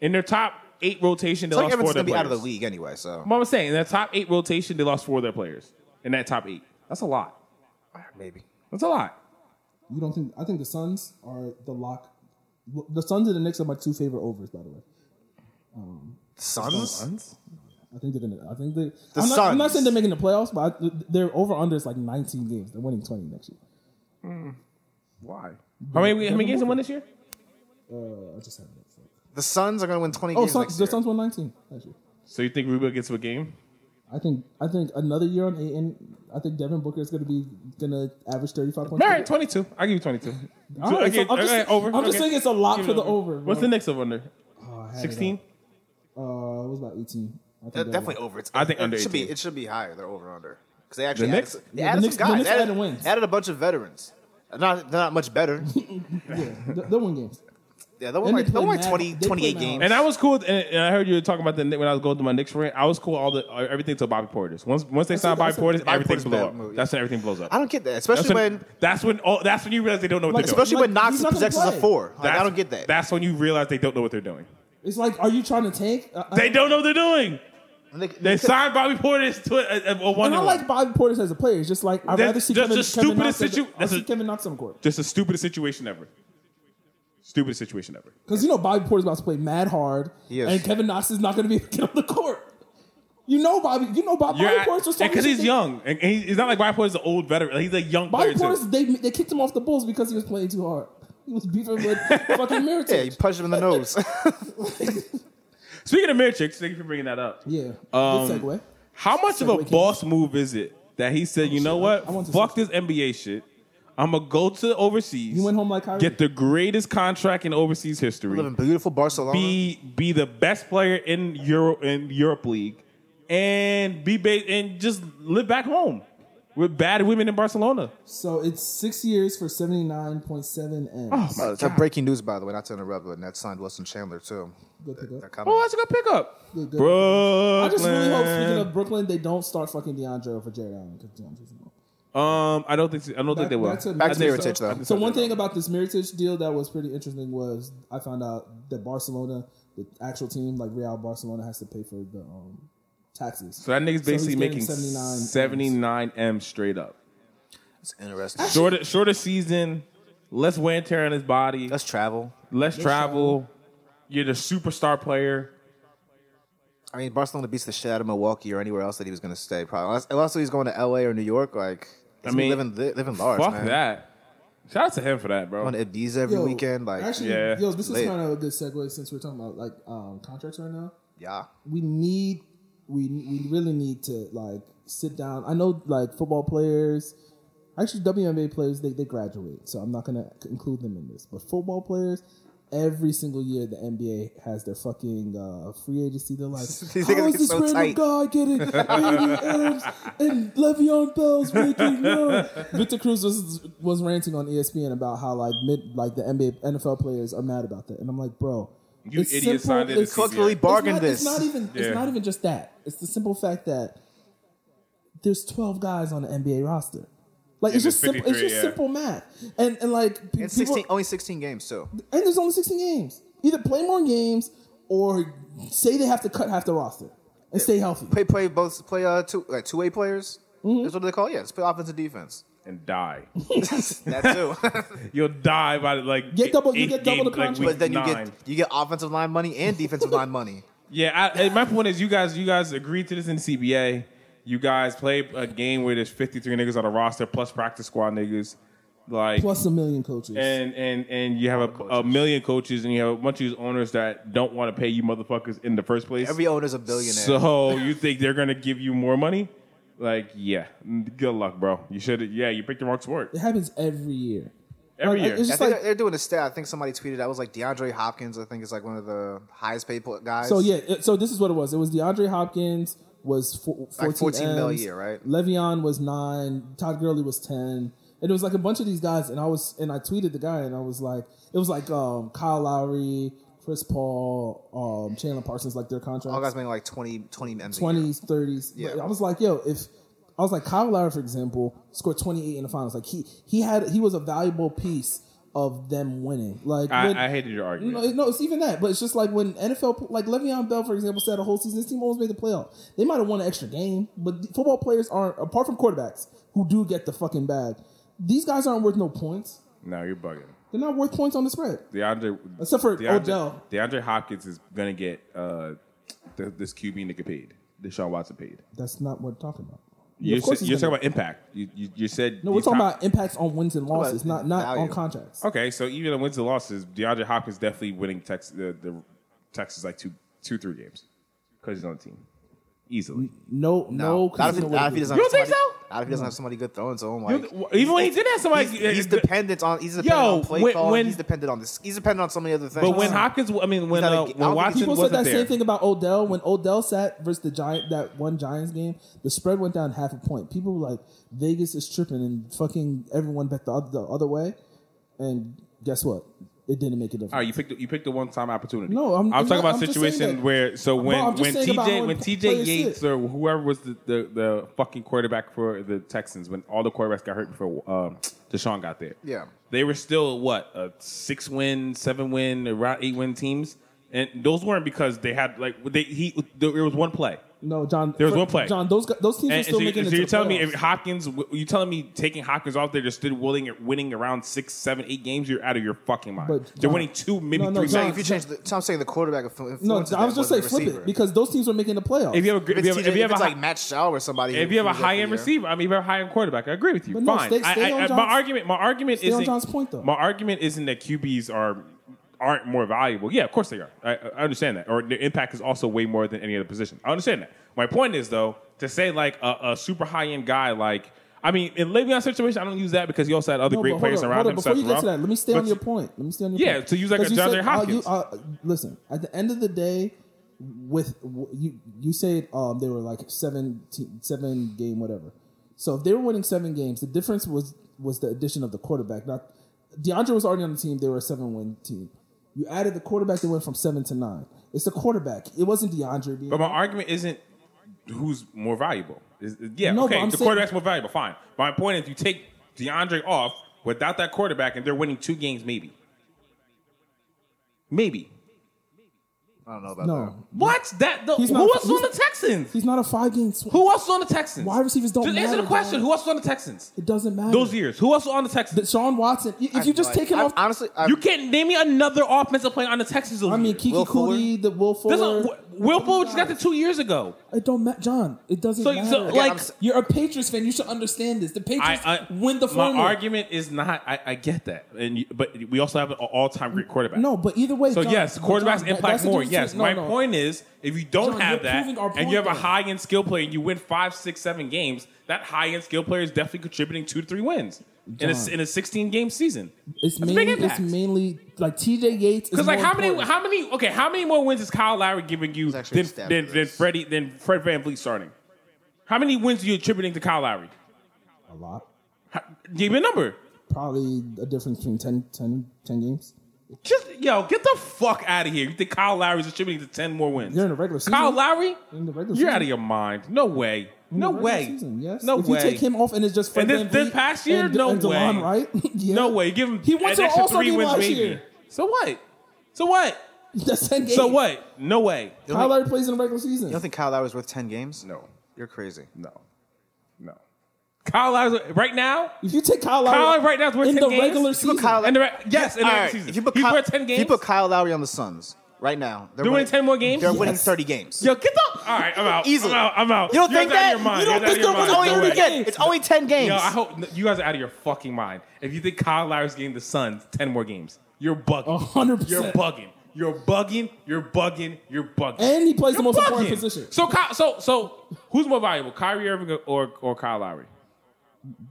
S5: in their top eight rotation. They
S3: Like
S5: lost
S3: Evans
S5: four
S3: is
S5: of their
S3: gonna be
S5: players.
S3: out of the league anyway. So
S5: What I'm saying in their top eight rotation, they lost four of their players in that top eight. That's a lot.
S3: maybe.
S5: That's a lot.
S4: You don't think? I think the Suns are the lock. The Suns and the Knicks are my two favorite overs, by the way.
S3: Suns?
S4: I think they're gonna. I think they.
S3: The
S4: I'm, not, I'm not
S3: Suns.
S4: saying they're making the playoffs, but I, their over under is like 19 games. They're winning 20 next year.
S5: Why? How many? How many games they won this year?
S4: Uh, I just had it.
S3: The Suns are going to win 20
S4: Oh,
S3: games
S4: Sun,
S3: next
S4: the
S3: year.
S4: Suns won 19 last year.
S5: So you think Rubio gets to a game?
S4: I think. I think another year on eight, and I think Devin Booker is gonna be gonna average 35 points.
S5: All right, 22. I give you 22.
S4: All right, so I'm just- I'm just saying it's a lot
S5: Give
S4: for
S5: it
S4: the over, bro.
S5: What's the next over under?
S4: Oh, I had it
S5: 16.
S4: up. Uh, it was about 18. I think
S3: Uh,
S4: that was-
S3: definitely over. It's,
S5: I think
S3: it
S5: under
S3: should be.
S5: 18.
S3: It should be higher. They're over under because they actually
S5: The
S3: added,
S5: Knicks-
S3: some- they
S4: Yeah, the
S3: added
S4: Knicks-
S3: some
S4: the
S3: guys.
S4: Knicks
S3: added,
S4: added wings.
S3: added a bunch of veterans. Not they're not much better.
S4: Yeah, they- they'll win games.
S3: Yeah, they'll
S4: And
S3: win like,
S4: they
S3: they'll
S4: play
S3: win like
S4: mad-
S3: 20,
S4: they play
S3: 28
S4: mad.
S3: games.
S5: And I was cool. With, and, and I heard you were talking about the Knick- when I was going through my Knicks rant. I was cool. with All the uh, everything to Bobby Portis. Once once they sign
S4: what-
S5: Bobby
S4: that's what-
S5: Portis,
S3: Bobby
S5: everything
S3: Portis
S5: blow
S3: bad
S5: up.
S3: move, yeah.
S5: That's when everything blows up.
S3: I don't get that,
S5: That's
S3: especially
S5: when
S3: when
S5: that's when all that's when you realize they don't know what
S4: Like,
S5: they're doing.
S3: especially when
S4: Like,
S3: Knox
S4: he's
S3: is
S4: not gonna
S3: projected as a
S4: play.
S3: four. Like, I
S5: That's-
S3: don't get that.
S5: That's when you realize they don't know what they're doing.
S4: It's like, are you trying to tank? Uh, I- I-
S5: They don't know what they're doing.
S3: And they,
S5: They signed Bobby Portis to a, a, a one.
S4: And I like Bobby Portis as a player. It's just like I'd
S5: That's
S4: rather see
S5: just
S4: Kevin,
S5: the
S4: Kevin
S5: stupidest
S4: Knox. on the-
S5: situ-
S4: I'll
S5: that's
S4: see
S5: a-
S4: Kevin Knox on the court.
S5: just the stupidest situation ever. Stupidest situation ever.
S4: Because you know Bobby Porter's about to play mad hard,
S3: He is.
S4: and Kevin Knox is not going to be able to get on the court. You know Bobby. You know Bob, Bobby Porter's was talking
S5: because
S4: shit
S5: he's
S4: to-
S5: young, and and he, it's not like Bobby Porter's an old veteran. Like, he's a young
S4: Bobby
S5: player
S4: Porter's
S5: too.
S4: they they kicked him off the Bulls because he was playing too hard. He was beefing with fucking Miritich.
S3: Yeah, you punch him in the nose.
S5: Speaking of Mirchik, thank you for bringing that up.
S4: Yeah.
S5: Um,
S4: Good segue.
S5: How much of a
S4: Segway King.
S5: boss move is it that he said, you know what,
S4: Oh, I want to
S5: fuck this NBA shit. I'm gonna go to overseas.
S4: You went home like Kyrie.
S5: get the greatest contract in overseas
S3: live
S5: history.
S3: in beautiful Barcelona.
S5: Be be the best player in Euro in Europe League, and be ba- and just live back home with bad women in Barcelona.
S4: so it's six years for seventy nine point seven and
S5: Oh
S3: Uh, it's a breaking news, by the way, not to interrupt, but that signed Wilson Chandler too.
S4: Good pickup.
S3: That comment.
S5: Oh, that's a good pickup.
S4: Good, good.
S5: Brooklyn.
S4: I just really hope speaking of Brooklyn, they don't start fucking DeAndre over Jared Allen because DeAndre's not.
S5: um, I don't think I don't think they will.
S4: Back to,
S3: Back to Miritich,
S4: Miritich.
S3: though.
S4: So one thing about this Miritich deal that was pretty interesting was I found out that Barcelona, the actual team, like Real Barcelona, has to pay for the um, taxes.
S5: So that nigga's
S4: So he's
S5: basically
S4: getting
S5: making
S4: 79 M's.
S5: 79 M straight up.
S3: It's interesting.
S5: Shorter shorter season, less wear and tear on his body, less,
S3: Let's travel.
S5: travel. You're the superstar player.
S3: I mean, Barcelona beats the shit out of Milwaukee or anywhere else that he was going to stay. Probably. Unless, unless he's going to L.A. or New York. Like, I
S5: mean,
S3: mean, living li- living large.
S5: Fuck
S3: man.
S5: that. Shout out to him for that, bro.
S3: On Ibiza every
S4: Yo,
S3: weekend. Like,
S4: actually,
S5: Yeah.
S4: yo, this is
S3: Lit.
S4: kind of a good segue since we're talking about like um, contracts right now.
S3: yeah.
S4: we need we we really need to like sit down. I know like football players, actually WNBA players, they, they graduate, so I'm not gonna include them in this. But football players, every single year the NBA has their fucking uh, free agency. They're like,
S3: These
S4: how
S3: niggas
S4: is
S3: get
S4: this
S3: so
S4: random
S3: tight."
S4: guy getting 80 M's and Le'Veon Bell's making none? Victor Cruz was was ranting on E ESPN about how like mid like the NBA NFL players are mad about that, and I'm like, bro.
S5: You
S4: it's
S5: idiot
S4: simple,
S5: signed it
S4: it's-
S5: to CBS.
S3: Luckily, bargained
S4: it's not,
S3: this.
S4: It's not even.
S5: Yeah.
S4: It's not even just that. It's the simple fact that there's 12 guys on the NBA roster. Like it's
S5: there's
S4: just simple. It's
S5: 53,
S4: just
S5: yeah.
S4: simple math. And and like pe-
S3: and
S4: people-
S3: 16, only 16 games too.
S4: and there's only 16 games. Either play more games or say they have to cut half the roster and stay healthy.
S3: Play play both play uh two like two way players.
S4: Mm-hmm.
S3: That's what they call it? yeah. It's play offense and defense.
S5: and die.
S3: that too.
S5: You'll die by the, like
S4: Get double- you
S5: eight
S4: get double the
S5: game, like,
S4: contract.
S5: week
S3: but then you
S5: nine.
S3: get you get offensive line money and defensive line money.
S5: Yeah, I, and my point is, you guys, you guys agreed to this in CBA. You guys play a game where there's 53 niggas on the roster plus practice squad niggas, like,
S4: Plus a million coaches.
S5: and and and you have a, a million coaches and you have a bunch of these owners that don't want to pay you motherfuckers in the first place.
S3: Every owner's a billionaire.
S5: so you think they're gonna give you more money? Like, yeah, mm, good luck, bro. You should, yeah, you picked the wrong sport
S4: it happens every year.
S5: every
S4: Like,
S5: year.
S4: it's
S3: I
S4: just
S3: think
S4: like-
S3: they're doing a stat. I think somebody tweeted. I was like DeAndre Hopkins. I think is like one of the highest paid pl- guys.
S4: So yeah, it- so this is what it was. It was DeAndre Hopkins was four, 14,
S3: Like 14 mil a
S4: Ms.
S3: year, right?
S4: Le'Veon was nine. Todd Gurley was ten. And it was like a bunch of these guys, and I was and I tweeted the guy, and I was like, it was like um, Kyle Lowry, Chris Paul, um, Chandler Parsons, like their contracts,
S3: all guys making like 20, 20 M's. a year.
S4: twenties, thirties.
S3: Yeah.
S4: I was like, yo, if I was like Kyle Lowry, for example, scored twenty eight in the finals. Like he he had he was a valuable piece of them winning. Like when-
S5: I, I hated your argument.
S4: no, no, it's even that, but it's just like when NFL, like Le'Veon Bell, for example, said a whole season, this team always made the playoff. They might have won an extra game, but football players aren't, apart from quarterbacks who do get the fucking bag, these guys aren't worth no points.
S5: no, you're bugging.
S4: They're not worth points on the spread.
S5: DeAndre,
S4: Except for
S5: DeAndre,
S4: Odell.
S5: DeAndre Hopkins is gonna get uh, th- this QB nigga paid. Deshaun Watson paid.
S4: That's not what we're talking about. Yeah,
S5: You
S4: of course
S5: said,
S4: he's
S5: you're talking
S4: gonna-
S5: about impact. You, you, you said
S4: No, we're
S5: these
S4: talking
S5: top-
S4: about impacts on wins and losses,
S3: about
S4: not not on
S3: value?
S4: contracts.
S5: Okay, so even in wins and losses, DeAndre Hopkins definitely winning Texas the, the Texas like two two three games because he's on the team easily.
S4: No, no,
S3: not if, he-
S4: casino
S3: not if he doesn't.
S4: would've been.
S5: You
S3: have
S5: don't think
S3: somebody-
S5: so?
S3: Not if he doesn't have somebody good throwing to him. Like
S5: even when he did that, somebody uh,
S3: he's, he's dependent on. He's dependent
S5: Yo,
S3: on play
S5: when-
S3: call.
S5: when-
S3: he's dependent on this. He's dependent on so many other things.
S5: But when Hopkins, I mean, when
S3: not a-
S5: uh,
S3: I don't
S5: when
S3: think
S5: Watson
S4: People said
S5: wasn't
S4: that
S5: there,
S4: same thing about Odell when Odell sat versus the Giant that one Giants game. The spread went down half a point. People were like, Vegas is tripping, and fucking everyone bet the other, the other way. And guess what? It didn't make a difference.
S5: All right, you picked the, you picked the one time opportunity.
S4: No, I'm- I'm
S5: talking
S4: not-
S5: about
S4: I'm just saying
S5: situation
S4: that-
S5: where so
S4: No,
S5: when
S4: I'm just
S5: when
S4: saying about
S5: TJ
S4: how
S5: when
S4: it
S5: TJ
S4: plays
S5: Yates
S4: it.
S5: or whoever was the, the the fucking quarterback for the Texans when all the quarterbacks got hurt before um, Deshaun got there.
S3: Yeah.
S5: they were still what a six win, seven win, around eight win teams, and those weren't because they had like they he there was one play.
S4: No, John.
S5: There was
S4: for-
S5: one play.
S4: John, those gu- those teams are
S5: And
S4: still
S5: so, you-
S4: making it.
S5: so
S4: to
S5: you're
S4: the
S5: telling me
S4: playoffs.
S5: if Hopkins, you telling me taking Hopkins off there, they're still winning, winning around six, seven, eight games. You're out of your fucking mind.
S4: But,
S5: they're
S4: John-
S5: winning two, maybe
S4: No, no,
S5: three.
S4: John-
S5: games.
S3: If you change the, so I'm saying the quarterback influences
S4: no,
S3: that
S4: I was just
S3: more
S4: saying
S3: than
S4: flip
S3: receiver.
S4: it because those teams are making the playoffs.
S5: If you have a, gr-
S3: If
S5: if you
S3: it's,
S5: have,
S3: TJ
S5: if you have a
S3: it's
S5: high-
S3: like Matt Shaw or somebody,
S5: if
S3: who-
S5: you have a
S3: who's up
S5: high
S3: for
S5: end
S3: the year.
S5: receiver, I mean, if you have a high end quarterback, I agree with you.
S4: But no,
S5: Fine.
S4: stay-
S5: I-
S4: stay
S5: I-
S4: on
S5: I-
S4: John's-
S5: my argument, my argument
S4: stay on
S5: isn't
S4: John's point, though.
S5: My argument isn't that QBs are aren't more valuable. Yeah, of course they are. I, I understand that, or their impact is also way more than any other position. I understand that. My point is though to say like a, a super high end guy like. I mean, in Le'Veon's situation, I don't use that because he also had other
S4: No,
S5: great
S4: but hold
S5: players
S4: on,
S5: around
S4: hold on,
S5: him.
S4: Before
S5: such
S4: you get to
S5: rough.
S4: that, let me stay
S5: But
S4: on your point. Let me stay on your
S5: Yeah,
S4: point.
S5: to use like
S4: 'Cause
S5: a
S4: you
S5: DeAndre
S4: said, uh, you-
S5: Hopkins.
S4: uh, listen, at the end of the day, with w- you, you said um, they were like seven, te- seven game whatever. So if they were winning seven games, the difference was was the addition of the quarterback. Not DeAndre was already on the team; they were a seven win team. You added the quarterback; they went from seven to nine. It's the quarterback. It wasn't DeAndre.
S5: But my argument isn't who's more valuable. Is yeah,
S4: No, but
S5: okay,
S4: I'm
S5: the
S4: saying-
S5: quarterback's more valuable. Fine. My point is, you take DeAndre off without that quarterback, and they're winning two games, maybe. Maybe.
S3: I don't know about that.
S4: no,
S5: What? That the,
S4: He's
S5: who
S4: not-
S5: else is on the
S4: he's-
S5: Texans?
S4: he's not a five game. Sw-
S5: Who else is on the Texans?
S4: Wide receivers don't
S5: Just answer
S4: matter,
S5: the question.
S4: dog.
S5: Who else is on the Texans?
S4: It doesn't matter.
S5: Those years. Who else is on the Texans?
S4: But Sean Watson. i- If you just
S3: Like,
S4: take him
S3: I-
S4: off,
S3: honestly, I,
S5: you can't name me another offensive player on the Texans. Those
S4: I mean
S5: years.
S4: Kiki
S3: Will Fuller.
S4: Cooley, the Will Fuller.
S5: Doesn't- Will Fuller just got the two years ago.
S4: It don't matter, John. It doesn't
S5: So-
S4: matter.
S5: so, Again, like- I'm
S3: s-
S4: you're a Patriots fan, you should understand this. The Patriots
S5: I, I
S4: win the
S5: My
S4: formula.
S5: argument is not. I, I get that, and you, but we also have an all-time great quarterback.
S4: no, but either way.
S5: So
S4: John,
S5: yes,
S4: but
S5: quarterbacks
S4: John, that- that's
S5: impact
S4: the
S5: more.
S4: difference
S5: Yes,
S4: between-
S5: my
S4: no, no.
S5: point is, if you don't
S4: John,
S5: have
S4: you're
S5: that,
S4: proving our
S5: and you have
S4: point,
S5: a
S4: though.
S5: high-end skill player, and you win five, six, seven games, that high-end skill player is definitely contributing two to three wins in
S4: John.
S5: a in a sixteen-game season.
S4: It's
S5: That's a
S4: mainly,
S5: big
S4: it's
S5: impact.
S4: mainly like TJ Yates.
S5: Because like how many how many okay how many more wins is Kyle Lowry giving you
S3: actually
S5: than
S3: stab
S5: than,
S3: this.
S5: than Freddie than Fred Van Vliet starting? How many wins are you attributing to Kyle Lowry?
S4: a lot.
S5: How, give me a number.
S4: Probably a difference between 10, 10, 10 games.
S5: Just yo, get the fuck out of here. You think Kyle Lowry's attributing to ten more wins?
S4: You're in the regular season.
S5: Kyle Lowry?
S4: In the regular
S5: You're
S4: season.
S5: out of your mind. No way.
S4: In the
S5: No
S4: regular
S5: way.
S4: season, yes.
S5: No
S4: if
S5: way.
S4: you take him off and it's just Fred
S5: And this-
S4: Van
S5: this
S4: Vliet
S5: past year?
S4: and,
S5: No
S4: and DeLon
S5: way.
S4: Wright. yeah.
S5: No way. Give him
S4: He went
S5: an
S4: to an
S5: extra
S4: All-Star
S5: three
S4: game
S5: wins,
S4: last
S5: maybe.
S4: year.
S5: So what? So what?
S4: That's ten games.
S5: So what? No way.
S4: Kyle Lowry plays in the regular season.
S3: You don't think Kyle Lowry's worth ten games?
S5: No.
S3: you're crazy.
S5: No. No. Kyle Lowry right now.
S4: If you take Kyle Lowry,
S5: Kyle Lowry right now is worth
S4: in
S5: 10
S4: the
S5: games?
S4: regular
S5: You put
S4: season,
S3: Kyle
S5: And the re- yes, in the
S3: All
S5: regular
S3: right,
S5: season.
S3: if you put
S5: He's
S3: Ky-
S5: worth 10
S3: if You
S5: games?
S3: put Kyle Lowry on the Suns right now. They're
S5: They're winning 10 more games?
S3: They're winning
S4: Yes.
S3: thirty games.
S5: Yo, get the. All right, I'm out.
S3: Easily.
S5: I'm out. I'm out.
S3: you don't
S5: You're
S3: think
S5: out of
S3: that?
S5: your mind.
S3: You don't
S5: You're out of
S3: think
S5: your
S3: that was
S5: mind.
S3: only
S5: No
S3: gonna
S5: way.
S3: get? It's only ten games.
S5: Yo, I hope you guys are out of your fucking mind. If you think Kyle Lowry's getting the Suns ten more games, you're bugging.
S4: A hundred
S5: You're
S4: percent.
S5: bugging. You're bugging. You're bugging. You're bugging.
S4: And he plays the
S5: You're
S4: most important
S5: bugging.
S4: position.
S5: So, Ky- so, so, who's more valuable, Kyrie Irving or or Kyle Lowry?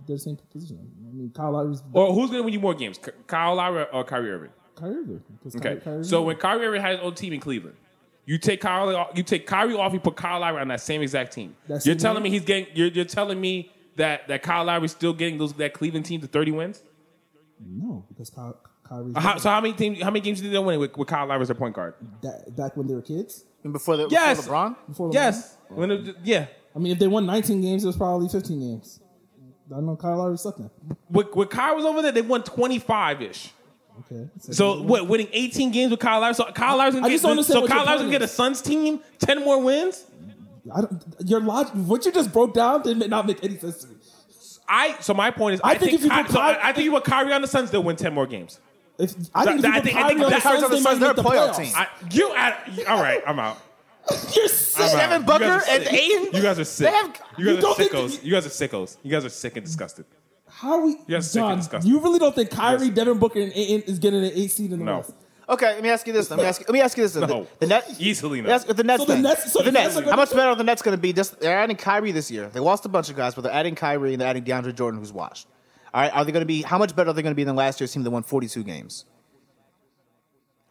S4: they're the same position. I mean, Kyle Lowry's
S5: Or who's going to win you more games, K- Kyle Lowry or Kyrie Irving?
S4: Kyrie Irving. 'Cause
S5: Okay.
S4: Kyrie- Kyrie
S5: So
S4: Irving-
S5: when Kyrie Irving had his own team in Cleveland, you take Kyrie, off- you take Kyrie off, you put Kyle Lowry on that same exact team.
S4: That
S5: you're
S4: same
S5: telling me
S4: team?
S5: he's getting. You're, you're telling me that that Kyle Lowry's still getting those that Cleveland team to 30 wins.
S4: no, because Ky- Kyrie's
S5: How, so how many teams? How many games did they win with, with Kyle Lowry as their point guard?
S4: that, back when they were kids.
S3: And before the
S5: Yes.
S3: before LeBron.
S4: Before
S5: Yes. When it, yeah.
S4: LeBron. I mean, if they won 19 games, it was probably 15 games. I know Kyle Lowry sucked now.
S5: With, with Kyle was over there, they won 25 ish.
S4: Okay.
S5: So what? Winning 18 games with Kyle Lowry. So Kyle Lowry's gonna
S4: I
S5: get.
S4: just don't understand
S5: So
S4: what
S5: Kyle
S4: your
S5: Lowry's
S4: point
S5: gonna get a
S4: is.
S5: Suns team 10 more wins.
S4: I don't, your logic, what you just broke down, did not make any sense to me.
S5: I. So my point is, I,
S4: I think if you
S5: Ky-
S4: put
S5: so
S4: Ky-
S5: I, I think you put Kyrie on the Suns, they'll win 10 more games.
S4: If I think
S5: That-
S4: if you put
S5: I think- I
S4: Kyrie
S5: think
S4: on the Suns,
S5: that-
S3: Kyrie
S4: they might
S3: Irving's
S4: make the
S3: a playoff
S4: playoffs.
S3: team.
S5: I, you. I, all right. I'm out.
S4: You're sick.
S5: I'm
S3: Devin
S5: out. You guys
S3: Booker
S5: are sick.
S3: and Ayton?
S5: You guys are sick.
S3: They have-
S5: you guys
S4: You
S5: are
S4: don't think-
S5: sickos. You guys are sickos. You guys are sick and disgusted.
S4: How we?
S5: You're sick and
S4: John,
S5: disgusting.
S4: you really don't think Kyrie,
S5: Yes.
S4: Devin Booker, and Ayton is getting an eight seed in the
S5: No.
S4: West?
S3: Okay, let me ask you this. Let me ask you, let me ask you this. then.
S5: No.
S3: The, the Nets
S5: Easily no.
S3: That's the Nets.
S4: So the
S3: thing.
S4: Nets- so
S3: the
S4: the Nets
S3: Nets.
S4: are gonna-
S3: How much better are the Nets going to be? Just they're adding Kyrie this year. They lost a bunch of guys, but they're adding Kyrie and they're adding DeAndre Jordan, who's washed. All right, are they going to be? How much better are they going to be than last year's team that won 42 games?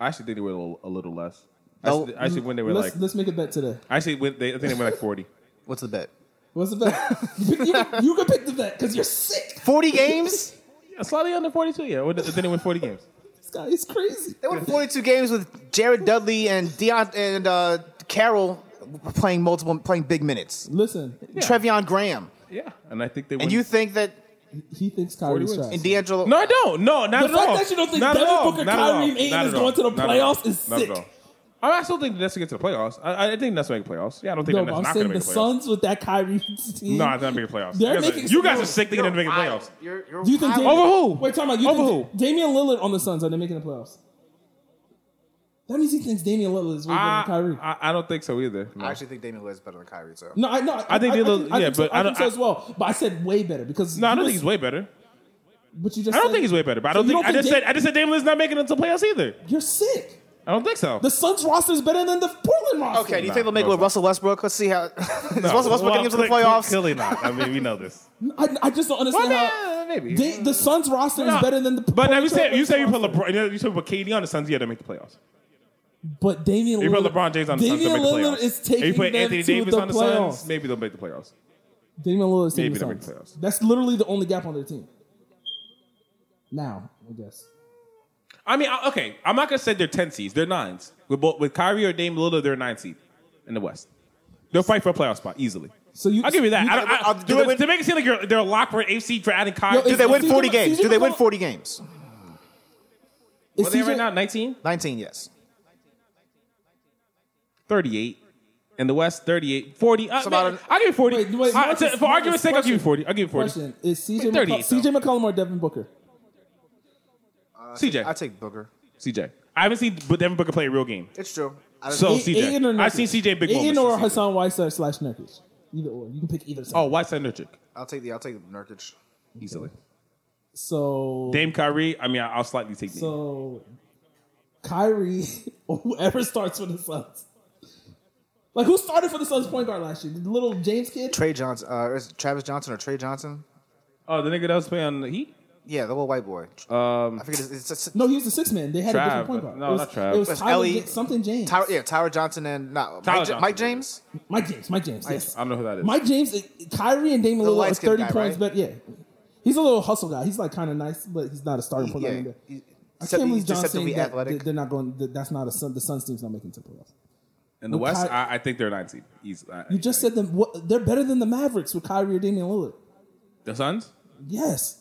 S5: I actually think they were a little, a little less.
S3: No.
S5: Actually, actually, when they were
S4: Let's,
S5: like,
S4: let's make a bet today.
S5: actually, when they, I think they were like forty.
S3: What's the bet?
S4: What's the bet? you, can, you can pick the bet because you're sick.
S3: 40 games?
S5: Yeah, slightly under forty-two. Yeah, Well, then they win forty games.
S4: This guy is crazy.
S3: They won 42 games with Jared Dudley and Deion and uh, Carroll playing multiple, playing big minutes.
S4: Listen,
S3: Trevion Graham,
S5: Yeah, and I think they. Win.
S3: and you think that
S4: he thinks Kyrie's
S5: wins.
S4: trash.
S3: and D'Angelo?
S5: No, I don't. No, not
S4: The
S5: at
S4: fact
S5: all.
S4: that you don't think
S5: Not at
S4: Devin
S5: all.
S4: Booker,
S5: Not at all.
S4: Kyrie, and Ayton
S5: Not
S4: is
S5: at all.
S4: going to the
S5: Not at all.
S4: playoffs is
S5: Not at
S4: sick.
S5: all. I, mean, I still think the Nets will get to the playoffs. I, I think the Nets will make the playoffs. Yeah, I don't think
S4: No,
S5: the
S4: but
S5: Nets
S4: I'm
S5: not
S4: saying
S5: going
S4: the
S5: to make the playoffs.
S4: Suns with that Kyrie team.
S5: No, they're not making the playoffs.
S4: They're
S5: You guys are-
S4: making-
S5: you guys are sick thinking they're making the
S3: wild.
S5: playoffs.
S3: You're, you're
S4: Do you think
S3: wild.
S4: Damian,
S5: Over who?
S4: Wait, time out. You
S5: Over
S4: think who? Damian Lillard on the Suns are they making the playoffs? That means he thinks Damian Lillard is way
S5: Ah,
S4: better than Kyrie.
S5: I, I, I don't think so either. No.
S3: I actually think Damian Lillard is better than Kyrie. So
S4: no, I no.
S5: I think
S4: I,
S5: Damian Lillard-
S4: I
S5: yeah,
S4: so,
S5: but I don't-
S4: think so as well. But I said way better because
S5: no, I
S4: you
S5: don't
S4: just-
S5: think he's way better.
S4: But you just
S5: I don't
S4: said-
S5: think he's way better. But I
S4: So
S5: don't
S4: you
S5: think,
S4: don't
S5: I just
S4: think Dam-
S5: said I just said Damian Lillard's not making it to playoffs either.
S4: You're sick.
S5: I don't think so.
S4: The Suns roster is better than the Portland roster.
S3: okay, do you think they'll make
S5: make it with
S3: with Russell Westbrook? Let's see how is Russell Westbrook
S5: Well,
S3: getting to the
S5: clear-
S3: playoffs?
S5: Clearly not. I mean, we know this.
S4: I, I just don't understand
S5: Well,
S4: how
S5: nah, maybe.
S4: they, the Suns roster
S5: No.
S4: is better than the.
S5: But now you
S4: Portland
S5: say you say you put
S4: roster.
S5: LeBron, you say you put KD on the Suns, yeah, they make the playoffs.
S4: But Damian
S5: You put
S4: Lillard,
S5: LeBron James on the Suns,
S4: Damian
S5: they'll make the
S4: Lillard
S5: playoffs.
S4: is
S5: If
S4: taking
S5: you put
S4: them
S5: Anthony
S4: to
S5: Davis
S4: the
S5: on the
S4: playoffs.
S5: Suns, maybe they'll make the playoffs.
S4: Damian Lillard is taking
S5: Maybe
S4: the
S5: they'll make
S4: Suns.
S5: the playoffs.
S4: That's literally the only gap on their team. Now, I guess.
S5: I mean, I- okay, I'm not gonna say they're ten seeds. They're nines. With both with Kyrie or Dame Lillard, they're a nine seed in the West. They'll fight for a playoff spot easily.
S4: So you, uh,
S5: I'll give you that. I don't, I,
S3: I'll-
S5: to-
S3: do they win-
S5: to make it seem like you're, they're locked for an AC for adding Kyrie.
S4: Yo,
S5: Dude,
S3: Do they
S4: Is
S3: win
S4: CJ
S3: forty
S4: McCollum-
S3: games?
S4: CJ
S3: Do they win
S4: McCollum-
S3: forty games?
S4: Is
S5: what are they
S4: CJ
S5: right now? 19,
S3: Nineteen, yes.
S5: 38. In the West, 38, 40. Uh,
S3: So about
S5: man,
S3: an-
S5: I'll give you 40.
S4: Wait, wait,
S5: Uh,
S4: Marcus,
S5: to- for argument's
S4: Marcus,
S5: sake, I'll give you
S4: question.
S5: 40. I'll give you 40.
S4: Question Is CJ,
S5: Wait, 38,
S4: McCollum, CJ McCollum or Devin Booker?
S5: CJ.
S3: I take Booker.
S5: CJ. I haven't seen B- Devin Booker play a real game.
S3: It's true. I
S5: So
S4: A- Aiden or
S5: CJ. I've seen
S4: Nurkic?
S5: CJ big
S4: Aiden
S5: moments.
S4: or
S5: this season.
S4: Hassan Whiteside slash Nurkic. Either or. You can pick either.
S5: Oh,
S4: side.
S5: Whiteside Nurkic.
S3: I'll take the I'll take Nurkic.
S5: Easily.
S4: so
S5: Dame Kyrie, I mean, I- I'll slightly take Dame.
S4: so Kyrie or whoever starts for the Suns. Like who started for the Suns point guard last year? The little James kid.
S3: Trey Johnson, uh, is it Travis Johnson or Trey Johnson?
S5: oh, the nigga that was playing on the Heat?
S3: Yeah, the little white boy. Um, I forget. It's, it's, it's,
S4: No, he was the six man. They had a
S5: Trav,
S4: different point guard.
S5: no,
S4: it was,
S5: not Trav.
S4: It was
S3: That's
S4: Tyler
S3: Ellie-
S4: Ja- something James.
S3: Tyra, yeah, Tyra Johnson and no,
S5: Tyler
S3: Mike, Ja-
S5: Johnson.
S3: Mike James.
S4: Mike James. Mike James. yes.
S5: I don't know who that is.
S4: Mike James, it- Kyrie, and Damian
S3: The
S4: Lillard are
S3: light-skinned
S4: thirty
S3: guy,
S4: points
S3: right?
S4: better. Yeah, he's a little hustle guy. He's like kind of nice, but he's not a starting point guard. in
S3: Yeah,
S4: the-
S3: He's
S4: I can't believe John
S3: deceptively
S4: saying that
S3: athletic.
S4: that they're not going. That that's not a Sun. The Suns team's not making to playoffs.
S5: In the
S4: Well,
S5: West,
S4: Ky-
S5: I, I think they're 19. Easily. I-
S4: You
S5: I-
S4: just said them. What, they're better than the Mavericks with Kyrie or Damian Lillard.
S5: The Suns?
S4: Yes.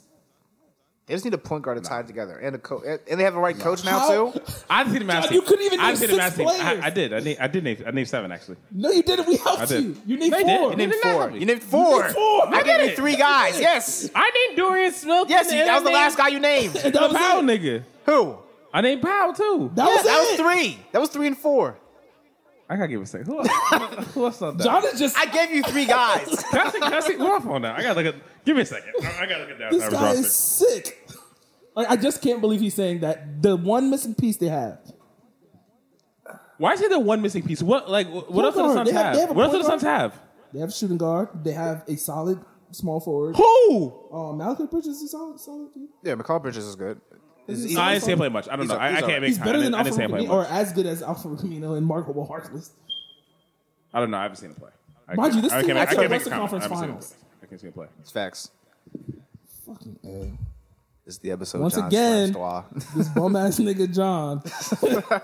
S3: They just need a point guard to tie it together, and a co- and and they have a right coach now
S4: How-
S3: too.
S5: I did him
S4: you couldn't even
S5: I
S4: name
S5: did him
S4: six
S5: I,
S4: players.
S5: I did. I, named, I did name. I named seven actually.
S4: No, you didn't. We
S5: I
S4: helped
S5: did.
S4: you. You named
S5: No,
S3: You
S4: four.
S5: you didn't. You
S3: named
S5: did not
S3: four.
S5: help me.
S3: You named four.
S4: named four.
S3: I
S4: I
S5: did
S3: gave you
S5: it.
S3: three guys. Yes.
S5: I named Dorian Smith.
S3: Yes, that was the last guy you named.
S4: And that was
S5: Powell
S4: it.
S5: nigga.
S3: Who?
S5: I named Powell too.
S4: That
S3: Yes,
S4: was
S3: that was
S4: it.
S3: three. That was three and four.
S5: I gotta give it a second. Who else? who else on that?
S4: John is just.
S3: I gave you three guys.
S5: Can I see, can I see who else on that? I gotta look at. Give me a second. I, I gotta look at that.
S4: this
S5: that
S4: guy
S5: roster.
S4: is sick. Like I just can't believe he's saying that. The one missing piece they have.
S5: Why is he the one missing piece? What like what else do the
S4: guard.
S5: Suns
S4: They have-
S5: have?
S4: they have a
S5: What else do
S4: point
S5: the Suns have?
S4: They have a shooting guard. They have a solid small forward.
S5: Who?
S4: Oh, Malachi Bridges is solid. solid dude.
S3: Yeah, McCall Bridges is good. Is
S4: he
S3: he-
S5: I didn't see him play much. I don't
S3: He's
S5: know.
S3: a-
S5: I, I
S3: he's
S5: can't
S3: a-
S5: make.
S4: He's better
S5: I
S4: than
S5: didn't, I didn't
S4: Alfred
S5: see him play
S4: Camino,
S5: much.
S4: or as good as Alfred Camino and Marco Harkless.
S5: I don't know. I haven't seen him play. I
S4: Mind you, this
S5: I
S4: team
S5: can't- I
S4: went to
S5: can't
S4: the
S5: make a
S4: Western
S5: comment.
S4: Conference
S5: I haven't seen him
S4: Finals.
S5: play. I can't see him play.
S3: It's facts.
S4: Fucking A.
S3: This is the episode.
S4: Once
S3: John
S4: again-
S3: slashed Dwa.
S4: This bum ass nigga John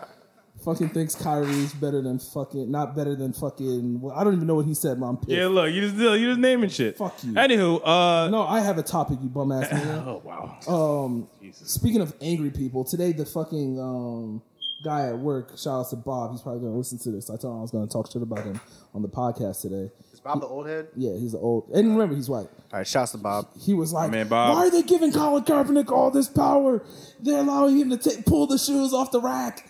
S4: fucking thinks Kyrie's better than fucking not better than fucking well, I don't even know what he said, but I'm pissed.
S5: Yeah, look, you just you just naming shit.
S4: Fuck you.
S5: Anywho, uh,
S4: No, Uh, I have a topic, you bum ass nigga.
S5: oh wow.
S4: Speaking of angry people, today the fucking um, guy at work, shout out to Bob, he's probably gonna listen to this. I told him I was gonna talk shit about him on the podcast today.
S3: Is Bob the old head?
S4: Yeah, he's old and remember he's white.
S3: All right, shouts to Bob.
S4: He was like,
S5: man, Bob.
S4: "Why are they giving Colin Kaepernick all this power? They're allowing him to take, pull the shoes off the rack."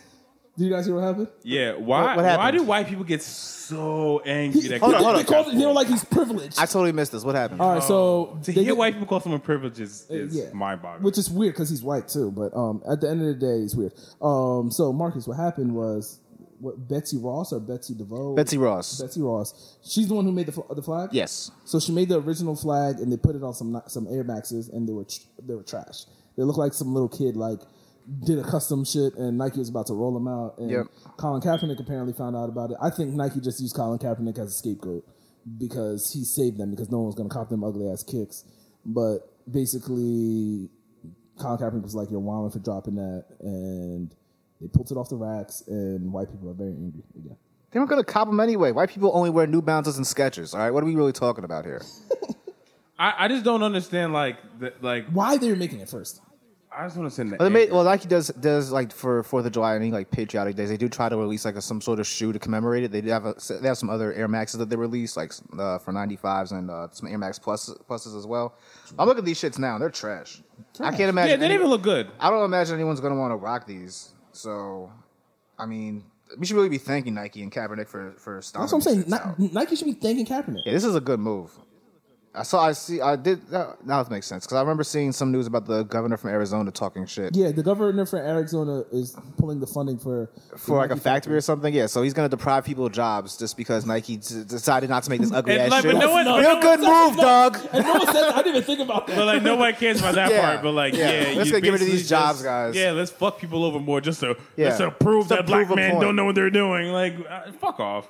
S4: Did you guys hear what happened?
S5: Yeah, why
S3: What- what
S5: why
S3: happened?
S5: do white people get so angry that
S3: Hold on,
S4: they,
S3: hold on.
S4: they called it. They were like, "He's privileged."
S3: I totally missed this. What happened?
S4: all right, so
S5: to
S4: they
S5: hear
S4: get- Uh,
S5: white people call someone privilege is, is
S4: yeah.
S5: mind boggling.
S4: which is weird because he's white too. But um, at the end of the day, it's weird. Um, so Marcus, what happened was what Betsy Ross or Betsy DeVoe?
S3: Betsy Ross.
S4: Betsy Ross. She's the one who made the fl- the flag.
S3: Yes.
S4: So she made the original flag, and they put it on some some Air Maxes, and they were tr- they were trash. They looked like some little kid like did a custom shit, and Nike was about to roll them out. And
S3: Yep.
S4: Colin Kaepernick apparently found out about it. I think Nike just used Colin Kaepernick as a scapegoat because he saved them because no one was gonna cop them ugly ass kicks. But basically, Colin Kaepernick was like, "You're wilding for dropping that," and they pulled it off the racks, and white people are very angry again.
S3: They weren't gonna cop him anyway. White people only wear New Balances and Skechers. All right, what are we really talking about here?
S5: I, I just don't understand like the, like
S4: Why they were making it first?
S5: I just want to send that.
S3: Well, they made, well, Nike does does like for Fourth of July and any like patriotic days, they do try to release like a, some sort of shoe to commemorate it. They do have a, they have some other Air Maxes that they release like uh, for ninety fives and uh, some Air Max plus pluses as well. I'm looking at these shits now; and they're trash. I can't imagine.
S5: yeah, they didn't
S3: any-
S5: even look good.
S3: I don't imagine anyone's gonna want to rock these. So, I mean, we should really be thanking Nike and Kaepernick for for stomping.
S4: That's what I'm saying.
S3: these shits out.
S4: Ni- Nike should be thanking Kaepernick.
S3: Yeah, this is a good move. I saw. I see. I did. That, now it makes sense because I remember seeing some news about the governor from Arizona talking shit.
S4: Yeah, the governor for Arizona is pulling the funding for the
S3: for like a
S4: Nike
S3: factory or something. Yeah, so he's gonna deprive people of jobs just because Nike d- decided not to make this ugly
S5: And
S3: ass
S5: like,
S3: shit.
S5: but no one- but
S3: Real
S5: no
S3: good move, dog.
S4: And no one said that. I didn't even think about that.
S5: But like nobody cares about that
S3: Yeah.
S5: part. But like,
S3: Yeah.
S5: yeah,
S3: Let's
S5: you
S3: get- get rid of
S5: basically
S3: these jobs, guys.
S5: Yeah, let's fuck people over more just to
S3: Yeah.
S5: just to
S3: Just
S5: prove
S3: to
S5: that
S3: prove a
S5: black men
S3: point.
S5: don't know what they're doing. Like, uh, fuck off.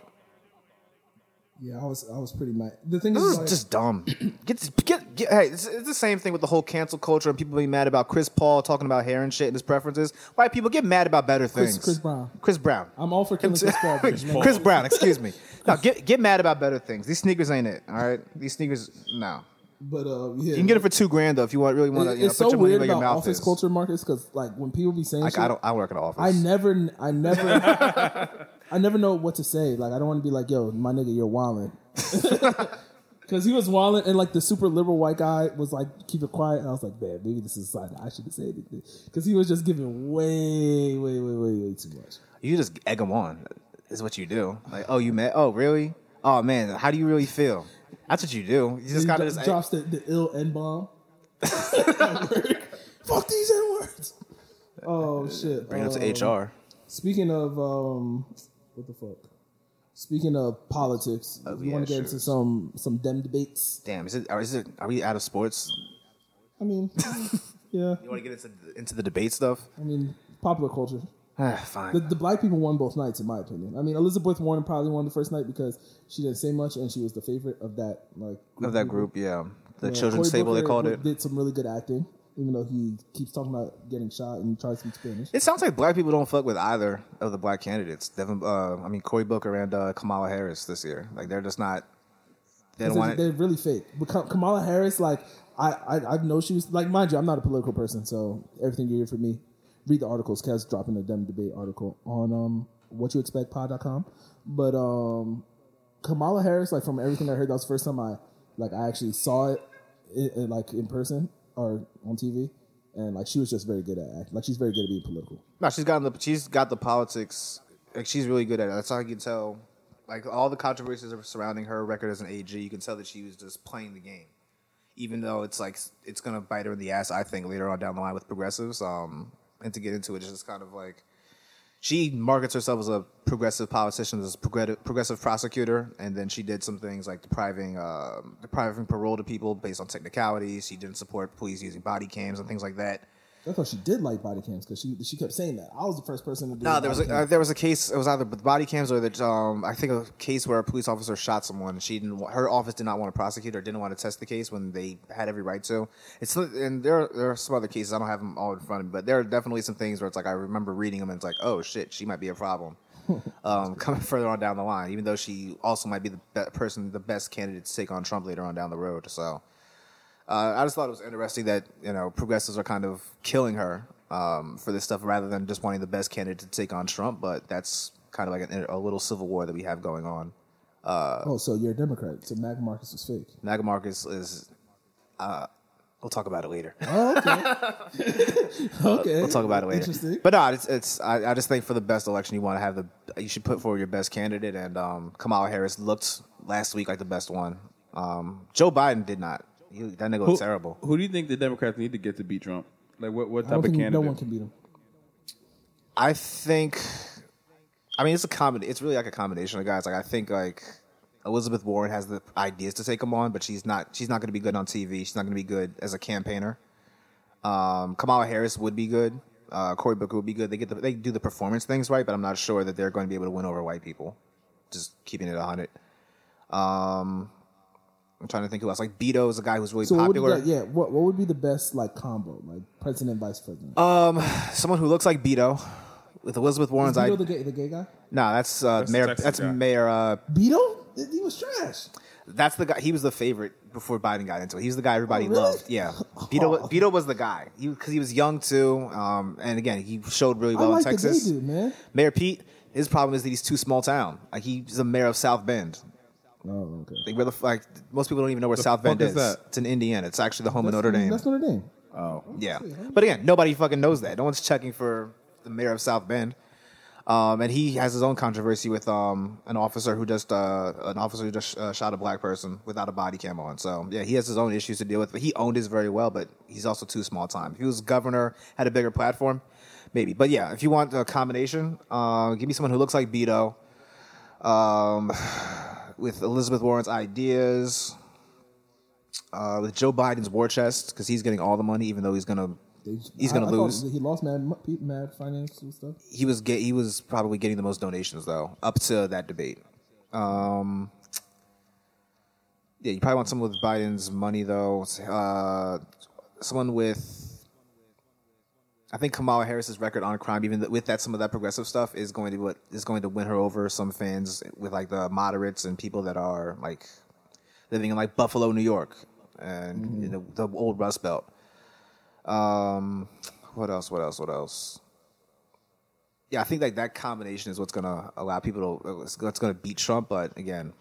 S4: yeah, I was I was pretty mad. The thing
S3: This
S4: is,
S3: is
S4: like,
S3: just dumb. Get, get, get, hey, it's, it's the same thing with the whole cancel culture and people being mad about Chris Paul talking about hair and shit and his preferences. White people get mad about better things.
S4: Chris Brown.
S3: Chris Brown.
S4: I'm all for killing Chris Paul.
S3: Chris
S4: but-
S3: Chris Brown, excuse me. No, get get mad about better things. These sneakers ain't it. All right, these sneakers. No,
S4: but uh, yeah,
S3: you can get it for two grand though if you want really want to.
S4: It-
S3: You know,
S4: it's
S3: put
S4: so
S3: your money
S4: weird
S3: where your
S4: about
S3: mouth
S4: office
S3: is.
S4: culture, Marcus, because like when people be saying
S3: Like
S4: shit,
S3: I don't, I work in an office.
S4: I never, I never, I never know what to say. Like I don't want to be like, "Yo, my nigga, you're wilding," because he was wilding, and like the super liberal white guy was like, "Keep it quiet," and I was like, "Man, maybe this is like I shouldn't say anything," because he was just giving way, way, way, way, way too much.
S3: You just egg them on. Is what you do. Like, oh, you met? Oh, really? Oh man, how do you really feel? That's what you do. You just
S4: He
S3: gotta
S4: dro-
S3: just.
S4: drops the, the ill n bomb. Fuck these n words. Oh shit!
S3: Bring it up
S4: Um,
S3: to HR.
S4: Speaking of um, what the fuck? Speaking of politics,
S3: Oh,
S4: you
S3: yeah,
S4: want to get
S3: sure.
S4: into some some dem debates?
S3: Damn, is it? Are, is it? Are we out of sports?
S4: I mean, yeah,
S3: You want to get into the, into the debate stuff?
S4: I mean popular culture.
S3: Ah,
S4: The,
S3: fine.
S4: the black people won both nights, in my opinion. I mean, Elizabeth Warren probably won the first night because she didn't say much and she was the favorite of that like
S3: Of that group, yeah, the
S4: Yeah,
S3: children's
S4: Cory
S3: table they
S4: Booker
S3: called
S4: who
S3: it.
S4: Did some really good acting, even though he keeps talking about getting shot and tries to speak Spanish.
S3: It sounds like black people don't fuck with either of the black candidates. Devin, uh, I mean Cory Booker and uh, Kamala Harris this year. Like they're just not. They don't
S4: They're,
S3: want it.
S4: they're really fake. But Ka- Kamala Harris, like I, I, I know she was like, mind you, I'm not a political person, so everything you hear from me, read the articles. Kev's dropping a dem debate article on um what you expect pod.com. But um Kamala Harris, like from everything I heard, that was the first time I like I actually saw it, it, it, like in person or on TV. And like she was just very good at act. Like she's very good at being political.
S3: No, she's gotten the she's got the politics. Like she's really good at it. That's how you can tell. Like all the controversies that were surrounding her record as an AG, you can tell that she was just playing the game. Even though it's like it's gonna bite her in the ass, I think later on down the line with progressives. Um, and to get into it, it's just kind of like she markets herself as a progressive politician, as a progre- progressive prosecutor, and then she did some things like depriving um depriving parole to people based on technicalities. She didn't support police using body cams and things like that.
S4: That's why she did like body cams because she she kept saying that. I was the first person to do.
S3: No,
S4: the
S3: there was
S4: body
S3: a,
S4: cam.
S3: uh, there was a case. It was either with body cams or the um, I think a case where a police officer shot someone. She didn't. wa- Her office did not want to prosecute or didn't want to test the case when they had every right to. It's and there there are some other cases. I don't have them all in front of me, but there are definitely some things where it's like I remember reading them and it's like, oh shit, she might be a problem. um, coming further on down the line, even though she also might be the be- person, the best candidate to take on Trump later on down the road. So. Uh, I just thought it was interesting that you know progressives are kind of killing her um, for this stuff rather than just wanting the best candidate to take on Trump. But that's kind of like an, a little civil war that we have going on. uh,
S4: Oh, so you're a Democrat. So Mac Marcus was fake.
S3: Naga Marcus is. Uh, we'll talk about it later.
S4: Okay.
S3: We'll talk about it later.
S4: Interesting.
S3: But no, it's, it's I, I just think for the best election, you want to have the you should put forward your best candidate, and um, Kamala Harris looked last week like the best one. Um, Joe Biden did not. He, that nigga looked terrible.
S5: Who do you think the Democrats need to get to beat Trump? Like, what, what
S4: I don't
S5: type of
S4: think
S5: candidate?
S4: no one can beat him.
S3: I think, I mean, it's a combination. It's really like a combination of guys. Like I think like Elizabeth Warren has the ideas to take him on, but she's not. She's not going to be good on TV. She's not going to be good as a campaigner. Um, Kamala Harris would be good. Uh, Cory Booker would be good. They get the, they do the performance things right, but I'm not sure that they're going to be able to win over white people. Just keeping it hundred. Um, I'm trying to think who else. Like Beto is a guy who's really
S4: So what would be
S3: popular.
S4: like, yeah, what what would be the best like combo, like president and vice president?
S3: Uh, Someone who looks like Beto with Elizabeth Warren's. uh,
S4: Beto
S3: I, That's the guy. He was the favorite before Biden got into it. He was the guy everybody
S4: Oh, really?
S3: loved. Yeah, Beto. was- Beto was the guy because he, was young too. Um, and again, he showed really
S4: I
S3: well
S4: like
S3: in Texas.
S4: the gay dude, man.
S3: Mayor Pete. His problem is that he's too small town. Like he's the mayor of South Bend.
S4: Oh, okay.
S3: Like, where the, f- like most people don't even know where South Bend
S5: fuck
S3: is.
S5: is that?
S3: It's in Indiana. It's actually the home
S4: That's-
S3: of Notre Dame.
S4: That's Notre Dame.
S3: Yeah. But again, nobody fucking knows that. No one's checking for the mayor of South Bend. Um, and he has his own controversy with um, an officer who just uh, an officer who just uh, shot a black person without a body cam on. So yeah, he has his own issues to deal with. But he owned his very well, but he's also too small time. If he was governor, had a bigger platform, maybe. But yeah, if you want a combination, uh, give me someone who looks like Beto, um, with Elizabeth Warren's ideas, uh, with Joe Biden's war chest because he's getting all the money, even though he's gonna he's
S4: I-
S3: gonna
S4: I thought
S3: lose.
S4: He lost mad, mo- pe- mad financial stuff.
S3: He was get, he was probably getting the most donations though up to that debate. Um, yeah, you probably want someone with Biden's money though. Uh, someone with. I think Kamala Harris's record on crime, even th- with that some of that progressive stuff, is going to what is going to win her over some fans with like the moderates and people that are like living in like Buffalo, New York, and you know, the old Rust Belt. Um, what else? What else? What else? Yeah, I think like that combination is what's gonna allow people to uh, it's- what's gonna beat Trump. But again,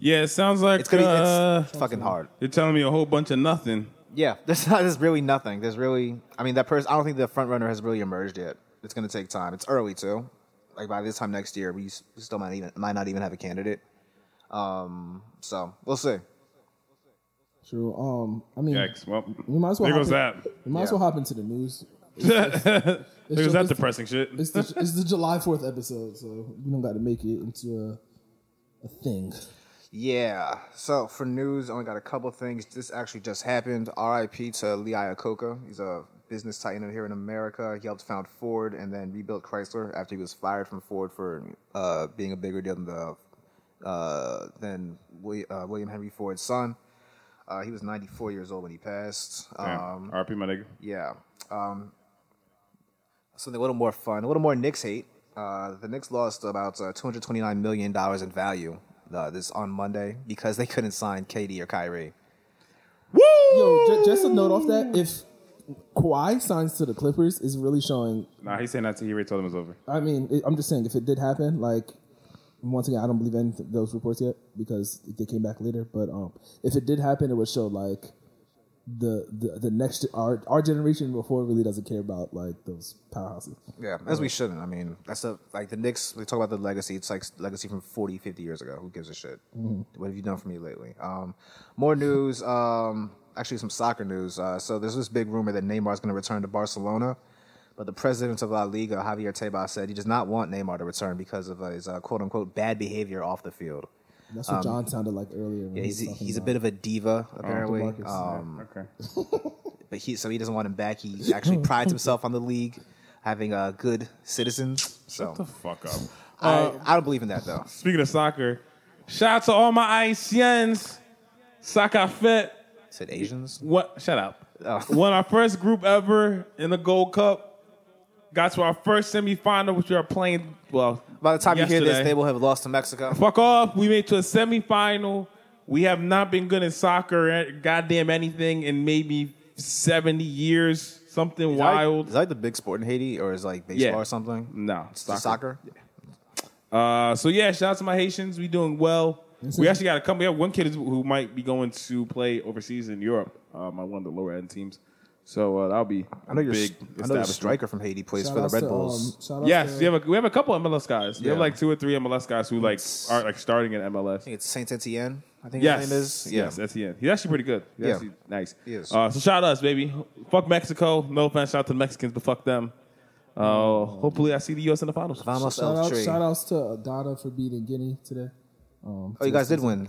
S5: Yeah, it sounds like
S3: it's gonna
S5: uh,
S3: it's fucking hard.
S5: you're telling me a whole bunch of nothing.
S3: Yeah, there's not, there's really nothing. There's really, I mean, that person. I don't think the front runner has really emerged yet. It's gonna take time. It's early too. Like by this time next year, we s- we still might even might not even have a candidate. Um, so we'll see.
S4: True. Um, I mean,
S5: Yikes. Well,
S4: you might as well.
S5: there goes
S4: hop in-
S5: that.
S4: You might as
S3: Yeah.
S4: well hop into the news.
S5: There
S4: ju-
S5: goes that
S4: it's-
S5: depressing shit.
S4: It's the it's the July Fourth episode, so you don't got to make it into a a thing.
S3: Yeah. So for news, only got a couple things. This actually just happened. R.I.P. to Lee Iacocca. He's a business titan here in America. He helped found Ford and then rebuilt Chrysler after he was fired from Ford for uh, being a bigger deal than the uh, than William, uh, William Henry Ford's son. Uh, he was 94 years old when he passed. Um,
S5: Damn. RP my nigga.
S3: yeah. Um, something a little more fun, a little more Knicks hate. Uh, the Knicks lost about uh, $229 million in value uh, this on Monday because they couldn't sign KD or Kyrie.
S4: Yo, j- just a note off that if Kawhi signs to the Clippers is really showing.
S5: Nah, he's saying that to he already told him it was over.
S4: I mean, it, I'm just saying if it did happen, like once again, I don't believe any of those reports yet because they came back later. But um, if it did happen, it would show like the the, the next our our generation before really doesn't care about like those powerhouses.
S3: Yeah, as we shouldn't. I mean, that's a, like the Knicks, we talk about the legacy. It's like legacy from 40, 50 years ago. Who gives a shit?
S5: Mm-hmm.
S3: What have you done for me lately? Um, more news, um, actually, some soccer news. Uh, so there's this big rumor that Neymar is going to return to Barcelona. But the president of La Liga, Javier Tebas, said he does not want Neymar to return because of his uh, quote unquote bad behavior off the field.
S4: That's what John sounded like earlier.
S3: Um,
S4: when
S3: Yeah,
S4: he was
S3: he's
S4: talking
S3: he's a
S4: about-
S3: bit of a diva
S5: Oh,
S3: apparently,
S4: DeMarcus, yeah.
S3: um,
S5: Okay.
S3: but he so he doesn't want him back. He actually prides himself on the league having uh, good citizens. So
S5: Shut the fuck up.
S3: I, I don't believe in that though.
S5: Speaking of soccer, shout out to all my Haitians. Soccer fit.
S3: Said Asians.
S5: What? Shut up.
S3: Oh.
S5: Won our first group ever in the Gold Cup. Got to our first semifinal, which we are playing. Well,
S3: By the time you hear
S5: yesterday.
S3: this, they will have lost to Mexico.
S5: fuck off. We made it to a semifinal. We have not been good in soccer, at goddamn anything, in maybe seventy years. Something wild.
S3: Is that like the big sport in Haiti, or is like baseball
S5: Yeah.
S3: or something?
S5: no,
S3: It's the soccer.
S5: Uh, so yeah, shout out to my Haitians. We doing well. We actually got a couple. We have one kid is- who might be going to play overseas in Europe. Um, on one of the lower end teams. So uh, that'll be
S3: I know your
S5: big.
S3: I know your
S5: establishment.
S3: striker from Haiti plays
S4: Shout
S3: for the
S4: outs
S3: Red
S4: to,
S3: Bulls.
S4: um, shout outs
S5: Yes,
S4: to-
S5: you have a, we have a couple MLS guys. We have
S3: Yeah.
S5: like two or three MLS guys who like are like starting in MLS.
S3: I think it's Saint Etienne. I think
S5: Yes,
S3: his name is. Yeah.
S5: yes, Etienne. He's actually pretty good. He's
S3: Yeah.
S5: actually nice.
S3: He is.
S5: Uh, so shout out us, baby. Fuck Mexico. No offense, shout out to the Mexicans, but fuck them. Uh, hopefully, I see the U.S. in the finals.
S3: Vamos
S4: Shout,
S3: El
S4: out,
S3: Tree.
S4: shout outs to Ghana for beating Guinea today. Um,
S3: Oh, you guys did win.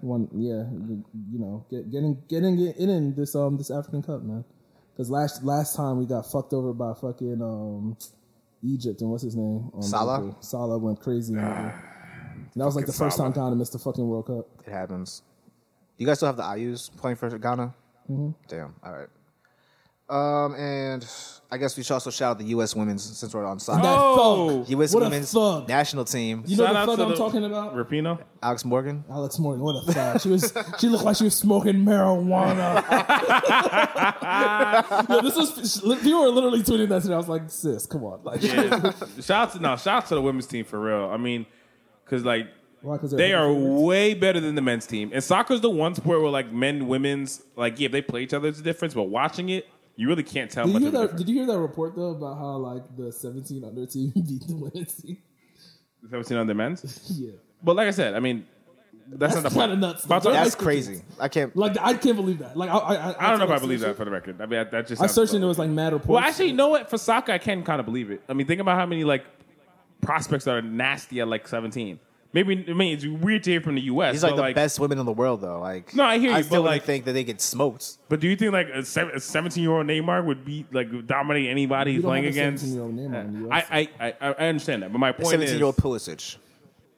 S4: one, yeah, you, you know, get, getting getting it in, in this um this African Cup, man. Because last last time we got fucked over by fucking um Egypt and what's his name um,
S3: Salah?
S4: Liverpool. Salah went crazy. man. And that was like the first
S5: Salah.
S4: time Ghana missed the fucking World Cup.
S3: It Mm-hmm. happens. You guys still have the IUs playing for Ghana? Damn. All right. Um, and I guess we should also shout out the U.S. women's since we're on soccer.
S4: That
S5: Oh,
S4: thug.
S3: U.S.
S4: What a
S3: women's
S4: thug.
S3: national team.
S4: You know
S5: Shout
S4: the
S5: out
S4: thug
S5: to
S4: I'm
S5: the-
S4: talking about?
S5: Rapino.
S3: Alex Morgan.
S4: Alex Morgan, what a thug. She was she looked like she was smoking marijuana. no, this was people were literally tweeting that today. I was like, sis, come on. Like
S5: Yeah. shout out to now. Shout out to the women's team for real. I mean, because like
S4: Why? 'Cause they're
S5: they are
S4: favorites.
S5: way better than the men's team. And soccer's the one sport where like men, women's like yeah, if they play each other, it's a difference. But watching it, you really can't tell
S4: Did you,
S5: much
S4: hear
S5: of a
S4: that,
S5: difference.
S4: did you hear that report though about how like the 17 under team beat the women's team?
S5: Have you ever seen on the men's?
S4: Yeah,
S5: But like I said, I mean, that's,
S4: That's
S5: not the point.
S4: kinda nuts, though.
S5: But I thought-
S4: That's
S3: That's crazy. I can't.
S4: like I can't believe that. Like I, I,
S5: I don't know if I
S4: searched
S5: believe
S4: it.
S5: that for the record. I mean, that- that just
S4: I
S5: sounds
S4: searched and it
S5: low.
S4: was like mad reports.
S5: Well, actually, you know what? For soccer, I can kind of believe it. I mean, think about how many like prospects are nasty at like seventeen. Maybe I mean it's weird to hear from the U.S.
S3: These are like
S5: but,
S3: the best women in the world, though. Like,
S5: No, I hear you,
S3: I
S5: but,
S3: still wouldn't
S5: like-
S3: think that they get smoked.
S5: But do you think like a seventeen-year-old Neymar would be like dominate anybody he's
S4: don't
S5: playing
S4: have a
S5: against?
S4: 17-year-old Neymar in the US.
S5: I, I, I I understand that, but my point is,
S3: Seventeen-year-old Pulisic.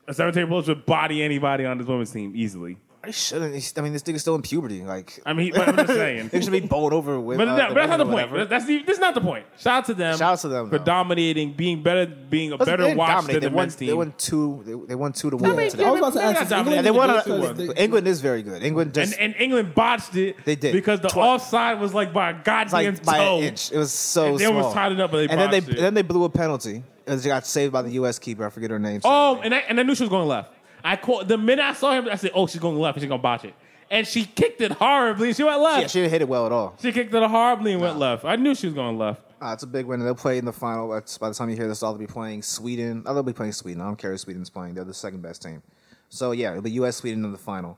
S5: a seventeen-year-old would body anybody on this women's team easily.
S3: I shouldn't. he's- I mean, this nigga's still in puberty. Like,
S5: I mean, he- but I'm just saying.
S3: they should be bowled over with.
S5: But,
S3: uh,
S5: no,
S3: the
S5: but that's not the
S3: women or
S5: point.
S3: whatever.
S5: That's, the, that's not the point. Shout out to them.
S3: Shout out to them,
S5: for
S3: though.
S5: dominating, being better, being a
S3: Plus, they
S5: better
S3: didn't
S5: watch
S3: dominate.
S5: than the
S3: they won,
S5: men's team.
S3: They won two. They, they won two to one
S5: mean,
S3: today.
S4: I was about to
S5: They
S4: ask,
S5: got
S4: is
S5: dominated.
S4: England
S3: and they won. A,
S4: the best
S5: one.
S4: they-
S3: but England is very good. England just
S5: and, and England botched it.
S3: They did.
S5: because the
S3: Twice.
S5: offside was like by a
S3: it's
S5: goddamn
S3: like by
S5: toe.
S3: an inch. It was so.
S5: And they
S3: small.
S5: almost tied it up, but they
S3: and then they
S5: botched it.
S3: then they blew a penalty. It was- it got saved by the U.S. keeper. I forget her name.
S5: Oh, and I, and I knew she was going left. I called the minute I saw him. I said, "Oh, she's going left. and She's gonna botch it." And she kicked it horribly. She went left.
S3: yeah, she didn't hit it well at all.
S5: she kicked it horribly and went left. I knew she was going left.
S3: Uh, it's a big win. They'll play in the final. That's- By the time you hear this, they'll be playing Sweden. Oh, they'll be playing Sweden. I don't care who Sweden's playing. They're the second best team. So yeah, it'll be U.S. Sweden in the final.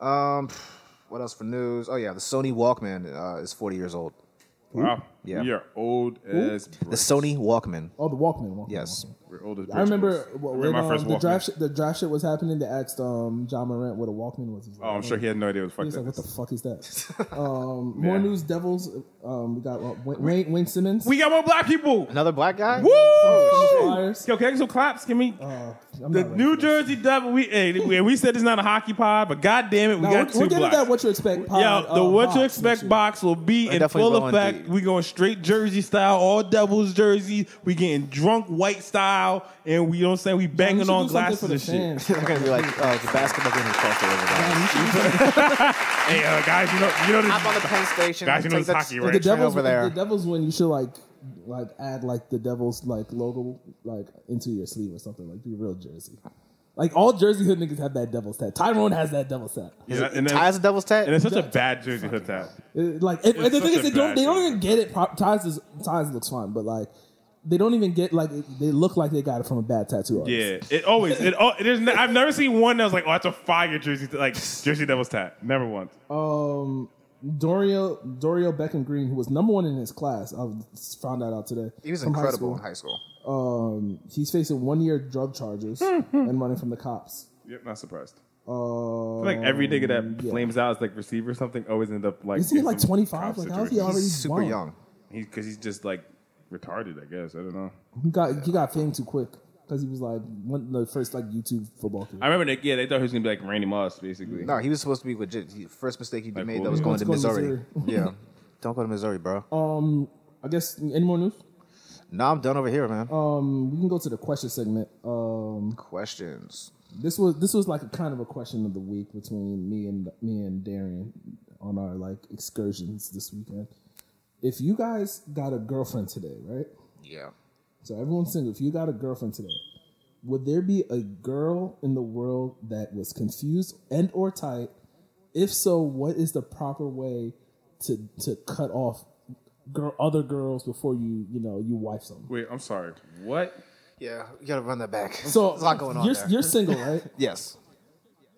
S3: Um, what else for news? Oh yeah, the Sony Walkman uh, is 40 years old.
S5: Wow.
S3: Yeah.
S5: We are old as
S3: The
S5: bricks.
S3: Sony Walkman.
S4: Oh, the Walkman. Walkman
S3: Yes.
S5: We're old as
S4: I
S5: bricks,
S4: remember
S5: boys.
S4: what,
S5: I remember
S4: when,
S5: my first
S4: um, the
S5: Walkman.
S4: draft shit, the draft shit was happening. They asked um, John Morant what a Walkman was. He was
S5: Oh, I'm sure he had no idea what the fuck
S4: He's
S5: that
S4: like, what
S5: was.
S4: the fuck is that? Um, More news, Devils. Um, we got uh, Wayne, Wayne, Wayne Simmons.
S5: We got more black people.
S3: Another black guy.
S5: Woo!
S4: Flyers.
S5: Yo, can I get some claps? Can we?
S4: Uh, I'm
S5: The
S4: not ready
S5: New
S4: for this.
S5: Jersey Devil. We hey, we we said it's not a hockey pod, but god damn it, we
S4: No,
S5: got
S4: we're,
S5: two
S4: we're getting
S5: blacks.
S4: that what you expect. Pod,
S5: Yo, the
S4: uh,
S5: what
S4: box
S5: to
S4: next
S5: expect
S4: year.
S5: box will be in
S3: definitely
S5: full
S3: going
S5: effect.
S3: deep.
S5: We going straight Jersey style, all Devils Jersey. We getting drunk white style, and we you know what I'm saying we
S4: We
S5: banging
S4: should
S5: on
S4: do something
S5: glasses
S4: for the
S5: and shit.
S4: fans.
S3: They're gonna be like, oh, the basketball game is crossed over. guys.
S4: We should do something-
S5: Hey uh, guys, you know you know
S3: Hop on the
S5: this.
S3: Penn Station.
S5: Guys, you know
S3: take
S5: it's
S3: that-
S5: hockey,
S3: take
S5: right?
S4: the
S3: the train
S4: Devils
S3: over there.
S4: The Devils win. You should like like add like the Devils like logo like into your sleeve or something. Like be real Jersey. Like all Jersey hood niggas have that Devils tat. Tyrone has that Devils tat.
S5: Yeah, and, then,
S3: Ties the Devil's tat.
S5: and it's such a bad Jersey hood tap.
S4: It- Uh, Like and- and the
S5: such
S4: thing
S5: a
S4: is they don't
S5: bad
S4: they don't
S5: Jersey.
S4: even get it. Pro- Ties is Ties looks fine, but like they don't even get like it, they look like they got it from a bad tattoo artist.
S5: Yeah, it always it. al- there's ne- I've never seen one that was like, oh, that's a fire Jersey like Jersey Devils tat. Never once.
S4: Um. Dorio Dorio Beckham Green, who was number one in his class, I found that out today.
S3: he was
S4: from high
S3: incredible
S4: school.
S3: in high school.
S4: Um, he's facing one year drug charges and running from the cops.
S5: Yep, not surprised.
S4: Uh,
S5: Like every nigga that
S4: yeah.
S5: flames out as like receiver or something always end up like.
S4: Isn't he
S5: in
S4: like
S5: some
S4: 25?
S5: cop
S4: Like, how's he
S5: situation.
S4: already
S3: He's super
S4: blown?
S3: young.
S5: He's because he's just like retarded, I guess. I don't know.
S4: He got he got famed too quick because he was like one of the first like YouTube football kid.
S5: I remember they yeah they thought he was gonna be like Randy Moss basically.
S3: No, he was supposed to be legit. He, first mistake he
S5: Like,
S3: made
S5: well,
S3: that was
S5: yeah.
S3: going
S4: Let's
S3: to
S4: go to
S3: Missouri. yeah. Don't go to Missouri, bro.
S4: Um, I guess any more news?
S3: No, I'm done over here, man.
S4: Um, we can go to the question segment. Um,
S3: Questions.
S4: this was this was like a kind of a question of the week between me and me and Darian on our like excursions this weekend. If you guys got a girlfriend today, right?
S3: Yeah.
S4: So everyone's single. If you got a girlfriend today, would there be a girl in the world that was confused and or tight? If so, what is the proper way to to cut off girl other girls before you you know you wife someone?
S5: Wait, I'm sorry. What?
S3: Yeah, you gotta run that back.
S4: So
S3: There's a lot going on
S4: You're,
S3: there.
S4: you're single, right?
S3: yes.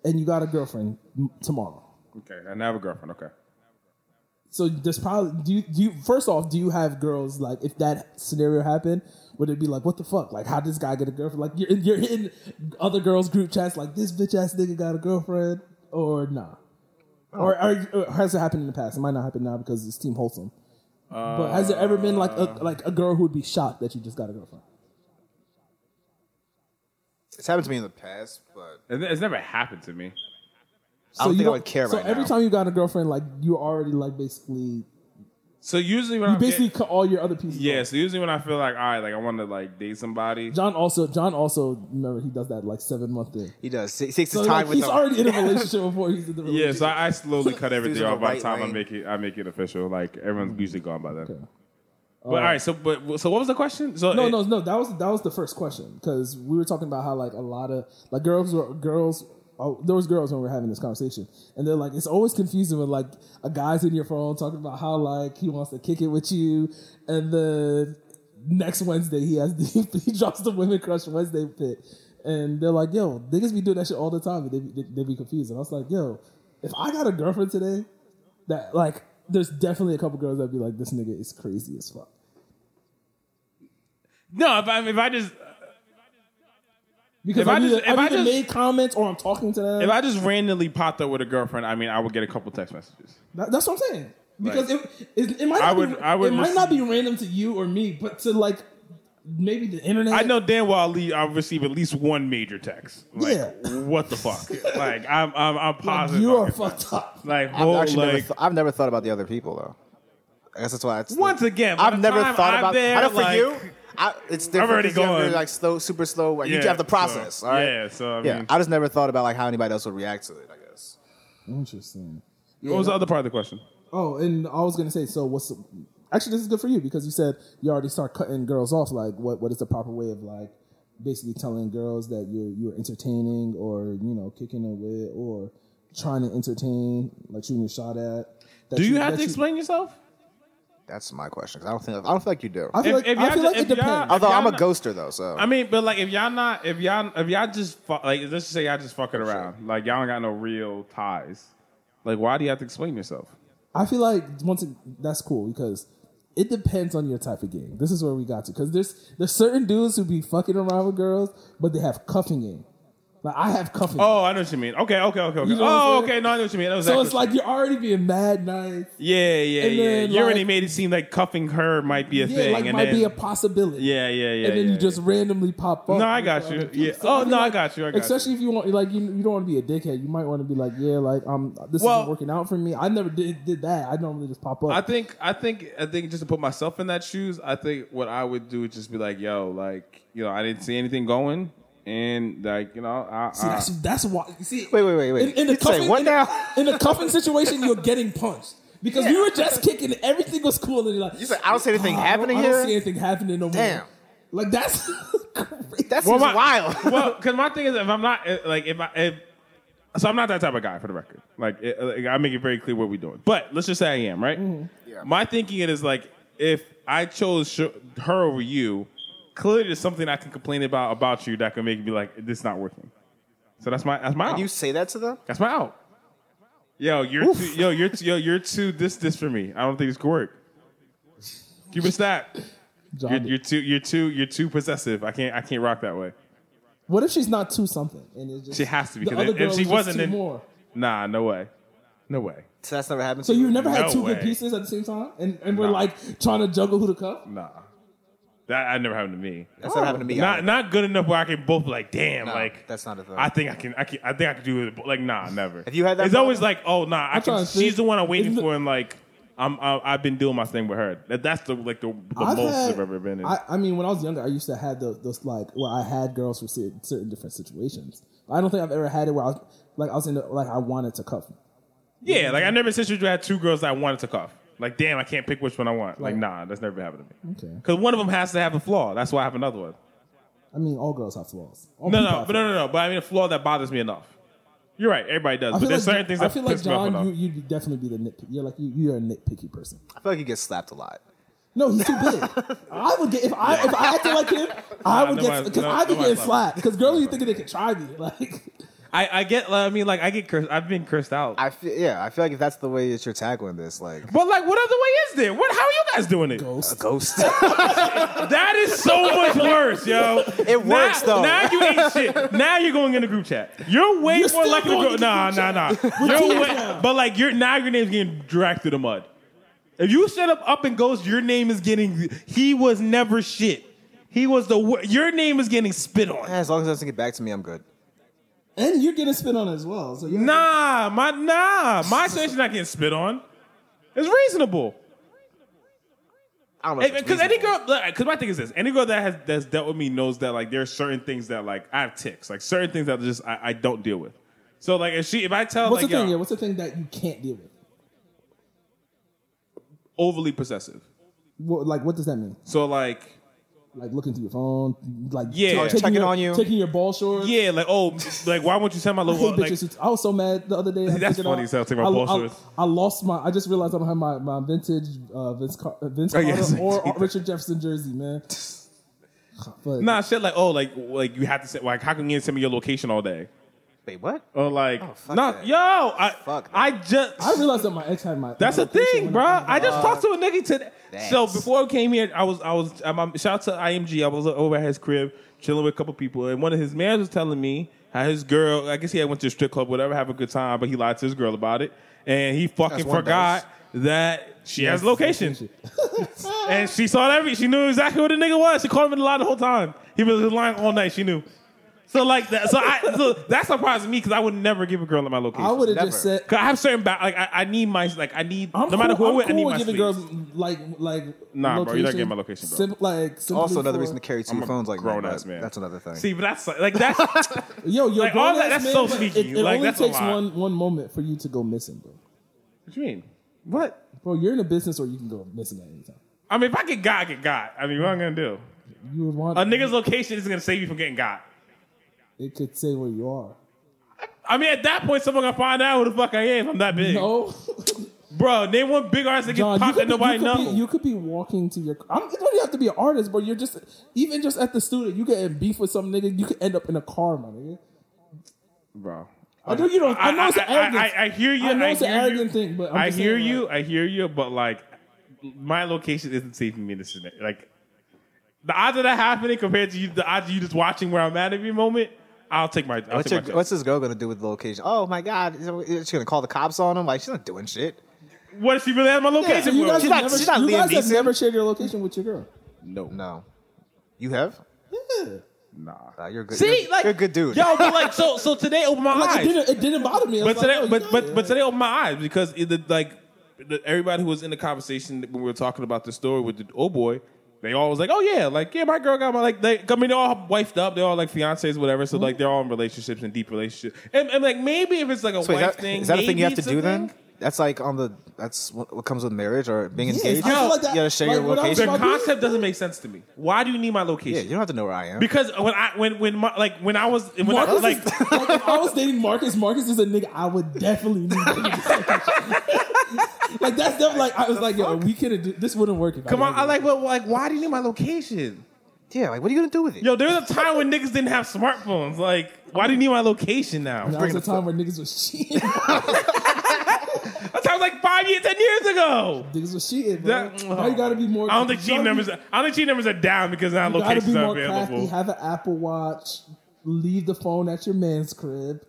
S4: and you got a girlfriend m- tomorrow.
S5: Okay, I now have a girlfriend. Okay.
S4: So there's probably do you, do you first off do you have girls like if that scenario happened would it be like what the fuck like how did this guy get a girlfriend like you're in, you're in other girls group chats like this bitch ass nigga got a girlfriend or nah or, or, or has it happened in the past it might not happen now because it's team wholesome but has there ever been like a like a girl who would be shocked that you just got a girlfriend
S3: It's happened to me in the past, but
S5: It- It's never happened to me.
S3: I don't
S4: you
S3: think I
S4: don't-
S3: would care
S4: so
S3: right
S4: every
S3: now.
S4: time you got a girlfriend like you already like basically
S5: So usually when
S4: You
S5: I'm
S4: basically
S5: basically
S4: cut all your other pieces.
S5: yeah,
S4: off.
S5: so usually when I feel like all right, like I want to like date somebody.
S4: John also John also remember he does that like seven month thing.
S3: He does. He takes
S4: So
S3: his time
S4: like,
S3: with
S4: he's
S3: the,
S4: already in a relationship before he's in the
S5: Yeah,
S4: relationship.
S5: so I, I slowly cut everything
S3: in the
S5: off by
S3: right
S5: the time I
S3: lane.
S5: make it. I make it official. Like everyone's usually gone by then. Mm. But all right, so but so what was the question? So
S4: no,
S5: it-
S4: no, no. That was that was the first question because we were talking about how like a lot of like girls were girls. Oh, there was girls when we were having this conversation, and they're like, it's always confusing when like a guy's in your phone talking about how like he wants to kick it with you, and then next Wednesday he has the, he drops the women crush Wednesday pit, and they're like, yo, niggas be doing that shit all the time, and they be, they, they be confused. And I was like, yo, if I got a girlfriend today, that like there's definitely a couple girls that be like, this nigga is crazy as fuck.
S5: no. If I, if I just
S4: Because
S5: If
S4: I've
S5: I just-
S4: either,
S5: if
S4: I've
S5: I
S4: either
S5: just-
S4: made comments or I'm talking to them.
S5: if I just randomly popped up with a girlfriend, I mean, I would get a couple text messages.
S4: That- that's what I'm saying. Because it, it, it might
S5: I
S4: not
S5: would-
S4: be,
S5: I would
S4: it might
S5: listen-
S4: not be random to you or me, but to like maybe the internet.
S5: I know damn well I'll, leave, I'll receive at least one major text. Like,
S4: Yeah.
S5: what the fuck? like, I'm, I'm, I'm
S4: Like,
S5: positive.
S4: you
S5: I'm
S4: are
S5: gonna-
S4: fucked up.
S5: Like,
S3: I've
S5: whole, like
S3: actually never. Th- I've never thought about the other people though. I guess that's why. It's
S5: once again, by
S3: I've
S5: the
S3: never
S5: time
S3: thought
S5: I'm
S3: about.
S5: there,
S3: I know for
S5: like,
S3: you, I, it's different.
S5: already
S3: 'cause you have to
S5: gone.
S3: be, like slow, super slow. Like,
S5: yeah,
S3: you have the process.
S5: so-
S3: all right.
S5: Yeah, so I mean,
S3: yeah. I just never thought about like how anybody else would react to it. I guess.
S4: Interesting.
S5: what was the other part of the question?
S4: Oh, and I was gonna say, so what's the, actually this is good for you because you said you already start cutting girls off. Like, what what is the proper way of like basically telling girls that you're you're entertaining or you know kicking it with or trying to entertain, like shooting your shot at. that
S5: Do you
S4: that
S5: have to explain yourself?
S3: That's my question. 'cause I don't think. I don't feel like you do.
S4: I feel
S5: If-
S4: like,
S5: if
S4: I
S5: y'all
S4: feel
S5: ju-
S4: like it
S5: if y'all-
S4: depends.
S3: Although
S5: y'all
S3: I'm a
S5: not-
S3: ghoster though, so
S5: I mean, but like if y'all not if y'all if y'all just fu- like let's just say y'all just fucking around like y'all don't got no real ties. Like why do you have to explain yourself?
S4: I feel like once it, that's cool because it depends on your type of game. This is where we got to because there's there's certain dudes who be fucking around with girls, but they have cuffing game. Like I have cuffing. game.
S5: Oh, I know what you mean. Okay, okay, okay, okay.
S4: You know what I'm
S5: oh,
S4: saying?
S5: okay. No, I know what you mean. I know
S4: so
S5: exactly
S4: it's
S5: what
S4: like you're already being mad nice.
S5: you- yeah, yeah,
S4: and
S5: yeah.
S4: then,
S5: you already
S4: like-
S5: made it seem like cuffing her might be a
S4: Yeah,
S5: thing,
S4: like
S5: and
S4: might
S5: then
S4: be a possibility.
S5: yeah, yeah, yeah.
S4: and then
S5: yeah,
S4: you just randomly pop up.
S5: No, I got
S4: with
S5: you.
S4: other people.
S5: Yeah.
S4: So
S5: Oh,
S4: feel
S5: no, I
S4: like-
S5: got you. I got
S4: especially if you want, like, you, you don't want to be a dickhead. You might want to be like, yeah, like, um, this
S5: Well-
S4: isn't working out for me. I never did did that. I normally just pop up.
S5: I think I think I think just to put myself in that shoes, I think what I would do is just be like, yo, like you know, I didn't see anything going, and like you know, I,
S4: See,
S5: I
S4: that's, that's why. you See,
S3: Uh, Wait, wait, wait, wait.
S4: In, in the
S3: You say
S4: cuffing,
S3: what
S4: in the-
S3: now?
S4: in the cuffing situation, you're getting punched because we were just kicking. and Everything was cool, and you're like,
S3: You said, "I don't see anything
S4: "Ah, I
S3: happening
S4: don't- I
S3: here?"
S4: don't see anything happening no
S3: Damn.
S4: more. Like that's crazy.
S3: that
S5: Well,
S3: seems
S5: my-
S3: wild.
S5: well, because my thing is, if I'm not eh, like if I if so I'm not that type of guy for the record. Like, it, like, I make it very clear what we're doing. But let's just say I am, right? My thinking it is like if I chose sh- her over you, clearly there's something I can complain about about you that could make me be like this is not working. So that's my that's my out.
S3: you say that to them?
S5: that's my out. Yo, you're too, yo, you're too, yo, you're too this this for me. I don't think this could work. Keep it stacked.
S4: John,
S5: You're, you're too you're too you're too possessive. I can't I can't rock that way.
S4: what if she's not two something? And it's just,
S5: She has to be,
S4: the
S5: 'cause
S4: other
S5: if- if
S4: girl
S5: she
S4: is just
S5: wasn't,
S4: two
S5: then-
S4: more.
S5: Nah, no way. No way.
S3: So that's never happened.
S4: So
S3: to
S4: you never had
S5: No
S4: two
S5: way.
S4: good pieces at the same time, and, and we're
S5: Nah.
S4: like trying to juggle who to cuff.
S5: Nah. That I never happened to me.
S3: That's never happened to me.
S5: Oh. Not not good enough where I can both be like, damn,
S3: No,
S5: like
S3: that's not a thing.
S5: I think I can I can I think I could do it but, like nah, never.
S3: Have you had that
S5: It's always like, oh nah, I
S4: trying
S5: can
S4: to think.
S5: she's the one I'm waiting
S4: Isn't it-
S5: for and like I'm I, I've been doing my thing with her. That, that's the like the, the most
S4: had-
S5: I've ever been in.
S4: I, I mean, when I was younger, I used to have those, those like where I had girls from certain, certain different situations. I don't think I've ever had it where I was like I was in the, like I wanted to cuff.
S5: yeah, like I never since you had two girls that I wanted to cuff. Like damn, I can't pick which one I want. Like nah, that's never happened to me.
S4: Okay.
S5: Because one of them has to have a flaw. That's why I have another one.
S4: I mean, all girls have flaws. All
S5: No,
S4: people
S5: no,
S4: have
S5: but no, no, no. But I mean, a flaw that bothers me enough. You're right. Everybody does.
S4: I
S5: But
S4: feel
S5: there's
S4: like,
S5: certain things
S4: I
S5: that
S4: feel
S5: piss
S4: like
S5: me off
S4: John, you
S5: enough.
S4: you would definitely be the nitpicky. You're like you you're a nitpicky person.
S3: I feel like you get slapped a lot.
S4: No, he's too big. I would get if I if I acted like him, I
S5: Nah,
S4: would get
S5: nobody-
S4: because
S5: no-
S4: I would
S5: nobody
S4: get
S5: slapped.
S4: slapped. Because girls, you think they could try me like.
S5: I, I get. I mean, like I get cursed. I've been cursed out.
S3: I feel yeah. I feel like if that's the way that you're tackling this, like
S5: but like, what other way is there? What? How are you guys doing it?
S3: a ghost.
S5: That is so much worse, yo.
S3: It
S5: Now-
S3: works, though.
S5: Now you ain't shit. Now you're going in the group chat. You're way
S4: You're
S5: more
S4: still
S5: likely to
S4: going
S5: go.
S4: in the
S5: Nah,
S4: group
S5: nah, nah.
S4: teams
S5: You're way,
S4: now.
S5: but like, you're now your name's getting dragged through the mud. If you shut up, up and goes, your name is getting. He was never shit. He was the. wor- Your name is getting spit on.
S3: as long as it doesn't get back to me, I'm good.
S4: And you're getting spit on as well. So you're
S5: Nah, my nah, my situation's not getting spit on. It's reasonable.
S3: I don't know. if it's
S5: Because any
S3: reasonable.
S5: girl, because my thing is this: any girl that has that's dealt with me knows that like there are certain things that like I have ticks, like certain things that just I, I don't deal with. So like if she if I tell
S4: What's
S5: like
S4: the thing?
S5: yo,
S4: Yeah, what's the thing that you can't deal with?
S5: overly possessive,
S4: What, like, what does that mean?
S5: so like
S4: Like looking through your phone, like
S5: Yeah.
S4: ta-
S5: Or
S4: taking
S3: checking
S4: your,
S3: on you.
S4: taking your ball shorts.
S5: yeah, like oh like why won't you send my
S4: I
S5: little
S4: hate
S5: like
S4: bitches. who- I was so mad the other day. I
S5: That's
S4: figured
S5: funny,
S4: out-
S5: so I'll take my
S4: I-
S5: ball
S4: I-
S5: shorts.
S4: I lost my. I just realized I don't have my, my vintage uh, Vince Car- Vince
S5: Oh,
S4: Carter
S5: yes, I
S4: or
S5: see that.
S4: Richard Jefferson jersey, man. But
S5: nah shit like oh like like you have to say like how can you didn't send me your location all day
S3: Wait, what?
S5: or like
S3: fuck
S5: no
S3: that.
S5: yo I
S3: Fuck that.
S5: I just
S4: I realized that my ex had my.
S5: That's
S4: my
S5: the thing,
S4: location when
S5: bro.
S4: I-
S5: I just talked to a nigga today.
S3: Thanks.
S5: So before I came here, I was I was I'm, I'm- shout out to IMG. I was over at his crib chilling with a couple people, and one of his mans was telling me how his girl. I guess he had went to a strip club, whatever, have a good time, but he lied to his girl about it, and he fucking
S3: one
S5: forgot that she has location, and she saw every. She knew exactly who the nigga was. She called him in the lie the whole time. He was lying all night. She knew. So like that. So I. So that surprised me because I would never give a girl my location.
S4: I would have
S3: Never.
S4: just said.
S5: Cause I have certain ba- like I, I need my like I need
S4: I'm
S5: no matter who
S4: cool,
S5: I'm with,
S4: I'm cool
S5: I
S4: with
S5: need my
S4: giving
S5: space.
S4: girls like like.
S5: Nah, bro, you're not getting my location, bro.
S4: Sim- like simply
S3: Also, another
S4: for-
S3: reason to carry two
S5: I'm a
S3: phones like
S5: grown
S3: that,
S5: ass
S3: but
S5: man.
S3: That's another thing.
S5: See, but that's like that's what
S4: Yo, you're
S5: Like,
S4: grown
S5: all
S4: ass
S5: that- that's
S4: man,
S5: so
S4: but
S5: sneaky.
S4: It, it
S5: Like,
S4: only
S5: that's a
S4: takes
S5: lot.
S4: one one moment for you to go missing, bro.
S5: you mean. What?
S4: Bro, you're in a business where you can go missing at any time.
S5: I mean, if I get got, I get got. I mean, what am I gonna do?
S4: You would want
S5: A nigga's location isn't gonna save you from getting got.
S4: It could say where you are.
S5: I mean, at that point, someone gonna find out who the fuck I am. if I'm that big,
S4: No,
S5: bro. Name one big artist that gets
S4: John, you
S5: popped
S4: could,
S5: that
S4: be,
S5: nobody
S4: you, could
S5: knows.
S4: be, you could be walking to your. I'm, you don't even have to be an artist, bro. You're just even just at the studio, you get in beef with some nigga. You could end up in a car, my nigga.
S5: bro.
S4: I know you don't. I,
S5: I,
S4: know it's an
S5: I, I,
S4: arrogant.
S5: I- I hear you.
S4: I know it's an
S5: hear
S4: arrogant
S5: you.
S4: thing, but I'm
S5: I
S4: just
S5: hear
S4: saying,
S5: you.
S4: like-
S5: I hear you. But like, my location isn't saving me in this. scenario. Like, the odds of that happening compared to you, the odds of you just watching where I'm at every moment. I'll take my. I'll
S3: What's,
S5: take
S3: your,
S5: my
S3: what's this girl gonna do with the location? Oh my god, is is she gonna call the cops on him? Like she's not doing shit.
S5: What if she really had my
S4: So
S5: location?
S4: you
S5: bro?
S4: guys,
S3: She's
S4: have,
S3: not-
S4: never,
S3: she's not
S4: you
S3: Liam
S4: guys have
S3: Neeson.
S4: never shared your location with your girl.
S3: No, no. You have?
S4: Yeah.
S3: Nah, you're a good.
S5: See,
S3: you're,
S5: like,
S3: you're a good dude.
S5: Yo, but like, so so today opened my
S4: Like, it,
S5: eyes.
S4: didn't, it didn't bother me. I was
S5: But
S4: like,
S5: today,
S4: oh,
S5: but
S4: yeah,
S5: but
S4: yeah.
S5: but today opened my eyes because it, the- like the, everybody who was in the conversation when we were talking about the story with the old boy, they all was like, "Oh yeah, like yeah, my girl got my like." They, I mean, they're all wifed up. They're all like fiancés, whatever.
S3: Mm-hmm.
S5: So like, they're all in relationships and deep relationships. And, and like maybe if it's like a
S3: So
S5: wife
S3: is that,
S5: thing,
S3: is that a thing
S5: maybe
S3: you have to
S5: it's a
S3: do
S5: thing.
S3: then? That's like on the. That's what, what comes with marriage or being
S4: Yeah,
S3: engaged.
S4: I
S5: Yo,
S4: feel like that.
S3: you gotta share
S4: like,
S3: your
S4: when I was
S5: The
S3: location.
S4: my dude-
S5: concept doesn't make sense to me. Why do you need my
S3: Yeah,
S5: location?
S3: you don't have to know where I am.
S5: because when I when when my, like when I was when I
S4: Marcus
S5: was like.
S4: like, is, like if I was dating Marcus, Marcus is a nigga I would definitely need. to- like that's definitely like I was like, yo, we couldn't do this. Wouldn't work. If
S5: Come on,
S4: didn't
S5: I like, but like, why do you need my location?
S3: yeah, like what are you gonna do with it?
S5: Yo, there was a time when niggas didn't have smartphones. Like, why do you need my location now?
S4: That was a time where niggas was cheating.
S5: That sounds like five years, ten years ago.
S4: niggas was cheating. Bro.
S5: That-
S4: now you gotta be more.
S5: I don't think
S4: you
S5: cheat
S4: gotta be-
S5: numbers. I don't think cheat numbers are down because now
S4: You gotta be
S5: locations are
S4: more crafty.
S5: available.
S4: Have an Apple Watch. Leave the phone at your man's crib,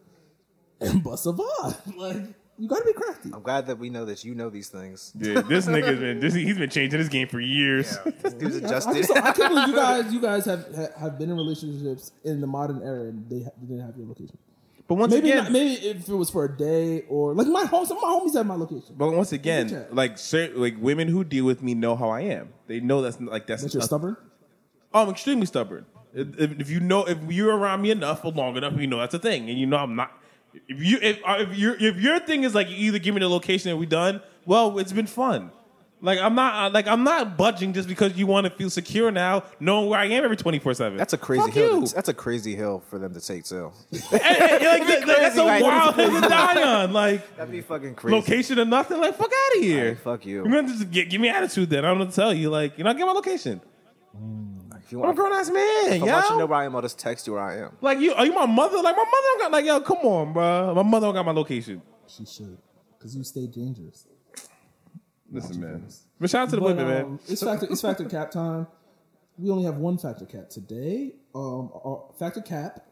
S4: and bust a vibe. Like you gotta be crafty.
S3: I'm glad that we know that you know these things.
S5: Dude, this nigga's been this, he's been changing his game for years.
S3: This dude's
S4: I, I,
S3: adjusted.
S4: just, I can't believe you guys. You guys have ha- have been in relationships in the modern era, and they, ha- they didn't have your location.
S5: But once
S4: Maybe
S5: again,
S4: not, maybe if it was for a day or like my home, some of my homies have my location.
S5: but once
S4: Check.
S5: again, like cer- like women who deal with me know how I am. They know that's like that's.
S4: But you're
S5: a-
S4: stubborn.
S5: Oh, I'm extremely stubborn. If, if- if you know if you're around me enough or long enough, you know that's a thing, and you know I'm not. If you if uh, if your if your thing is like you either give me the location and we done, well, it's been fun. Like I'm not uh, like I'm not budging just because you want to feel secure now, knowing where I am every twenty four seven.
S3: That's a crazy
S5: Fuck
S3: hill.
S5: You.
S3: to- that's a crazy hill for them to take too.
S5: And- and- and, like, that- that's
S3: crazy,
S5: a
S3: like-
S5: wild thing to die on. Like
S3: That'd be fucking crazy.
S5: location or nothing. Like fuck out of here.
S3: Like, fuck you.
S5: You're gonna just get, give me attitude then. I'm gonna tell you like you're not getting my location.
S3: If you
S5: I'm a
S3: want,
S5: grown ass man.
S3: if I want you
S5: yo.
S3: to know where I am, I'll just text you where I am.
S5: Like you, are you my mother? Like my mother don't got like yo, come on, bro. My mother don't got my location.
S4: She should, because you stay dangerous.
S5: Listen, man. But shout out to the women, man.
S4: Um, It's factor. It's factor cap time. We only have one factor cap today. Um, our- factor cap.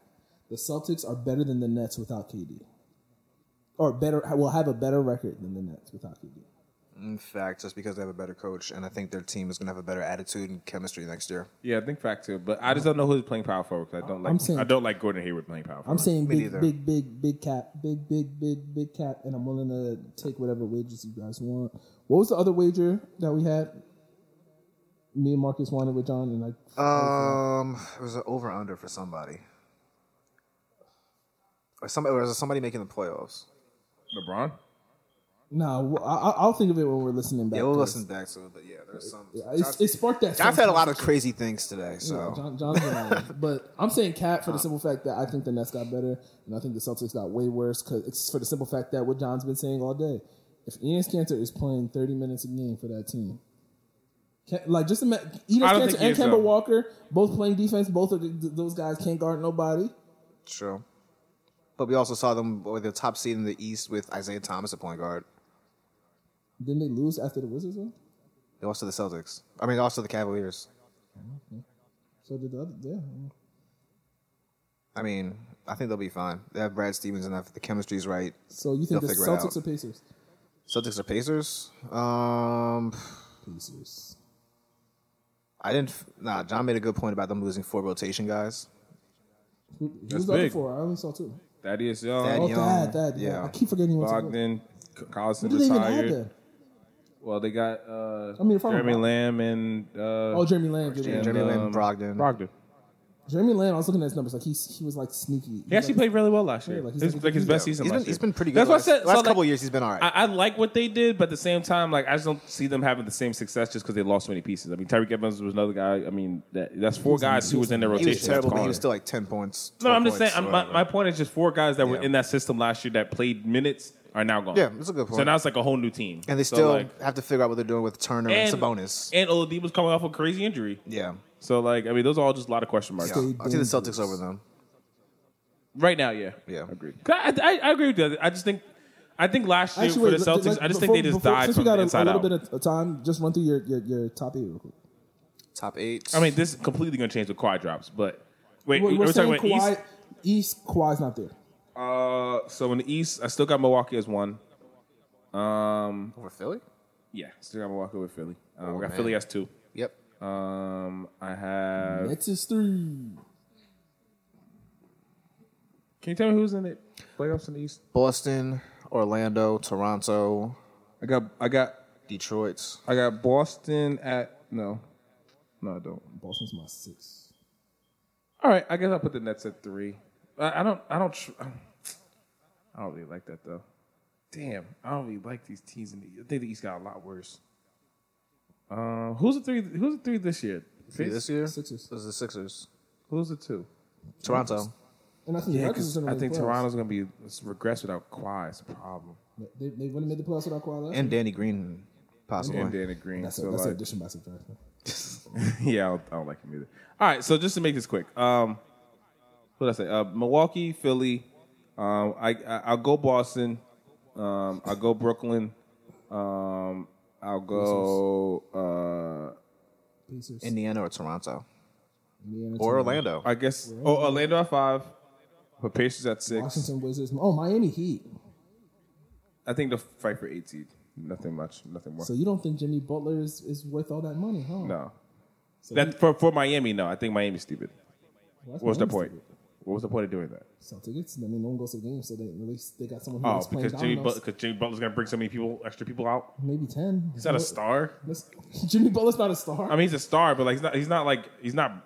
S4: The Celtics are better than the Nets without KD, or better. Will have a better record than the Nets without KD.
S3: In fact, just because they have a better coach, and I think their team is gonna have a better attitude and chemistry next year.
S5: Yeah, I think fact too. But I just don't know who's playing power forward because I don't
S4: I'm
S5: like
S4: saying-
S5: I don't like Gordon Hayward playing power
S4: I'm
S5: forward.
S4: saying
S3: Me
S4: big,
S3: neither.
S4: big, big, big cap, big, big, big, big cap, and I'm willing to take whatever wages you guys want. What was the other wager that we had? me and Marcus wanted with John and like
S3: Uh, Um, it was an over under for somebody. Or somebody, or was it somebody making the playoffs?
S5: LeBron.
S4: no, nah, I, I'll think of it when we're listening back.
S3: Yeah, we'll
S4: to
S3: listen back to it, but yeah, there's some.
S4: this. It's, it sparked that.
S3: I've had a
S4: sense-
S3: lot of crazy things today,
S4: Yeah,
S3: so Uh,
S4: John, John's been out. but I'm saying Cat for the simple fact that I think the Nets got better, and I think the Celtics got way worse. Cause it's for the simple fact that what John's been saying all day. If Ian Cantor is playing 30 minutes a game for that team, can, like just imagine Ian
S5: I don't
S4: Cantor
S5: think he
S4: and
S5: is,
S4: Kemba
S5: though.
S4: Walker both playing defense. Both of the, those guys can't guard nobody.
S3: true. But we also saw them with the top seed in the East with Isaiah Thomas at point guard.
S4: Didn't they lose after the Wizards? Though?
S3: They lost to the Celtics. I mean, they lost to the Cavaliers.
S4: So did the other, yeah.
S3: I mean, I think they'll be fine. They have Brad Stevens and if the chemistry's right.
S4: So you think
S3: They'll
S4: the
S3: figure it
S4: Celtics
S3: out.
S4: or Pacers?
S3: Celtics or Pacers? Um,
S4: Pacers.
S3: I didn't. f- Nah, John made a good point about them losing four rotation guys.
S4: Who,
S5: That's
S4: who's the other
S5: big.
S4: four? I only saw two.
S5: Thaddeus Young.
S3: Thaddeus
S4: Oh,
S3: Young,
S4: that, that, yeah.
S3: yeah.
S4: I keep forgetting what's
S5: Bogdan. Collison
S4: Who do they even have
S5: retired.
S4: there?
S5: Well, they got uh,
S4: I mean, if I'm
S5: Jeremy
S4: wrong.
S5: Lamb and uh,
S4: Oh, Jeremy Lamb. Jeremy,
S3: Yeah,
S4: Lamb.
S5: and,
S3: Jeremy Lamb, Brogdon.
S5: Brogdon.
S4: Jeremy Lamb. I was looking at his numbers. Like he's he was like sneaky.
S5: He actually played really well last year.
S4: Yeah, like, he's
S5: It's
S4: like-
S5: like his best
S4: yeah.
S5: season
S3: He's
S5: last
S3: been,
S5: year.
S3: he's been pretty good.
S5: That's
S3: last,
S5: what I said.
S3: Last
S5: so, like,
S3: couple years, he's been all right.
S5: I, I like what they did, but at the same time, like I just don't see them having the same success just because they lost so many pieces. I mean, Tyreek Evans was another guy. I mean, that, that's four guys who was in their
S3: he
S5: rotation.
S3: was terrible,
S5: That's
S3: but he
S5: gone.
S3: was still like ten points.
S5: No,
S3: 12
S5: I'm just saying.
S3: points,
S5: I'm, my,
S3: whatever.
S5: my point is just four guys that were
S3: Yeah.
S5: in that system last year that played minutes are now gone.
S3: Yeah, that's a good
S5: So
S3: point.
S5: now it's like a whole new team,
S3: and they
S5: So,
S3: still
S5: like,
S3: have to figure out what they're doing with Turner and, Sabonis.
S5: And Oladipo's coming off a crazy injury.
S3: yeah,
S5: So like, I mean, those are all just a lot of question marks.
S3: yeah. I see the
S4: dangerous.
S3: Celtics over them.
S5: Right now, yeah,
S3: Yeah.
S5: agreed. I, I, I agree with you. I just think, I think last year
S4: Actually,
S5: for
S4: wait,
S5: the
S4: let-
S5: Celtics,
S4: let-
S5: I just
S4: before-
S5: think they just
S4: before-
S5: died
S4: since
S5: from
S4: we got
S5: the
S4: a,
S5: inside
S4: a
S5: out.
S4: little bit of time, just run through your your, your top eight real quick.
S3: Top eight.
S5: I mean, this is completely going to change with Kawhi drops, but wait,
S4: We're,
S5: are we talking
S4: saying
S5: about East?
S4: Kawhi. East Kawhi's not there.
S5: Uh, so in the East, I still got Milwaukee as one. Um,
S3: over Philly.
S5: yeah, still got Milwaukee with Philly. Um, I got
S3: man.
S5: Philly as two.
S3: Yep.
S5: Um, I have.
S4: Nets is three.
S5: Can you tell me who's in it? Playoffs in the East.
S3: Boston, Orlando, Toronto,
S5: I got. I got.
S3: Detroit.
S5: I got Boston at no. No, I don't.
S4: Boston's my six.
S5: All right, I guess I'll put the Nets at three. I, I don't. I don't. Tr- I don't really like that though. Damn, I don't really like these teams. In the, I think the East got a lot worse. Um, who's the three? Who's the three this year?
S3: See this year?
S4: Sixers.
S3: It was the Sixers.
S5: Who's the two?
S3: Toronto.
S4: And I think the
S5: Yeah,
S4: Raptors is
S5: 'cause
S4: gonna
S5: I
S4: make
S5: think
S4: playoffs.
S5: Toronto's going to be let's regress without Kawhi. It's a problem.
S4: They, they wouldn't made the playoffs without Kawhi. last year.
S3: And Danny Green, possibly.
S5: And Danny Green.
S4: That's,
S5: so
S4: a, that's an
S5: like,
S4: addition by subtraction.
S5: yeah, I don't, I don't like him either. All right, so just to make this quick, um, what did I say? Uh, Milwaukee, Philly. Um, I, I I'll go Boston. Um, I'll go Brooklyn. Um, I'll go. Uh,
S4: Pacers.
S3: Indiana or Toronto.
S4: Indiana,
S3: Or
S4: Toronto.
S3: Orlando.
S5: I guess. Oh, Orlando at five. But Pacers at six.
S4: Washington Wizards. Oh, Miami Heat.
S5: I think they'll fight for eight seed. Nothing much. Nothing more.
S4: So you don't think Jimmy Butler is, is worth all that money, huh?
S5: no. That for for Miami, no. I think Miami's stupid.
S4: Well, that's
S5: What was the
S4: Miami's
S5: point?
S4: stupid.
S5: What was the point of doing that?
S4: Celtics. I mean, no one goes to the game, so they at least they got someone who
S5: Oh,
S4: else playing
S5: because Jimmy,
S4: dominoes.
S5: Butler, because Jimmy Butler's gonna bring so many people, extra people out.
S4: Maybe ten.
S5: He's not a star.
S4: Jimmy Butler's not a star.
S5: I mean, he's a star, but like he's not. He's not like he's not.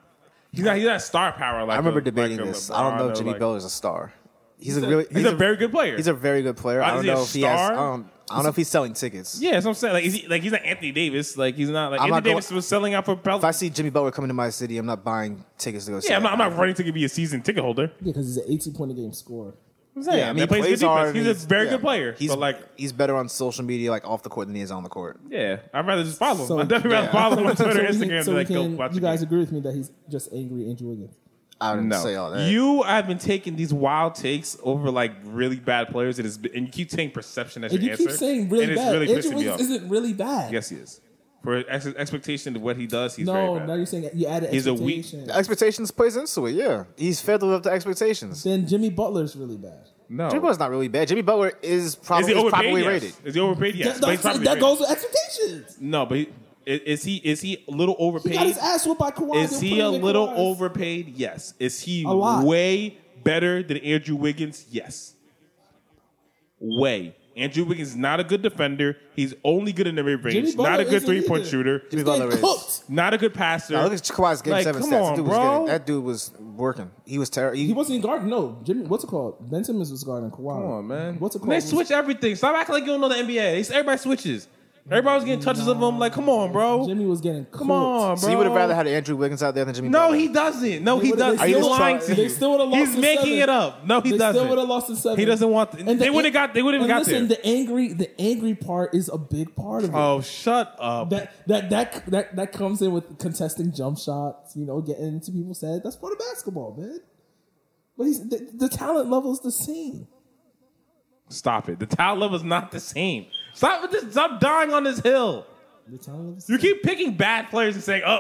S5: He's not. He's not star power. Like
S3: I remember
S5: a-
S3: debating
S5: like a
S3: this. I don't know
S5: LeBron
S3: if
S5: or,
S3: Jimmy
S5: like-
S3: Butler's a star. He's, a really
S5: He's, a, very good player.
S3: he's a very good player. I
S5: Uh,
S3: don't
S5: is he a
S3: know if he has. I
S5: star?
S3: don't, I don't know if he's selling tickets.
S5: yeah, that's what I'm saying. Like, is he, like he's not Anthony Davis. Like he's not like
S3: I'm
S5: Anthony
S3: not going-
S5: Davis was selling out for
S3: If I
S5: Pelicans.
S3: see Jimmy Butler coming to my city, I'm not buying tickets to go see.
S5: Yeah, I'm not, I'm
S3: him.
S5: not running to be a season ticket holder.
S4: yeah, because he's an 18 point a game scorer.
S5: I'm saying,
S3: Yeah, I mean,
S5: that plays, good
S3: hard
S5: defense.
S3: and
S5: He's a very
S3: yeah.
S5: good player.
S3: He's
S5: so like,
S3: he's better on social media, like off the court, than he is on the court.
S5: yeah, I'd rather just follow him.
S4: So-
S5: I'd definitely rather
S3: Yeah.
S5: follow him on
S4: So
S5: Twitter,
S4: we can-
S5: Instagram,
S4: so
S5: than
S4: we
S5: like go
S4: can-
S5: watch.
S4: You
S5: the game.
S4: guys agree with me that he's just angry Andrew Wiggins.
S3: I wouldn't
S5: No.
S3: say all that.
S5: You have been taking these wild takes over like really bad players, and, it's, and you keep saying perception as
S4: And you
S5: your answer.
S4: keep saying really
S5: and it's
S4: bad.
S5: really
S4: Andrew
S5: pissing me
S4: Wiggins
S5: off.
S4: isn't really bad.
S5: yes, he is. For ex- expectation of what he does, he's
S4: no,
S5: very bad.
S4: now you're saying you added
S5: He's a weak-
S4: expectation.
S3: expectations plays into it. Yeah, he's fed up to expectations.
S4: Then Jimmy Butler's really bad.
S5: no,
S3: Jimmy Butler's not really bad. Jimmy Butler is
S5: is
S3: probably
S5: he
S3: is
S5: overpaid?
S3: properly
S5: yes.
S3: rated.
S5: Is he overpaid? Yes,
S4: That-
S5: but he's
S4: that's-
S5: properly
S4: that
S5: rated.
S4: goes with expectations.
S5: No, but he, i- is he is he a little
S4: He got
S5: overpaid?
S4: his ass whipped by Kawhi.
S5: Is
S4: They'll
S5: he
S4: put
S5: a
S4: him in
S5: little
S4: Kawhi's.
S5: overpaid? Yes. Is he
S4: lot.
S5: way better than Andrew Wiggins? Yes. Way. Andrew Wiggins is not a good defender. He's only good in the mid
S4: Jimmy
S5: range.
S4: Butler
S5: Not a good
S4: isn't
S5: three point
S4: either.
S5: shooter.
S3: Jimmy
S4: They
S3: Butler is.
S4: cooked.
S5: Not a good passer.
S3: Now, look at Kawhi's game
S5: Like,
S3: seven
S5: come
S3: stats.
S5: on,
S3: that, dude
S5: bro.
S3: Was getting, that dude was working. He was terrible.
S4: He wasn't in guard. No, Jimmy. What's it called? Ben Simmons was guarding Kawhi.
S5: Come on, man.
S4: What's it
S5: And
S4: called?
S5: They switch everything. Stop acting like you don't know the NBA. They, everybody switches. Everybody was getting touches of them. Like, come on, bro.
S4: Jimmy was getting. Cooked.
S5: Oh, come on, bro.
S3: so you would have rather had Andrew Wiggins out there than Jimmy
S5: No,
S3: Butler.
S5: he doesn't. No, he
S4: would've-
S5: doesn't.
S4: they
S5: He's
S4: still
S5: lying
S4: tried-
S5: to
S4: they
S5: you.
S4: still would've lost
S5: He's
S4: in
S5: making
S4: seven.
S5: it up. No, he
S4: they
S5: doesn't.
S4: still would have lost in seven.
S5: He doesn't want. The,
S4: And
S5: they
S4: the-
S5: would have got. They would have
S4: and
S5: got
S4: listen,
S5: there.
S4: the angry, the angry part is a big part of it.
S5: oh, shut up.
S4: That that that that that comes in with contesting jump shots. You know, getting into people's heads. That's part of basketball, man. But he's the, the talent level's the same.
S5: Stop it. The talent level's not the same. Stop with this. Stop dying on this hill.
S4: The talent level's
S5: You keep picking bad players and saying, "Oh,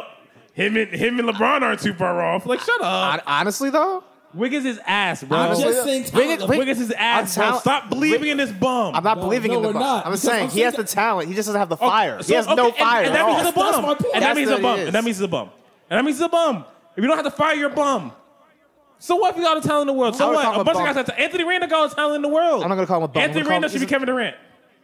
S5: him and him and LeBron aren't too far off." Like, shut up.
S3: Hon- Honestly, though,
S5: Wiggins is ass, bro.
S4: I'm just
S3: yeah. Bring
S4: saying talent
S3: it-
S4: level.
S3: bring-
S5: Wiggins is ass,
S3: I'm
S5: bro.
S3: tell-
S5: Stop believing in this bum.
S3: I'm not
S4: No,
S3: believing
S4: no,
S3: in the
S4: we're
S3: bum.
S4: not,
S3: I'm
S4: because
S3: saying
S4: I'm
S3: he has the
S4: saying
S3: talent. He just doesn't have the fire.
S5: Oh, So,
S3: he has no
S5: okay, and-
S3: fire
S5: And,
S3: at
S5: that
S3: all.
S5: means he's a
S4: That's
S5: bum.
S4: my point.
S5: And that
S4: That's
S5: means he's
S3: what
S5: a bum.
S3: it is.
S5: And that means he's a bum. And that means he's a bum. If you don't have to fire, you're a bum. So what if you got a talent in the world?
S3: I
S5: So
S3: would
S5: what?
S3: call him
S5: A
S3: a
S5: bunch
S3: bum.
S5: of guys have to. Anthony Randall got a talent in the world.
S3: I'm not gonna call him a bum. I'm
S5: Anthony
S3: gonna call him-
S5: Randall should be Kevin Durant.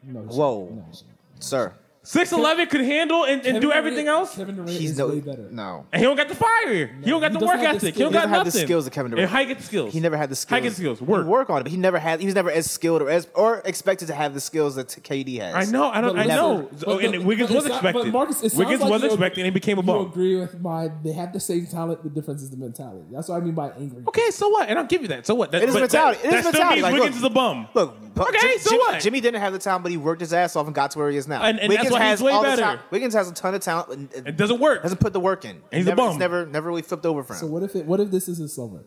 S4: No, shit.
S3: Whoa.
S4: No, shit.
S3: Sir,
S5: Six eleven could handle and, and
S4: Kevin
S5: do
S4: Durant-
S5: everything else.
S4: Kevin Durant
S3: he's
S4: is
S3: no.
S4: way better.
S3: No.
S5: And he don't got the fire. he don't got
S4: he doesn't
S5: the work
S4: have the
S5: ethic. he
S4: skills. He
S5: don't got
S3: doesn't have the
S5: nothing.
S3: skills that Kevin Durant
S5: And how you get the skills?
S3: He never had the skills.
S5: How you get the skills? Work.
S3: He work on it, but he never had. He was never as skilled or as or expected to have the skills that KD has.
S5: I know. I don't.
S4: But
S5: I know.
S4: listen,
S5: Oh,
S4: but-
S5: and Wiggins
S4: but
S5: was
S4: it's not- but
S5: expected.
S4: Marcus, it sounds
S5: Wiggins
S4: like
S5: was
S4: you-
S5: expected and he became a
S4: You
S5: bum.
S4: agree with my? They have the same talent. The difference is the mentality. That's what I mean by angry.
S5: Okay, so what? And I'll give you that. So what? That,
S3: It is
S5: but
S3: mentality.
S5: That,
S3: It is
S5: that still
S3: mentality.
S5: means
S3: Like,
S5: Wiggins
S3: look,
S5: is a bum.
S3: Look, but
S5: Okay,
S3: Jim-
S5: so
S3: Jim-
S5: what?
S3: Jimmy didn't have the talent, but he worked his ass off and got to where he is now.
S5: And- and that's why he's
S3: has
S5: way
S3: all the
S5: better.
S3: talent- Wiggins has a ton of talent. and- and
S5: It doesn't work.
S3: Hasn't put the work in.
S5: He's a
S3: never,
S5: bum.
S3: It's never, never really flipped over for him.
S4: So what if it? What if this is his summer?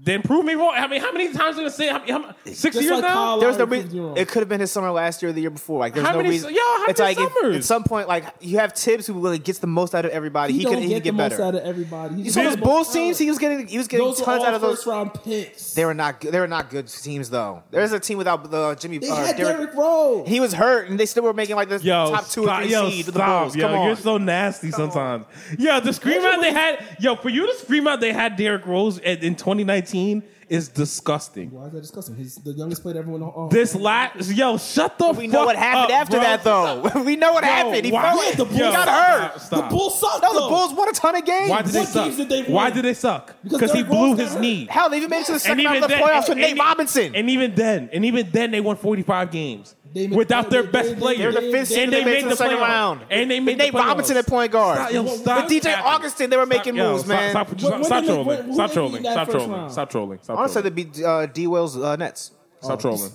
S5: Then prove me wrong. I mean, how many times are gonna say? How, many- how, many- six
S4: Just
S5: years
S4: like
S5: now?
S4: Kyle-
S3: There's no
S4: Lowry proved you
S3: reason.
S4: wrong.
S3: It could have been his summer last year or the year before. Like, there's
S5: How
S3: no
S5: many-
S3: reason.
S5: yo, how
S3: it's
S5: many
S3: like if-
S5: summers?
S3: at some point, like you have Tibbs who really gets the most out of everybody. He,
S4: don't
S3: could he could
S4: the
S3: get
S4: most out
S3: better.
S4: of everybody. He's
S3: You saw
S5: Dude,
S3: those Bulls teams. He was getting he was getting
S4: those
S3: tons
S4: are all
S3: out of those.
S4: first round picks.
S3: They were not good. They were not good teams though. There's a team without the Jimmy.
S4: they
S3: uh,
S4: had
S3: Derrick-
S4: Derrick Rose.
S3: He was hurt, and they still were making like the
S5: Yo,
S3: top two or
S5: stop,
S3: three
S5: yo,
S3: seed with the
S5: stop,
S3: Bulls.
S5: yo,
S3: Come on.
S5: you're so nasty sometimes. Yo, the scream out they had, yo, for you to scream out they had Derrick Rose in in 2019 is disgusting.
S4: Why is that disgusting? He's the youngest player to ever win on. on-
S5: This last, yo, shut the.
S3: we
S5: fuck
S3: know what happened
S5: up,
S3: after
S5: bro.
S3: that though. we know what
S5: Yo,
S3: happened. He,
S5: why-
S3: fell-
S4: Yeah, the
S3: he
S4: Bulls-
S3: got hurt.
S5: Stop,
S4: the
S5: stop.
S4: Bulls suck.
S3: No, the
S4: though.
S3: Bulls won a ton of games.
S5: Why did they
S4: What
S5: suck?
S4: games did they
S5: Why
S4: win?
S5: did they suck?
S4: Because
S5: Because he
S4: Derrick
S5: blew
S4: Rose
S5: his
S4: got
S5: knee.
S3: Hell, they even made it to the second round of the
S5: then-
S3: playoffs with
S5: and-
S3: Nate Robinson.
S5: And even then, and even then, they won 45 games
S4: They-
S5: without their
S4: they-
S5: best
S4: they- they-
S5: player.
S4: They're
S3: the fifth seed
S5: and
S3: and they
S5: they
S3: made
S5: made
S3: it to
S5: the
S3: the second
S5: playoff.
S3: round.
S5: And they made
S3: Nate
S5: the playoffs.
S3: Robinson at point guard.
S5: Stop, yo,
S4: With
S5: stop
S3: DJ
S5: capping.
S3: Augustin, they were making
S5: yo,
S3: moves,
S5: stop-
S3: man.
S5: Stop,
S4: When-
S5: stop,
S4: when
S5: stop
S4: did they-
S5: trolling.
S4: when- when
S5: stop
S4: they
S5: trolling.
S4: beat that
S5: Stop
S4: first
S5: trolling.
S4: round?
S5: Stop trolling. Stop
S3: Honestly,
S5: trolling.
S3: that'd be uh, D. Will's uh, Nets.
S5: Stop trolling.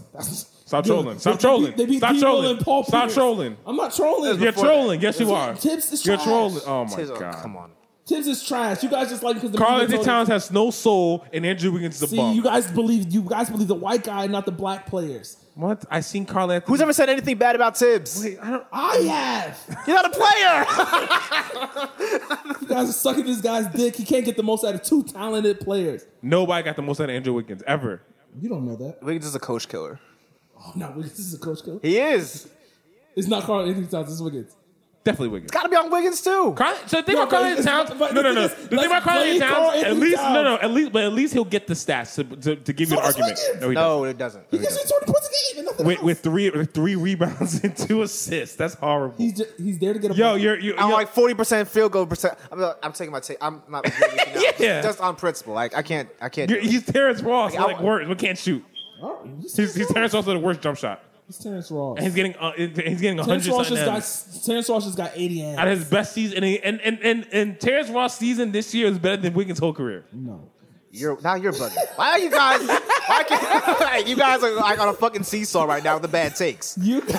S5: Stop
S4: Dude,
S5: trolling.
S4: they
S5: Stop
S4: beat-
S5: trolling.
S4: They beat
S5: Stop
S4: Debo
S5: trolling.
S4: and Paul
S5: Stop
S4: Pierce.
S5: trolling.
S4: I'm not trolling.
S5: You're
S3: before that.
S5: trolling. Yes, you are.
S4: Tibbs is
S5: You're
S4: trash.
S5: trolling. Oh my
S3: Tibbs- oh,
S5: god.
S3: Come on.
S4: Tibbs is trash. You guys just like because the
S5: Carl
S4: people
S5: Anthony
S4: told us-
S5: Towns has no soul, and Andrew Wiggins is a
S4: See,
S5: bum.
S4: you guys believe you guys believe the white guy, not the black players.
S5: what? I seen Carl Anthony.
S3: Who's ever said anything bad about Tibbs?
S5: I don't.
S4: I have.
S3: You're not a player.
S4: you guys are sucking this guy's dick. He can't get the most out of two talented players.
S5: Nobody got the most out of Andrew Wiggins ever.
S4: You don't know that.
S3: Wiggins is a coach killer.
S4: Oh no, Wiggins is a coach kill.
S3: He is.
S4: It's not Carl Anthony Towns. It's Wiggins.
S5: Definitely Wiggins.
S3: Got to be on Wiggins too.
S5: Carl, so the thing
S4: No,
S5: about Carl
S4: but
S5: Anthony
S4: it's-
S5: Towns,
S4: but
S5: no, no,
S4: the
S5: no.
S4: thing is,
S5: The thing
S4: let's
S5: about Carl Anthony
S4: blame
S5: Towns,
S4: Karl
S5: at
S4: Anthony
S5: least, no, no,
S4: Towns.
S5: at least, but at least he'll get the stats to, to, to give you
S4: So
S5: an
S4: does
S5: argument.
S4: Wiggins.
S3: No,
S5: he doesn't.
S3: it doesn't.
S4: He gives you 20 points a game and nothing
S5: with,
S4: else.
S5: with three with three rebounds and two assists. That's horrible.
S4: he's just, he's there to get a
S5: yo,
S4: bucket.
S5: you're you.
S3: I'm
S5: yo-
S3: like 40% field goal percent. I'm, not- I'm taking my take. I'm not.
S5: Yeah.
S3: Just on principle. Like I can't. I can't.
S5: you're-
S3: do it.
S5: he's Terrence Ross.
S3: I-
S5: Like worse, we can't shoot.
S4: All right, Oh, he's,
S5: He's, he's
S4: Terrence
S5: Terrence Ross with the worst jump shot,
S4: Ross. He's Terrence Ross.
S5: and he's getting uh, and he's getting
S4: Terrence
S5: hundred
S4: Ross
S5: something
S4: just
S5: at
S4: got Terrence Ross just got 80 and
S5: his best season. And, he- and and and and Terrence Ross' season this year is better than Wiggins' whole career.
S4: no.
S3: You're now you're bugging. Why are you guys? Why can't, like, you guys are like on a fucking seesaw right now with the bad takes.
S4: You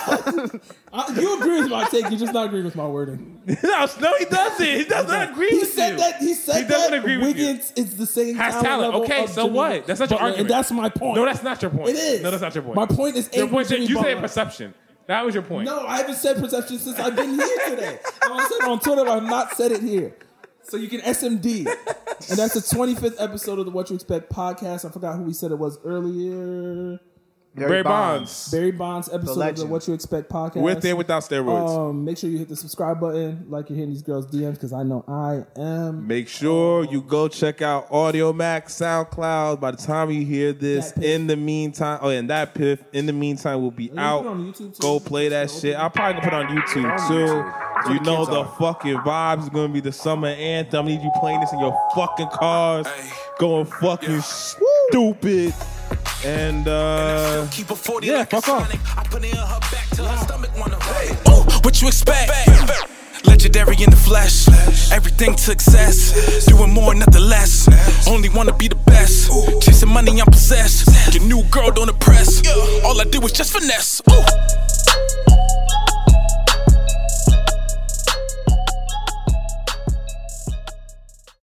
S4: I, you agree with my take. You're just not agreeing with my wording.
S5: no, no, he doesn't. He does not agree
S4: He
S5: with
S4: said
S5: you.
S4: that. He said
S5: He doesn't
S4: that
S5: agree with you.
S4: Wiggins is the same
S5: Has
S4: talent.
S5: talent.
S4: level
S5: Okay,
S4: of
S5: so
S4: Jimmy
S5: what? That's not your
S4: Butler,
S5: argument.
S4: And that's my point.
S5: No, that's not your point.
S4: It is.
S5: No, that's not your point.
S4: My point is
S5: Your
S4: angry
S5: point.
S4: Jimmy
S5: You say
S4: Butler.
S5: perception. That was your point.
S4: No, I haven't said perception since I've been here today. I was said it on Twitter, but I've not said it here. So you can SMD. And that's the 25th episode of the What You Expect podcast. I forgot who we said it was earlier.
S5: Barry Bonds.
S4: Barry Bonds episode of the
S3: legend.
S4: What You Expect podcast.
S5: With and without steroids.
S4: Um, make sure you hit the subscribe button, like you're hitting these girls' DMs, because I know I am.
S5: Make sure you go check out Audio Mac, SoundCloud. By the time you hear this,
S4: That Piff.
S5: in the meantime, oh, and that piff, in the meantime, will be
S4: you
S5: out.
S4: put it on YouTube too?
S5: go play that shit. I'll probably put it on YouTube too. You know the fucking vibes is gonna be the summer anthem. I need you playing this in your fucking cars,
S2: Hey.
S5: going fucking stupid. And uh,
S2: Keep a 40
S5: Yeah,
S2: like a
S5: fuck off.
S2: Sonic. I put it in her back till her stomach wanna hey. Oh, what you expect? Legendary in the flesh. Everything to excess. Doing more, nothing less. Only wanna be the best. Chasing money, I'm possessed. Your new girl don't impress. All I do is just finesse. Ooh.